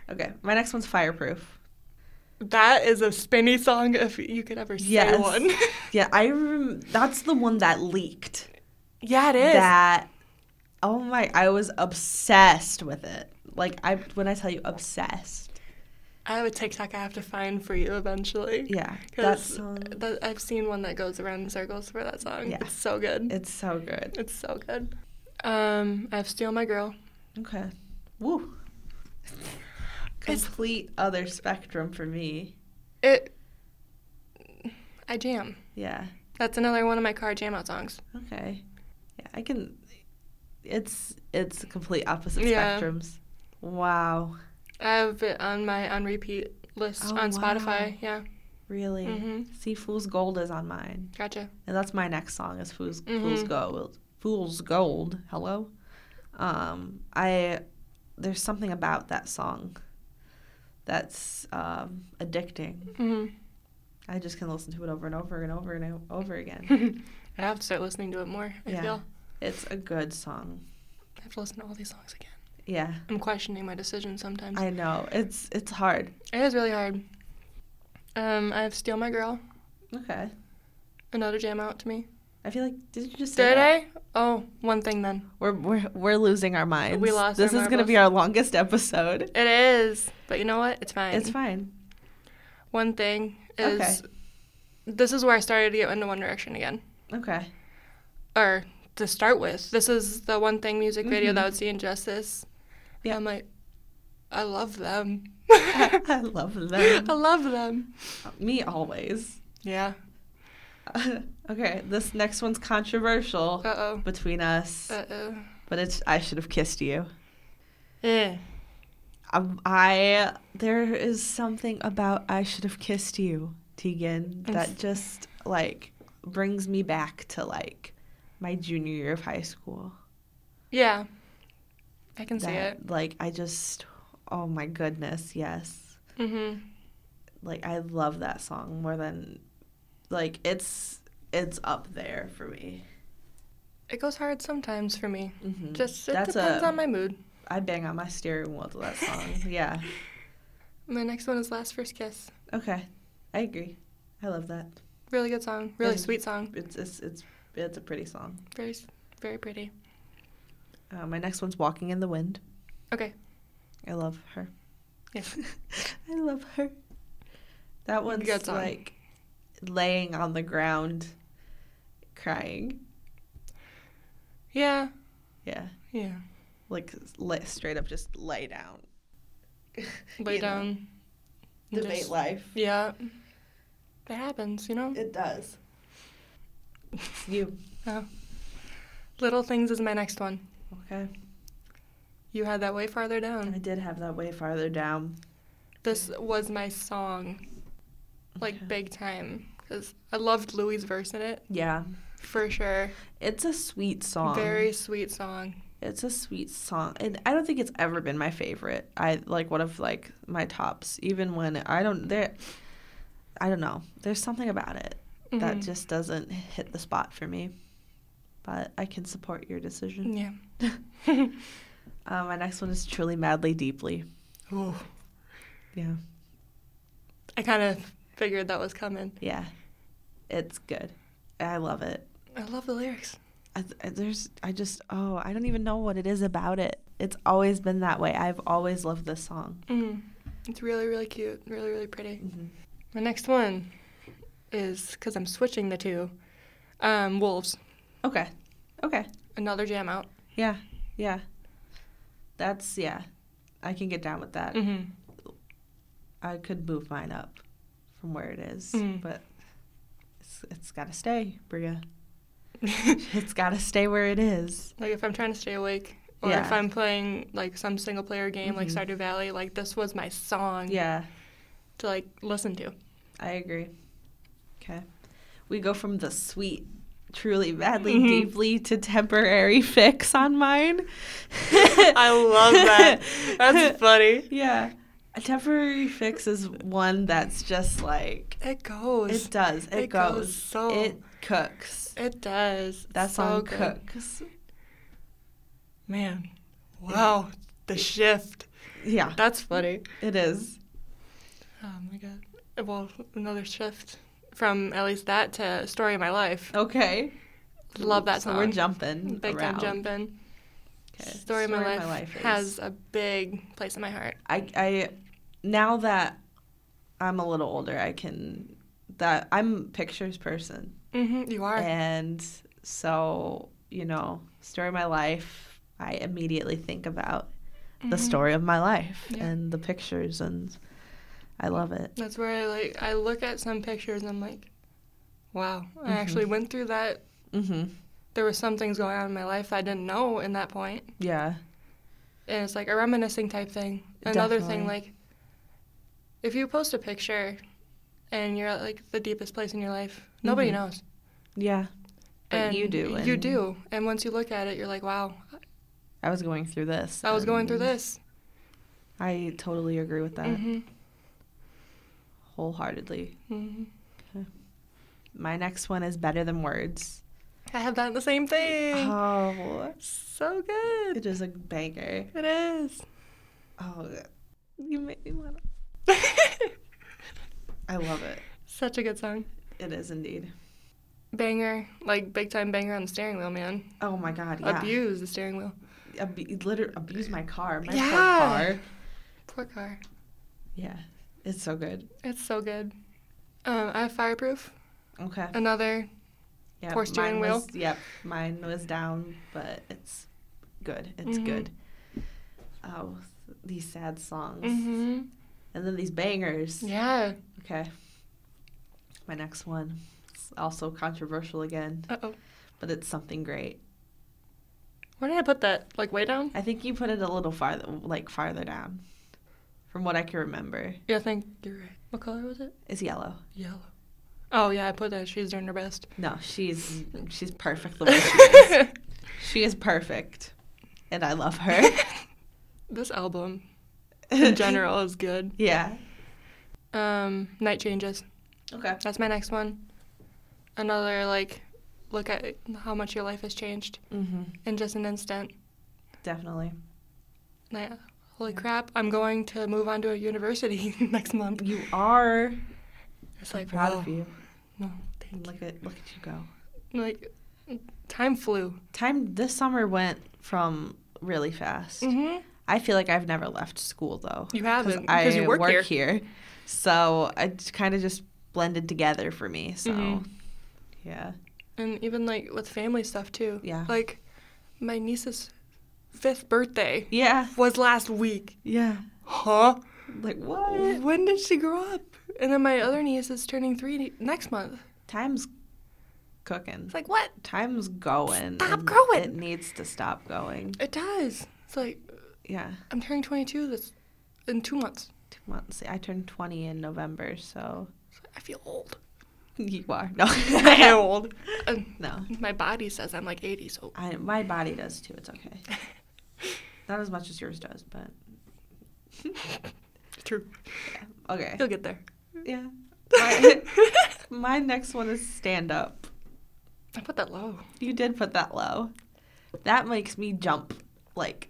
[SPEAKER 1] Okay. My next one's fireproof.
[SPEAKER 2] That is a spinny song if you could ever say
[SPEAKER 1] Yes.
[SPEAKER 2] one.
[SPEAKER 1] Yeah, I rem- that's the one that leaked.
[SPEAKER 2] yeah, it is.
[SPEAKER 1] That oh my, I was obsessed with it. Like I when I tell you obsessed.
[SPEAKER 2] I have a TikTok I have to find for you eventually.
[SPEAKER 1] Yeah. That
[SPEAKER 2] Because
[SPEAKER 1] song.
[SPEAKER 2] I've seen one that goes around in circles for that song.
[SPEAKER 1] Yeah.
[SPEAKER 2] It's so good.
[SPEAKER 1] It's so good.
[SPEAKER 2] It's so good. Um, I have Steal My Girl.
[SPEAKER 1] Okay. Woo.
[SPEAKER 2] It's-
[SPEAKER 1] Complete other spectrum for me.
[SPEAKER 2] It. I jam.
[SPEAKER 1] Yeah.
[SPEAKER 2] That's another one of my car jam out songs.
[SPEAKER 1] Okay. Yeah, I can. It's it's the complete opposite
[SPEAKER 2] Yeah.
[SPEAKER 1] spectrums. Wow.
[SPEAKER 2] I have it on my on repeat list
[SPEAKER 1] Oh, wow.
[SPEAKER 2] on Spotify. Yeah.
[SPEAKER 1] Really.
[SPEAKER 2] Mhm.
[SPEAKER 1] See, Fool's Gold is on mine,
[SPEAKER 2] Gotcha.
[SPEAKER 1] and that's my next song is Fool's Fool's
[SPEAKER 2] Mhm.
[SPEAKER 1] Gold. Fool's Gold. Hello. Um, I there's something about that song that's um, addicting.
[SPEAKER 2] hmm
[SPEAKER 1] I just can listen to it over and over and over and over again.
[SPEAKER 2] I have to start listening to it more. I
[SPEAKER 1] Yeah.
[SPEAKER 2] feel
[SPEAKER 1] it's a good song.
[SPEAKER 2] I have to listen to all these songs again.
[SPEAKER 1] Yeah,
[SPEAKER 2] I'm questioning my decision sometimes.
[SPEAKER 1] I know. It's it's hard.
[SPEAKER 2] it is really hard. Um, I have Steal My Girl,
[SPEAKER 1] Okay.
[SPEAKER 2] another jam out to me.
[SPEAKER 1] I feel like did you just say
[SPEAKER 2] Did
[SPEAKER 1] that?
[SPEAKER 2] I? Oh, one thing then.
[SPEAKER 1] We're, we're, we're losing our minds.
[SPEAKER 2] We lost
[SPEAKER 1] This
[SPEAKER 2] our
[SPEAKER 1] is going to be our longest episode.
[SPEAKER 2] It is. But you know what? It's fine.
[SPEAKER 1] It's fine.
[SPEAKER 2] One thing is
[SPEAKER 1] Okay.
[SPEAKER 2] this is where I started to get into One Direction again.
[SPEAKER 1] Okay.
[SPEAKER 2] Or to start with. This is the one thing music video
[SPEAKER 1] Mhm.
[SPEAKER 2] that would see Injustice.
[SPEAKER 1] Yeah.
[SPEAKER 2] I'm like, I love them.
[SPEAKER 1] I love them.
[SPEAKER 2] I love them.
[SPEAKER 1] Me always.
[SPEAKER 2] Yeah.
[SPEAKER 1] okay. This next one's controversial
[SPEAKER 2] Uh oh.
[SPEAKER 1] between us,
[SPEAKER 2] Uh oh.
[SPEAKER 1] but it's I should have kissed you.
[SPEAKER 2] Yeah.
[SPEAKER 1] Um, I there is something about I should have kissed you, Tegan,
[SPEAKER 2] I'm
[SPEAKER 1] that
[SPEAKER 2] s-
[SPEAKER 1] just like brings me back to like my junior year of high school.
[SPEAKER 2] Yeah. I can see
[SPEAKER 1] That,
[SPEAKER 2] it.
[SPEAKER 1] Like I just oh my goodness, yes.
[SPEAKER 2] Mm-hmm.
[SPEAKER 1] like I love that song more than like it's it's up there for me.
[SPEAKER 2] It goes hard sometimes for me.
[SPEAKER 1] Mm-hmm.
[SPEAKER 2] Just it depends on my mood.
[SPEAKER 1] I bang on my steering wheel to that song. yeah.
[SPEAKER 2] My next one is Last First Kiss.
[SPEAKER 1] Okay. I agree. I love that.
[SPEAKER 2] Really good song. Really
[SPEAKER 1] Mhm.
[SPEAKER 2] sweet song.
[SPEAKER 1] It's it's it's it's a pretty song.
[SPEAKER 2] Very s- very pretty.
[SPEAKER 1] Uh, my next one's "Walking in the Wind."
[SPEAKER 2] Okay.
[SPEAKER 1] I love her.
[SPEAKER 2] Yes.
[SPEAKER 1] I love her. That one's
[SPEAKER 2] Good song.
[SPEAKER 1] like laying on the ground, crying.
[SPEAKER 2] Yeah.
[SPEAKER 1] Yeah,
[SPEAKER 2] Yeah.
[SPEAKER 1] like lay, straight up, just lay down.
[SPEAKER 2] Lay
[SPEAKER 1] You know,
[SPEAKER 2] down. and
[SPEAKER 1] Debate
[SPEAKER 2] just-
[SPEAKER 1] life.
[SPEAKER 2] um, Yeah. That happens, you know?
[SPEAKER 1] It does. It's you.
[SPEAKER 2] Little Things is my next one.
[SPEAKER 1] Okay.
[SPEAKER 2] You had that way farther
[SPEAKER 1] I
[SPEAKER 2] down.
[SPEAKER 1] did have that way farther down.
[SPEAKER 2] This was my song, like
[SPEAKER 1] Okay.
[SPEAKER 2] big time. Because I loved Louis' verse in it,
[SPEAKER 1] Yeah.
[SPEAKER 2] for sure.
[SPEAKER 1] It's a sweet song.
[SPEAKER 2] Very sweet song.
[SPEAKER 1] It's a sweet song. And I don't think it's ever been my favorite. I like one of like my tops. Even when I don't there I don't know. There's something about it that
[SPEAKER 2] Mhm.
[SPEAKER 1] just doesn't hit the spot for me. But I can support your decision.
[SPEAKER 2] Yeah.
[SPEAKER 1] Um, my next one is Truly Madly Deeply.
[SPEAKER 2] Ooh.
[SPEAKER 1] Yeah.
[SPEAKER 2] I kind of figured that was coming.
[SPEAKER 1] Yeah. It's good. I love it.
[SPEAKER 2] I love the lyrics.
[SPEAKER 1] I, th- I- there's I just oh I don't even know what it is about it. It's always been that way. I've always loved this song.
[SPEAKER 2] Mm. It's really, really cute. Really, really pretty. My next one is because I'm switching the two. Um, Wolves,
[SPEAKER 1] Okay. Okay.
[SPEAKER 2] another jam out.
[SPEAKER 1] Yeah. Yeah. That's yeah. I can get down with that.
[SPEAKER 2] Mm-hmm.
[SPEAKER 1] I could move mine up from where it is,
[SPEAKER 2] Mm.
[SPEAKER 1] but it's, it's got to stay, Bria.
[SPEAKER 2] Mm-hmm.
[SPEAKER 1] It's got to stay where it is.
[SPEAKER 2] like if I'm trying to stay awake, or
[SPEAKER 1] Yeah.
[SPEAKER 2] if I'm playing like some single player game like
[SPEAKER 1] Mhm.
[SPEAKER 2] Stardew Valley, like this was my song
[SPEAKER 1] Yeah,
[SPEAKER 2] to like listen to.
[SPEAKER 1] I agree. Okay. We go from the sweet, truly, badly,
[SPEAKER 2] Mhm.
[SPEAKER 1] deeply to temporary fix on mine.
[SPEAKER 2] I love that. That's funny.
[SPEAKER 1] yeah. A temporary fix is one that's just like,
[SPEAKER 2] It goes.
[SPEAKER 1] it does. It,
[SPEAKER 2] it
[SPEAKER 1] goes.
[SPEAKER 2] goes so-
[SPEAKER 1] It cooks.
[SPEAKER 2] It does.
[SPEAKER 1] That
[SPEAKER 2] So
[SPEAKER 1] song
[SPEAKER 2] good.
[SPEAKER 1] cooks.
[SPEAKER 2] Man. Wow. The shift.
[SPEAKER 1] Yeah,
[SPEAKER 2] That's funny.
[SPEAKER 1] it is.
[SPEAKER 2] Oh my god. Well, another shift from at least that to Story of My Life.
[SPEAKER 1] Okay.
[SPEAKER 2] Love that
[SPEAKER 1] So
[SPEAKER 2] song.
[SPEAKER 1] we're jumping.
[SPEAKER 2] Big
[SPEAKER 1] around.
[SPEAKER 2] time jumping.
[SPEAKER 1] Okay.
[SPEAKER 2] Story, of My Life,
[SPEAKER 1] is-
[SPEAKER 2] has a big place in my heart.
[SPEAKER 1] I I now that I'm a little older, I can that I'm a pictures person,
[SPEAKER 2] hmm You are.
[SPEAKER 1] and so you know, story of my life. I immediately think about the
[SPEAKER 2] Mhm.
[SPEAKER 1] story of my life
[SPEAKER 2] Yeah.
[SPEAKER 1] and the pictures, and I love it.
[SPEAKER 2] That's where I like I look at some pictures and I'm like, wow,
[SPEAKER 1] Mm-hmm.
[SPEAKER 2] I actually went through that. Mm-hmm.
[SPEAKER 1] hmm
[SPEAKER 2] There was some things going on in my life that I didn't know in that point.
[SPEAKER 1] Yeah.
[SPEAKER 2] And it's like a reminiscing type thing. Another thing like if you post a picture and you're at like the deepest place in your life, nobody
[SPEAKER 1] Mhm.
[SPEAKER 2] knows.
[SPEAKER 1] Yeah. But
[SPEAKER 2] and
[SPEAKER 1] you do.
[SPEAKER 2] You
[SPEAKER 1] and
[SPEAKER 2] do. And once you look at it, you're like, wow,
[SPEAKER 1] I was going through this.
[SPEAKER 2] I was going through
[SPEAKER 1] and
[SPEAKER 2] this.
[SPEAKER 1] I totally agree with that
[SPEAKER 2] hmm
[SPEAKER 1] wholeheartedly.
[SPEAKER 2] hmm
[SPEAKER 1] My next one is better than words.
[SPEAKER 2] I have done the same thing.
[SPEAKER 1] Oh,
[SPEAKER 2] so good.
[SPEAKER 1] it is a banger.
[SPEAKER 2] it is.
[SPEAKER 1] Oh, you make me want. I love it.
[SPEAKER 2] Such a good song.
[SPEAKER 1] It is indeed.
[SPEAKER 2] banger, like big time banger on the steering wheel, man.
[SPEAKER 1] Oh my God, yeah.
[SPEAKER 2] Abuse the steering wheel.
[SPEAKER 1] Abu- liter- abuse my car, my
[SPEAKER 2] Yeah.
[SPEAKER 1] poor car.
[SPEAKER 2] Poor car.
[SPEAKER 1] Yeah, it's so good.
[SPEAKER 2] It's so good. Um, I have fireproof.
[SPEAKER 1] Okay.
[SPEAKER 2] Another.
[SPEAKER 1] Yeah,
[SPEAKER 2] poor steering
[SPEAKER 1] mine was- yep, mine was down, but it's good. It's
[SPEAKER 2] Mhm.
[SPEAKER 1] good. Oh, these sad songs,
[SPEAKER 2] Mm-hmm.
[SPEAKER 1] and then these bangers.
[SPEAKER 2] Yeah.
[SPEAKER 1] Okay. My next one, it's also controversial again,
[SPEAKER 2] Uh oh.
[SPEAKER 1] but it's something great.
[SPEAKER 2] Where did I put that? Like way down?
[SPEAKER 1] I think you put it a little farther, like farther down, from what I can remember.
[SPEAKER 2] Yeah, I think you're right. What color was it?
[SPEAKER 1] Is yellow.
[SPEAKER 2] Yellow. Oh yeah, I put that. She's doing her best.
[SPEAKER 1] No, she's she's perfect the way she is. she is perfect, and I love her.
[SPEAKER 2] This album in general is good.
[SPEAKER 1] yeah.
[SPEAKER 2] Um, Night Changes.
[SPEAKER 1] Okay.
[SPEAKER 2] That's my next one. Another like, look at how much your life has changed
[SPEAKER 1] Mm-hmm.
[SPEAKER 2] in just an instant.
[SPEAKER 1] Definitely.
[SPEAKER 2] Like, holy crap, I'm going to move on to a university next month.
[SPEAKER 1] You are
[SPEAKER 2] It's
[SPEAKER 1] so
[SPEAKER 2] like,
[SPEAKER 1] proud of
[SPEAKER 2] wow.
[SPEAKER 1] you.
[SPEAKER 2] No, thank
[SPEAKER 1] Look at look at you go.
[SPEAKER 2] you. Like, time flew.
[SPEAKER 1] Time this summer went from really fast.
[SPEAKER 2] Mm-hmm.
[SPEAKER 1] I feel like I've never left school though.
[SPEAKER 2] You
[SPEAKER 1] because
[SPEAKER 2] haven't,
[SPEAKER 1] I
[SPEAKER 2] because you work, here.
[SPEAKER 1] So it kind of just blended together for me. So,
[SPEAKER 2] Mhm.
[SPEAKER 1] yeah,
[SPEAKER 2] And even, like, with family stuff, too.
[SPEAKER 1] Yeah.
[SPEAKER 2] Like, my niece's fifth birthday
[SPEAKER 1] yeah,
[SPEAKER 2] was last week.
[SPEAKER 1] yeah.
[SPEAKER 2] Huh?
[SPEAKER 1] Like what?
[SPEAKER 2] When did she grow up? And then my other niece is turning three ne- next month.
[SPEAKER 1] Time's cooking.
[SPEAKER 2] It's like, what?
[SPEAKER 1] Time's going.
[SPEAKER 2] Stop
[SPEAKER 1] and
[SPEAKER 2] growing.
[SPEAKER 1] It needs to stop going.
[SPEAKER 2] It does. It's like,
[SPEAKER 1] Yeah,
[SPEAKER 2] I'm turning 22 this in two months.
[SPEAKER 1] two months. I turned twenty in November, so
[SPEAKER 2] It's like, I feel old.
[SPEAKER 1] you are no,
[SPEAKER 2] I am old. Um,
[SPEAKER 1] no.
[SPEAKER 2] My body says I'm like 80, so
[SPEAKER 1] I my body does too. It's okay. Not as much as yours does, but
[SPEAKER 2] true.
[SPEAKER 1] okay.
[SPEAKER 2] You'll get there.
[SPEAKER 1] Yeah. My, my next one is stand up.
[SPEAKER 2] I put that low.
[SPEAKER 1] You did put that low. That makes me jump like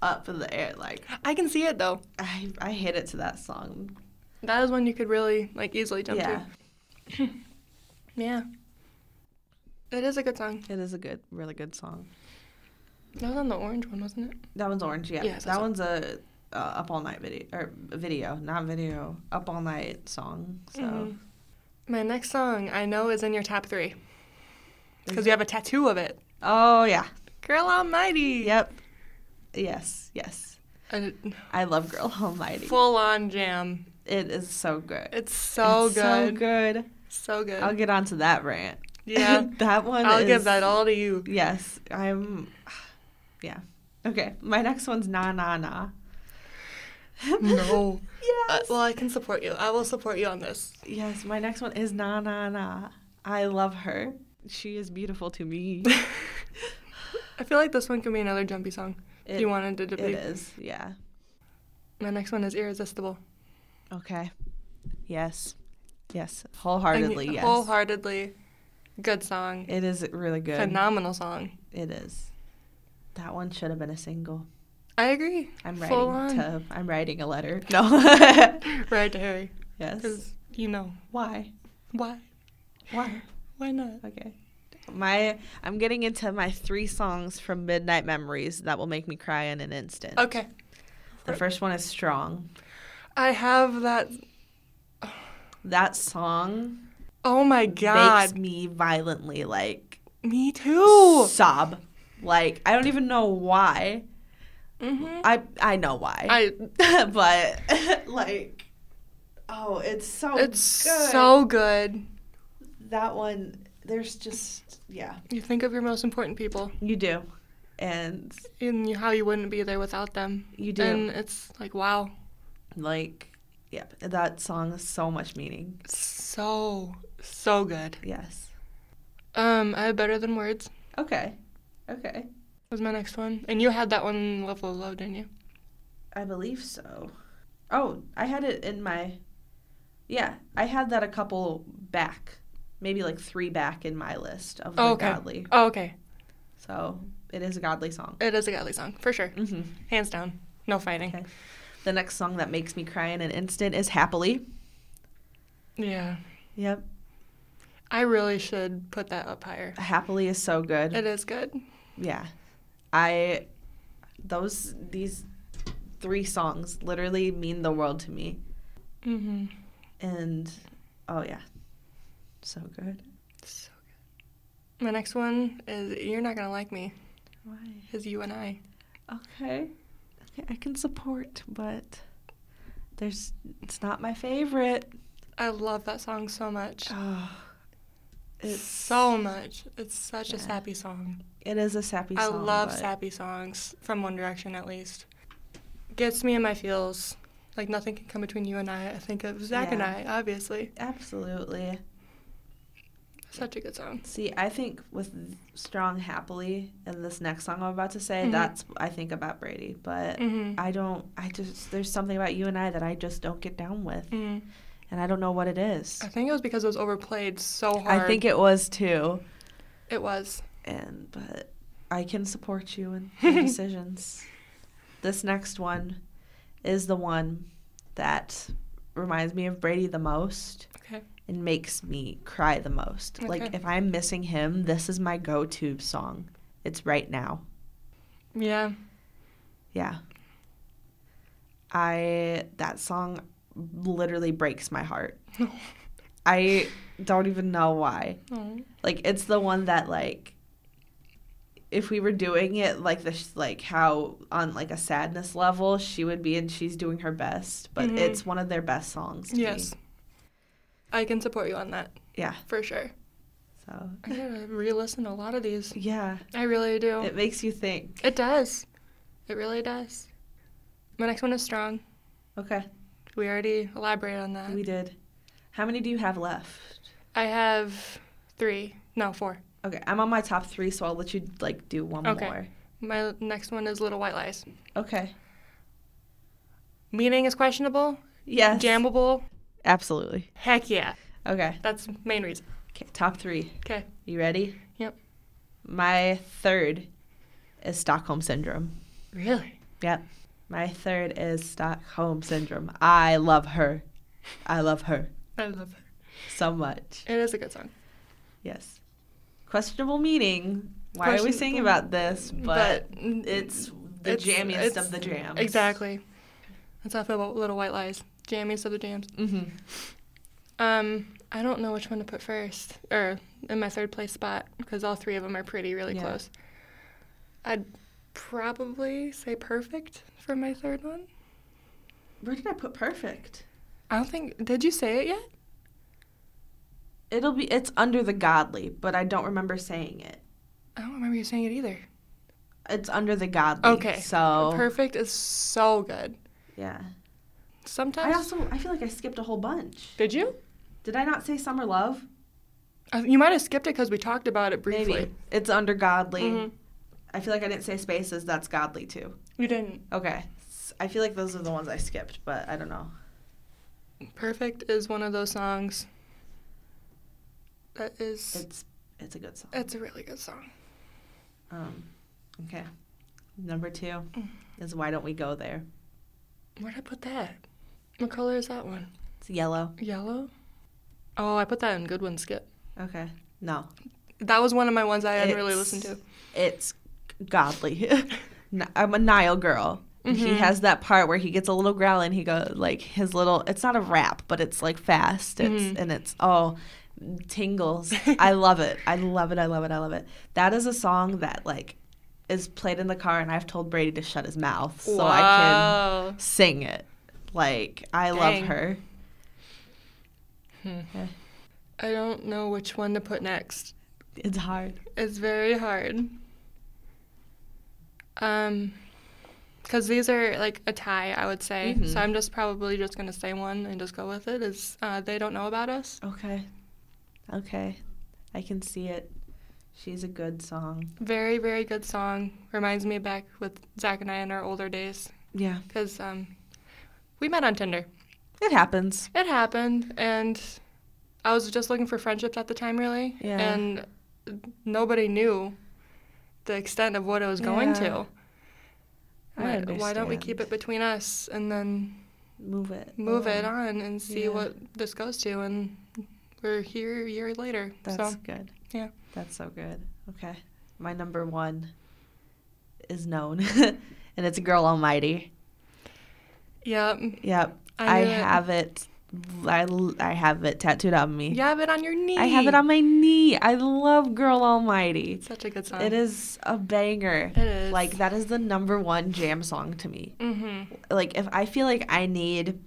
[SPEAKER 1] up in the air. Like
[SPEAKER 2] I can see it though.
[SPEAKER 1] I, I hit it to that song.
[SPEAKER 2] That is one you could really like easily jump
[SPEAKER 1] yeah,
[SPEAKER 2] to. Yeah. It is a good song.
[SPEAKER 1] it is a good, really good song.
[SPEAKER 2] That was on the orange one, wasn't it?
[SPEAKER 1] That one's orange. Yeah.
[SPEAKER 2] Yeah, that's
[SPEAKER 1] that
[SPEAKER 2] all.
[SPEAKER 1] one's a uh, up all night video or video, not video. Up all night song. So
[SPEAKER 2] Mhm. My next song I know is in your top three
[SPEAKER 1] Mm-hmm.
[SPEAKER 2] because you have a tattoo of it.
[SPEAKER 1] oh yeah,
[SPEAKER 2] Girl Almighty.
[SPEAKER 1] yep, yes, yes.
[SPEAKER 2] A
[SPEAKER 1] I love Girl Almighty.
[SPEAKER 2] full on jam.
[SPEAKER 1] It is so good.
[SPEAKER 2] It's so
[SPEAKER 1] It's So
[SPEAKER 2] good.
[SPEAKER 1] good.
[SPEAKER 2] So good.
[SPEAKER 1] I'll get onto that rant.
[SPEAKER 2] yeah.
[SPEAKER 1] that one.
[SPEAKER 2] I'll
[SPEAKER 1] is,
[SPEAKER 2] give that all to you.
[SPEAKER 1] Yes, I'm. Yeah. Okay. My next one's Na Na Na.
[SPEAKER 2] No. Uh,
[SPEAKER 1] Yes.
[SPEAKER 2] well, I can support you. I will support you on this.
[SPEAKER 1] Yes, my next one is Na Na Na. I love her. She is beautiful to me.
[SPEAKER 2] I feel like this one can be another jumpy song. if you wanted it to
[SPEAKER 1] it
[SPEAKER 2] be.
[SPEAKER 1] is, yeah.
[SPEAKER 2] My next one is Irresistible.
[SPEAKER 1] Okay. Yes. Yes.
[SPEAKER 2] I mean,
[SPEAKER 1] Wholeheartedly, yes.
[SPEAKER 2] Wholeheartedly. Good song.
[SPEAKER 1] it is really good.
[SPEAKER 2] Phenomenal song.
[SPEAKER 1] it is. That one should have been a single.
[SPEAKER 2] I agree.
[SPEAKER 1] I'm writing
[SPEAKER 2] Full on.
[SPEAKER 1] to I'm writing a letter. No.
[SPEAKER 2] Right to Harry.
[SPEAKER 1] yes.
[SPEAKER 2] Because, you know,
[SPEAKER 1] Why?
[SPEAKER 2] why?
[SPEAKER 1] Why?
[SPEAKER 2] Why not?
[SPEAKER 1] Okay. My I'm getting into my three songs from Midnight Memories that will make me cry in an instant.
[SPEAKER 2] Okay.
[SPEAKER 1] The first one is Strong.
[SPEAKER 2] I have that.
[SPEAKER 1] That song
[SPEAKER 2] Oh my
[SPEAKER 1] makes
[SPEAKER 2] god.
[SPEAKER 1] me violently like
[SPEAKER 2] Me too.
[SPEAKER 1] sob. Like I don't even know why.
[SPEAKER 2] hmm
[SPEAKER 1] I I know why.
[SPEAKER 2] I.
[SPEAKER 1] but like oh, it's so
[SPEAKER 2] It's
[SPEAKER 1] good.
[SPEAKER 2] so good.
[SPEAKER 1] that one there's just yeah.
[SPEAKER 2] You think of your most important people
[SPEAKER 1] You do. And
[SPEAKER 2] and you- how you wouldn't be there without them.
[SPEAKER 1] you do
[SPEAKER 2] And it's like, wow.
[SPEAKER 1] like yeah, that song has so much meaning.
[SPEAKER 2] So, so good.
[SPEAKER 1] Yes.
[SPEAKER 2] Um, I have Better Than Words
[SPEAKER 1] Okay. Okay.
[SPEAKER 2] was my next one. And you had that one in Level of Love, didn't you?
[SPEAKER 1] I believe so. Oh, I had it in my. Yeah, I had that a couple back, maybe like three back in my list of the
[SPEAKER 2] Oh, okay.
[SPEAKER 1] godly.
[SPEAKER 2] Oh, okay.
[SPEAKER 1] So it is a godly song.
[SPEAKER 2] It is a godly song, for sure.
[SPEAKER 1] hmm
[SPEAKER 2] Hands down. No fighting.
[SPEAKER 1] Okay. The next song that makes me cry in an instant is "Happily."
[SPEAKER 2] Yeah.
[SPEAKER 1] Yep,
[SPEAKER 2] I really should put that up higher.
[SPEAKER 1] "Happily" is so good.
[SPEAKER 2] It is good.
[SPEAKER 1] Yeah, I those these three songs literally mean the world to me.
[SPEAKER 2] Mm-hmm.
[SPEAKER 1] And oh yeah, so good.
[SPEAKER 2] So good. My next one is You're Not Gonna Like Me,
[SPEAKER 1] Why?
[SPEAKER 2] is You and I.
[SPEAKER 1] Okay. Okay, I can support, but there's it's not my favorite.
[SPEAKER 2] I love that song so much.
[SPEAKER 1] Oh,
[SPEAKER 2] It's
[SPEAKER 1] it's
[SPEAKER 2] so much. It's such a
[SPEAKER 1] Yeah.
[SPEAKER 2] sappy song.
[SPEAKER 1] It is a sappy
[SPEAKER 2] I
[SPEAKER 1] song.
[SPEAKER 2] love
[SPEAKER 1] but-
[SPEAKER 2] sappy songs from One Direction at least. Gets me in my feels. Like nothing can come between you and I. I think of Zach and I,
[SPEAKER 1] Yeah.
[SPEAKER 2] obviously.
[SPEAKER 1] Absolutely.
[SPEAKER 2] Such a good song.
[SPEAKER 1] See, I think with strong happily and this next song I'm about to say,
[SPEAKER 2] Mhm.
[SPEAKER 1] that's I think about Brady, but
[SPEAKER 2] Mm-hmm.
[SPEAKER 1] I don't. I just there's something about you and I that I just don't get down with,
[SPEAKER 2] hmm
[SPEAKER 1] and I don't know what it is.
[SPEAKER 2] I think it was because it was overplayed so hard.
[SPEAKER 1] I think it was too,
[SPEAKER 2] it was.
[SPEAKER 1] and but I can support you in your decisions. This next one is the one that reminds me of Brady the most
[SPEAKER 2] Okay.
[SPEAKER 1] and makes me cry the most. Like
[SPEAKER 2] Okay.
[SPEAKER 1] if I'm missing him, this is my go-to song. It's right now.
[SPEAKER 2] Yeah.
[SPEAKER 1] Yeah. I that song literally breaks my heart. I don't even know why.
[SPEAKER 2] Oh.
[SPEAKER 1] Like it's the one that like if we were doing it like this like how on like a sadness level she would be and she's doing her best, but
[SPEAKER 2] Mhm.
[SPEAKER 1] it's one of their best songs. To
[SPEAKER 2] Yes.
[SPEAKER 1] Me.
[SPEAKER 2] I can support you on that
[SPEAKER 1] Yeah.
[SPEAKER 2] for sure.
[SPEAKER 1] So
[SPEAKER 2] I gotta re-listen to a lot of these.
[SPEAKER 1] yeah,
[SPEAKER 2] I really do.
[SPEAKER 1] it makes you think.
[SPEAKER 2] It does. It really does. My next one is strong.
[SPEAKER 1] Okay,
[SPEAKER 2] We already elaborated on that.
[SPEAKER 1] we did. How many do you have left?
[SPEAKER 2] I have three. No, four.
[SPEAKER 1] Okay, I'm on my top 3 so I'll let you like do one
[SPEAKER 2] Okay.
[SPEAKER 1] more.
[SPEAKER 2] My next one is Little White Lies.
[SPEAKER 1] Okay.
[SPEAKER 2] Meaning is questionable.
[SPEAKER 1] Yes.
[SPEAKER 2] Jammable.
[SPEAKER 1] Absolutely.
[SPEAKER 2] Heck yeah.
[SPEAKER 1] Okay.
[SPEAKER 2] That's main reason.
[SPEAKER 1] okay. Top three.
[SPEAKER 2] Okay.
[SPEAKER 1] You ready?
[SPEAKER 2] Yep.
[SPEAKER 1] My third is Stockholm Syndrome.
[SPEAKER 2] Really?
[SPEAKER 1] Yep. My third is Stockholm Syndrome. I love her. I love her
[SPEAKER 2] I love it.
[SPEAKER 1] so much.
[SPEAKER 2] It is a good song.
[SPEAKER 1] Yes. Questionable meaning Why are we
[SPEAKER 2] Question-
[SPEAKER 1] singing about this? But, it's the
[SPEAKER 2] it's-
[SPEAKER 1] jammiest
[SPEAKER 2] it's-
[SPEAKER 1] of the jams.
[SPEAKER 2] Exactly. That's how I feel about Little White Lies. Jammies of the jams.
[SPEAKER 1] Mm-hmm.
[SPEAKER 2] Um, I don't know which one to put first or in my third place spot because all three of them are pretty really
[SPEAKER 1] Yeah.
[SPEAKER 2] close. I'd probably say perfect for my third one.
[SPEAKER 1] Where did I put perfect?
[SPEAKER 2] I don't think did you say it yet?
[SPEAKER 1] It'll be it's under the godly, but I don't remember saying it.
[SPEAKER 2] I don't remember you saying it either.
[SPEAKER 1] It's under the godly.
[SPEAKER 2] Okay.
[SPEAKER 1] So
[SPEAKER 2] perfect is so good.
[SPEAKER 1] yeah. I
[SPEAKER 2] Sometimes
[SPEAKER 1] also I feel like I skipped a whole bunch.
[SPEAKER 2] did you?
[SPEAKER 1] Did I not say summer love?
[SPEAKER 2] Uh, You might have skipped it because we talked about it briefly.
[SPEAKER 1] Maybe it's under godly.
[SPEAKER 2] Mhm.
[SPEAKER 1] I feel like I didn't say spaces. That's godly too.
[SPEAKER 2] You didn't.
[SPEAKER 1] Okay. S- I feel like those are the ones I skipped, but I don't know.
[SPEAKER 2] Perfect is one of those songs that is it's,
[SPEAKER 1] It's it's a good song.
[SPEAKER 2] a really good song.
[SPEAKER 1] Um, okay. Number two is why don't we go there?
[SPEAKER 2] Where'd I put that? What color is that one?
[SPEAKER 1] It's yellow.
[SPEAKER 2] Yellow? Oh, I put that in Good One Skip.
[SPEAKER 1] Okay. No,
[SPEAKER 2] That was one of my ones I hadn't really
[SPEAKER 1] It's-
[SPEAKER 2] listened to.
[SPEAKER 1] it's godly. N- I'm a Nile girl. And He
[SPEAKER 2] Mhm.
[SPEAKER 1] has that part where he gets a little growl and he goes like his little. It's not a rap, but it's like fast. It's
[SPEAKER 2] Mhm.
[SPEAKER 1] and it's oh, tingles. I love it. I love it. I love it. I love it. That is a song that like is played in the car, and I've told Brady to shut his mouth so I
[SPEAKER 2] Wow.
[SPEAKER 1] can sing it. Like I
[SPEAKER 2] Dang.
[SPEAKER 1] love her.
[SPEAKER 2] I don't know which one to put next.
[SPEAKER 1] It's hard.
[SPEAKER 2] It's very hard. Um, because these are like a tie, I would say.
[SPEAKER 1] Mhm.
[SPEAKER 2] So I'm just probably just gonna say one and just go with it. Is uh, they don't know about us?
[SPEAKER 1] Okay. Okay. I can see it. She's a good song.
[SPEAKER 2] Very very good song. Reminds me back with Zach and I in our older days
[SPEAKER 1] Yeah.
[SPEAKER 2] because um, we met on Tinder.
[SPEAKER 1] It happens.
[SPEAKER 2] It happened, and I was just looking for friendships at the time, really.
[SPEAKER 1] Yeah.
[SPEAKER 2] And nobody knew the extent of what it was going
[SPEAKER 1] Yeah.
[SPEAKER 2] to.
[SPEAKER 1] I
[SPEAKER 2] Why- Why don't we keep it
[SPEAKER 1] understand.
[SPEAKER 2] between us and then
[SPEAKER 1] Move it. Oh,
[SPEAKER 2] move it
[SPEAKER 1] along.
[SPEAKER 2] on and see
[SPEAKER 1] Yeah.
[SPEAKER 2] what this goes to? And we're here a year later.
[SPEAKER 1] That's
[SPEAKER 2] so
[SPEAKER 1] good.
[SPEAKER 2] yeah.
[SPEAKER 1] That's so good. Okay. My number one is known, and it's Girl Almighty.
[SPEAKER 2] yeah,
[SPEAKER 1] Yep.
[SPEAKER 2] I
[SPEAKER 1] I,
[SPEAKER 2] knew it.
[SPEAKER 1] have it. I, l- I have it tattooed on me.
[SPEAKER 2] you have it on your knee.
[SPEAKER 1] I have it on my knee. I love Girl Almighty.
[SPEAKER 2] It's such a good song.
[SPEAKER 1] It is a banger.
[SPEAKER 2] It is.
[SPEAKER 1] Like that is the number one jam song to me.
[SPEAKER 2] Mm-hmm.
[SPEAKER 1] Like if I feel like I need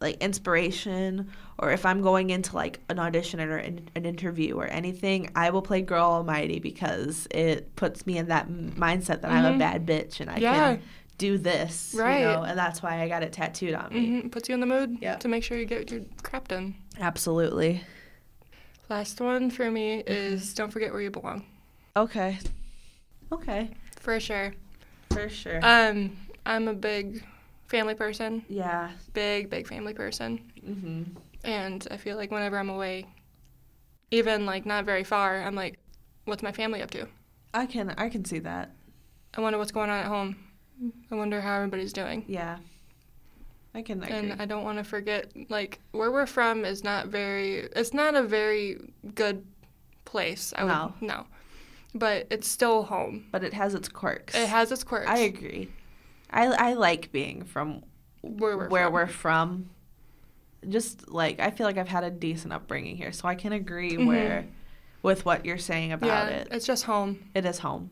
[SPEAKER 1] like inspiration or if I'm going into like an audition or an, an interview or anything, I will play Girl Almighty because it puts me in that m- mindset that I'm
[SPEAKER 2] Mhm.
[SPEAKER 1] a bad bitch and I
[SPEAKER 2] Yeah.
[SPEAKER 1] can do this,
[SPEAKER 2] Right.
[SPEAKER 1] you know, and that's why I got it tattooed on me.
[SPEAKER 2] hmm Puts you in the mood
[SPEAKER 1] Yeah.
[SPEAKER 2] to make sure you get your crap done.
[SPEAKER 1] Absolutely.
[SPEAKER 2] Last one for me
[SPEAKER 1] Mm-hmm.
[SPEAKER 2] is "Don't Forget Where You Belong."
[SPEAKER 1] Okay. Okay.
[SPEAKER 2] For sure.
[SPEAKER 1] For sure.
[SPEAKER 2] Um, I'm a big family person,
[SPEAKER 1] yeah.
[SPEAKER 2] big big family person,
[SPEAKER 1] Mhm.
[SPEAKER 2] and I feel like whenever I'm away, even like not very far, I'm like, what's my family up to?
[SPEAKER 1] I can I can see that.
[SPEAKER 2] I wonder what's going on at home. I wonder how everybody's doing.
[SPEAKER 1] Yeah. I can agree.
[SPEAKER 2] And I don't want to forget like where we're from is not very it's not a very good place. I would
[SPEAKER 1] No.
[SPEAKER 2] no. But it's still home.
[SPEAKER 1] but it has its quirks.
[SPEAKER 2] It has its quirks.
[SPEAKER 1] I agree. I I like being from
[SPEAKER 2] where we're
[SPEAKER 1] where
[SPEAKER 2] from.
[SPEAKER 1] we're from. Just like I feel like I've had a decent upbringing here, so I can agree
[SPEAKER 2] Mhm.
[SPEAKER 1] where with what you're saying about
[SPEAKER 2] yeah,
[SPEAKER 1] it.
[SPEAKER 2] It's just home.
[SPEAKER 1] It is home.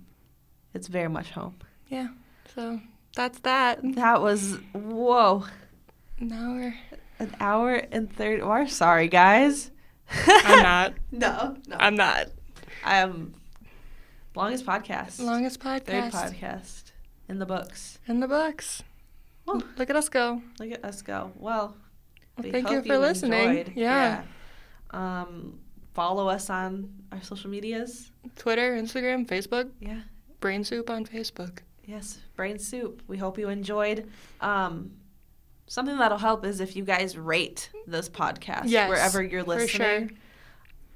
[SPEAKER 1] It's very much home.
[SPEAKER 2] Yeah. So that's that.
[SPEAKER 1] That was whoa,
[SPEAKER 2] Now we're.
[SPEAKER 1] an hour and thirty. We're sorry, guys.
[SPEAKER 2] I'm not.
[SPEAKER 1] No, no.
[SPEAKER 2] I'm not.
[SPEAKER 1] Um, longest podcast,
[SPEAKER 2] Longest podcast
[SPEAKER 1] third podcast in the books.
[SPEAKER 2] in the books.
[SPEAKER 1] Woo.
[SPEAKER 2] Look at us go.
[SPEAKER 1] Look at us go. Well,
[SPEAKER 2] Well,
[SPEAKER 1] Oh. we
[SPEAKER 2] thank you
[SPEAKER 1] hope
[SPEAKER 2] for listening.
[SPEAKER 1] enjoyed.
[SPEAKER 2] Yeah.
[SPEAKER 1] Yeah. Um, follow us on our social medias.
[SPEAKER 2] Twitter, Instagram, Facebook.
[SPEAKER 1] Yeah.
[SPEAKER 2] Brain Soup on Facebook.
[SPEAKER 1] Yes. Brain soup. We hope you enjoyed. Um, something that'll help is if you guys rate this podcast
[SPEAKER 2] Yes,
[SPEAKER 1] wherever you're listening.
[SPEAKER 2] For sure.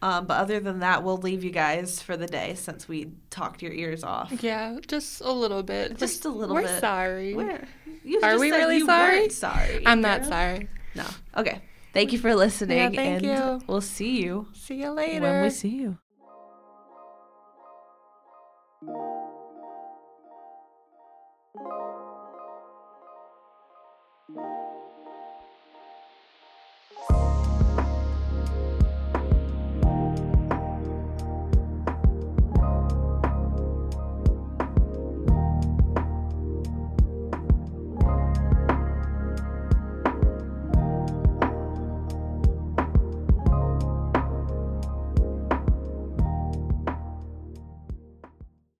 [SPEAKER 1] Um, but other than that, we'll leave you guys for the day since we talked your ears off.
[SPEAKER 2] Yeah, just a little bit.
[SPEAKER 1] Just a
[SPEAKER 2] We're-
[SPEAKER 1] little
[SPEAKER 2] We're
[SPEAKER 1] bit.
[SPEAKER 2] sorry.
[SPEAKER 1] Where? You
[SPEAKER 2] Are
[SPEAKER 1] just
[SPEAKER 2] we
[SPEAKER 1] said
[SPEAKER 2] really
[SPEAKER 1] you
[SPEAKER 2] sorry?
[SPEAKER 1] weren't sorry.
[SPEAKER 2] I'm not
[SPEAKER 1] girl.
[SPEAKER 2] sorry.
[SPEAKER 1] No. Okay. Thank you for listening.
[SPEAKER 2] Yeah,
[SPEAKER 1] and
[SPEAKER 2] thank you.
[SPEAKER 1] We'll see you
[SPEAKER 2] See you later.
[SPEAKER 1] when we see you. you.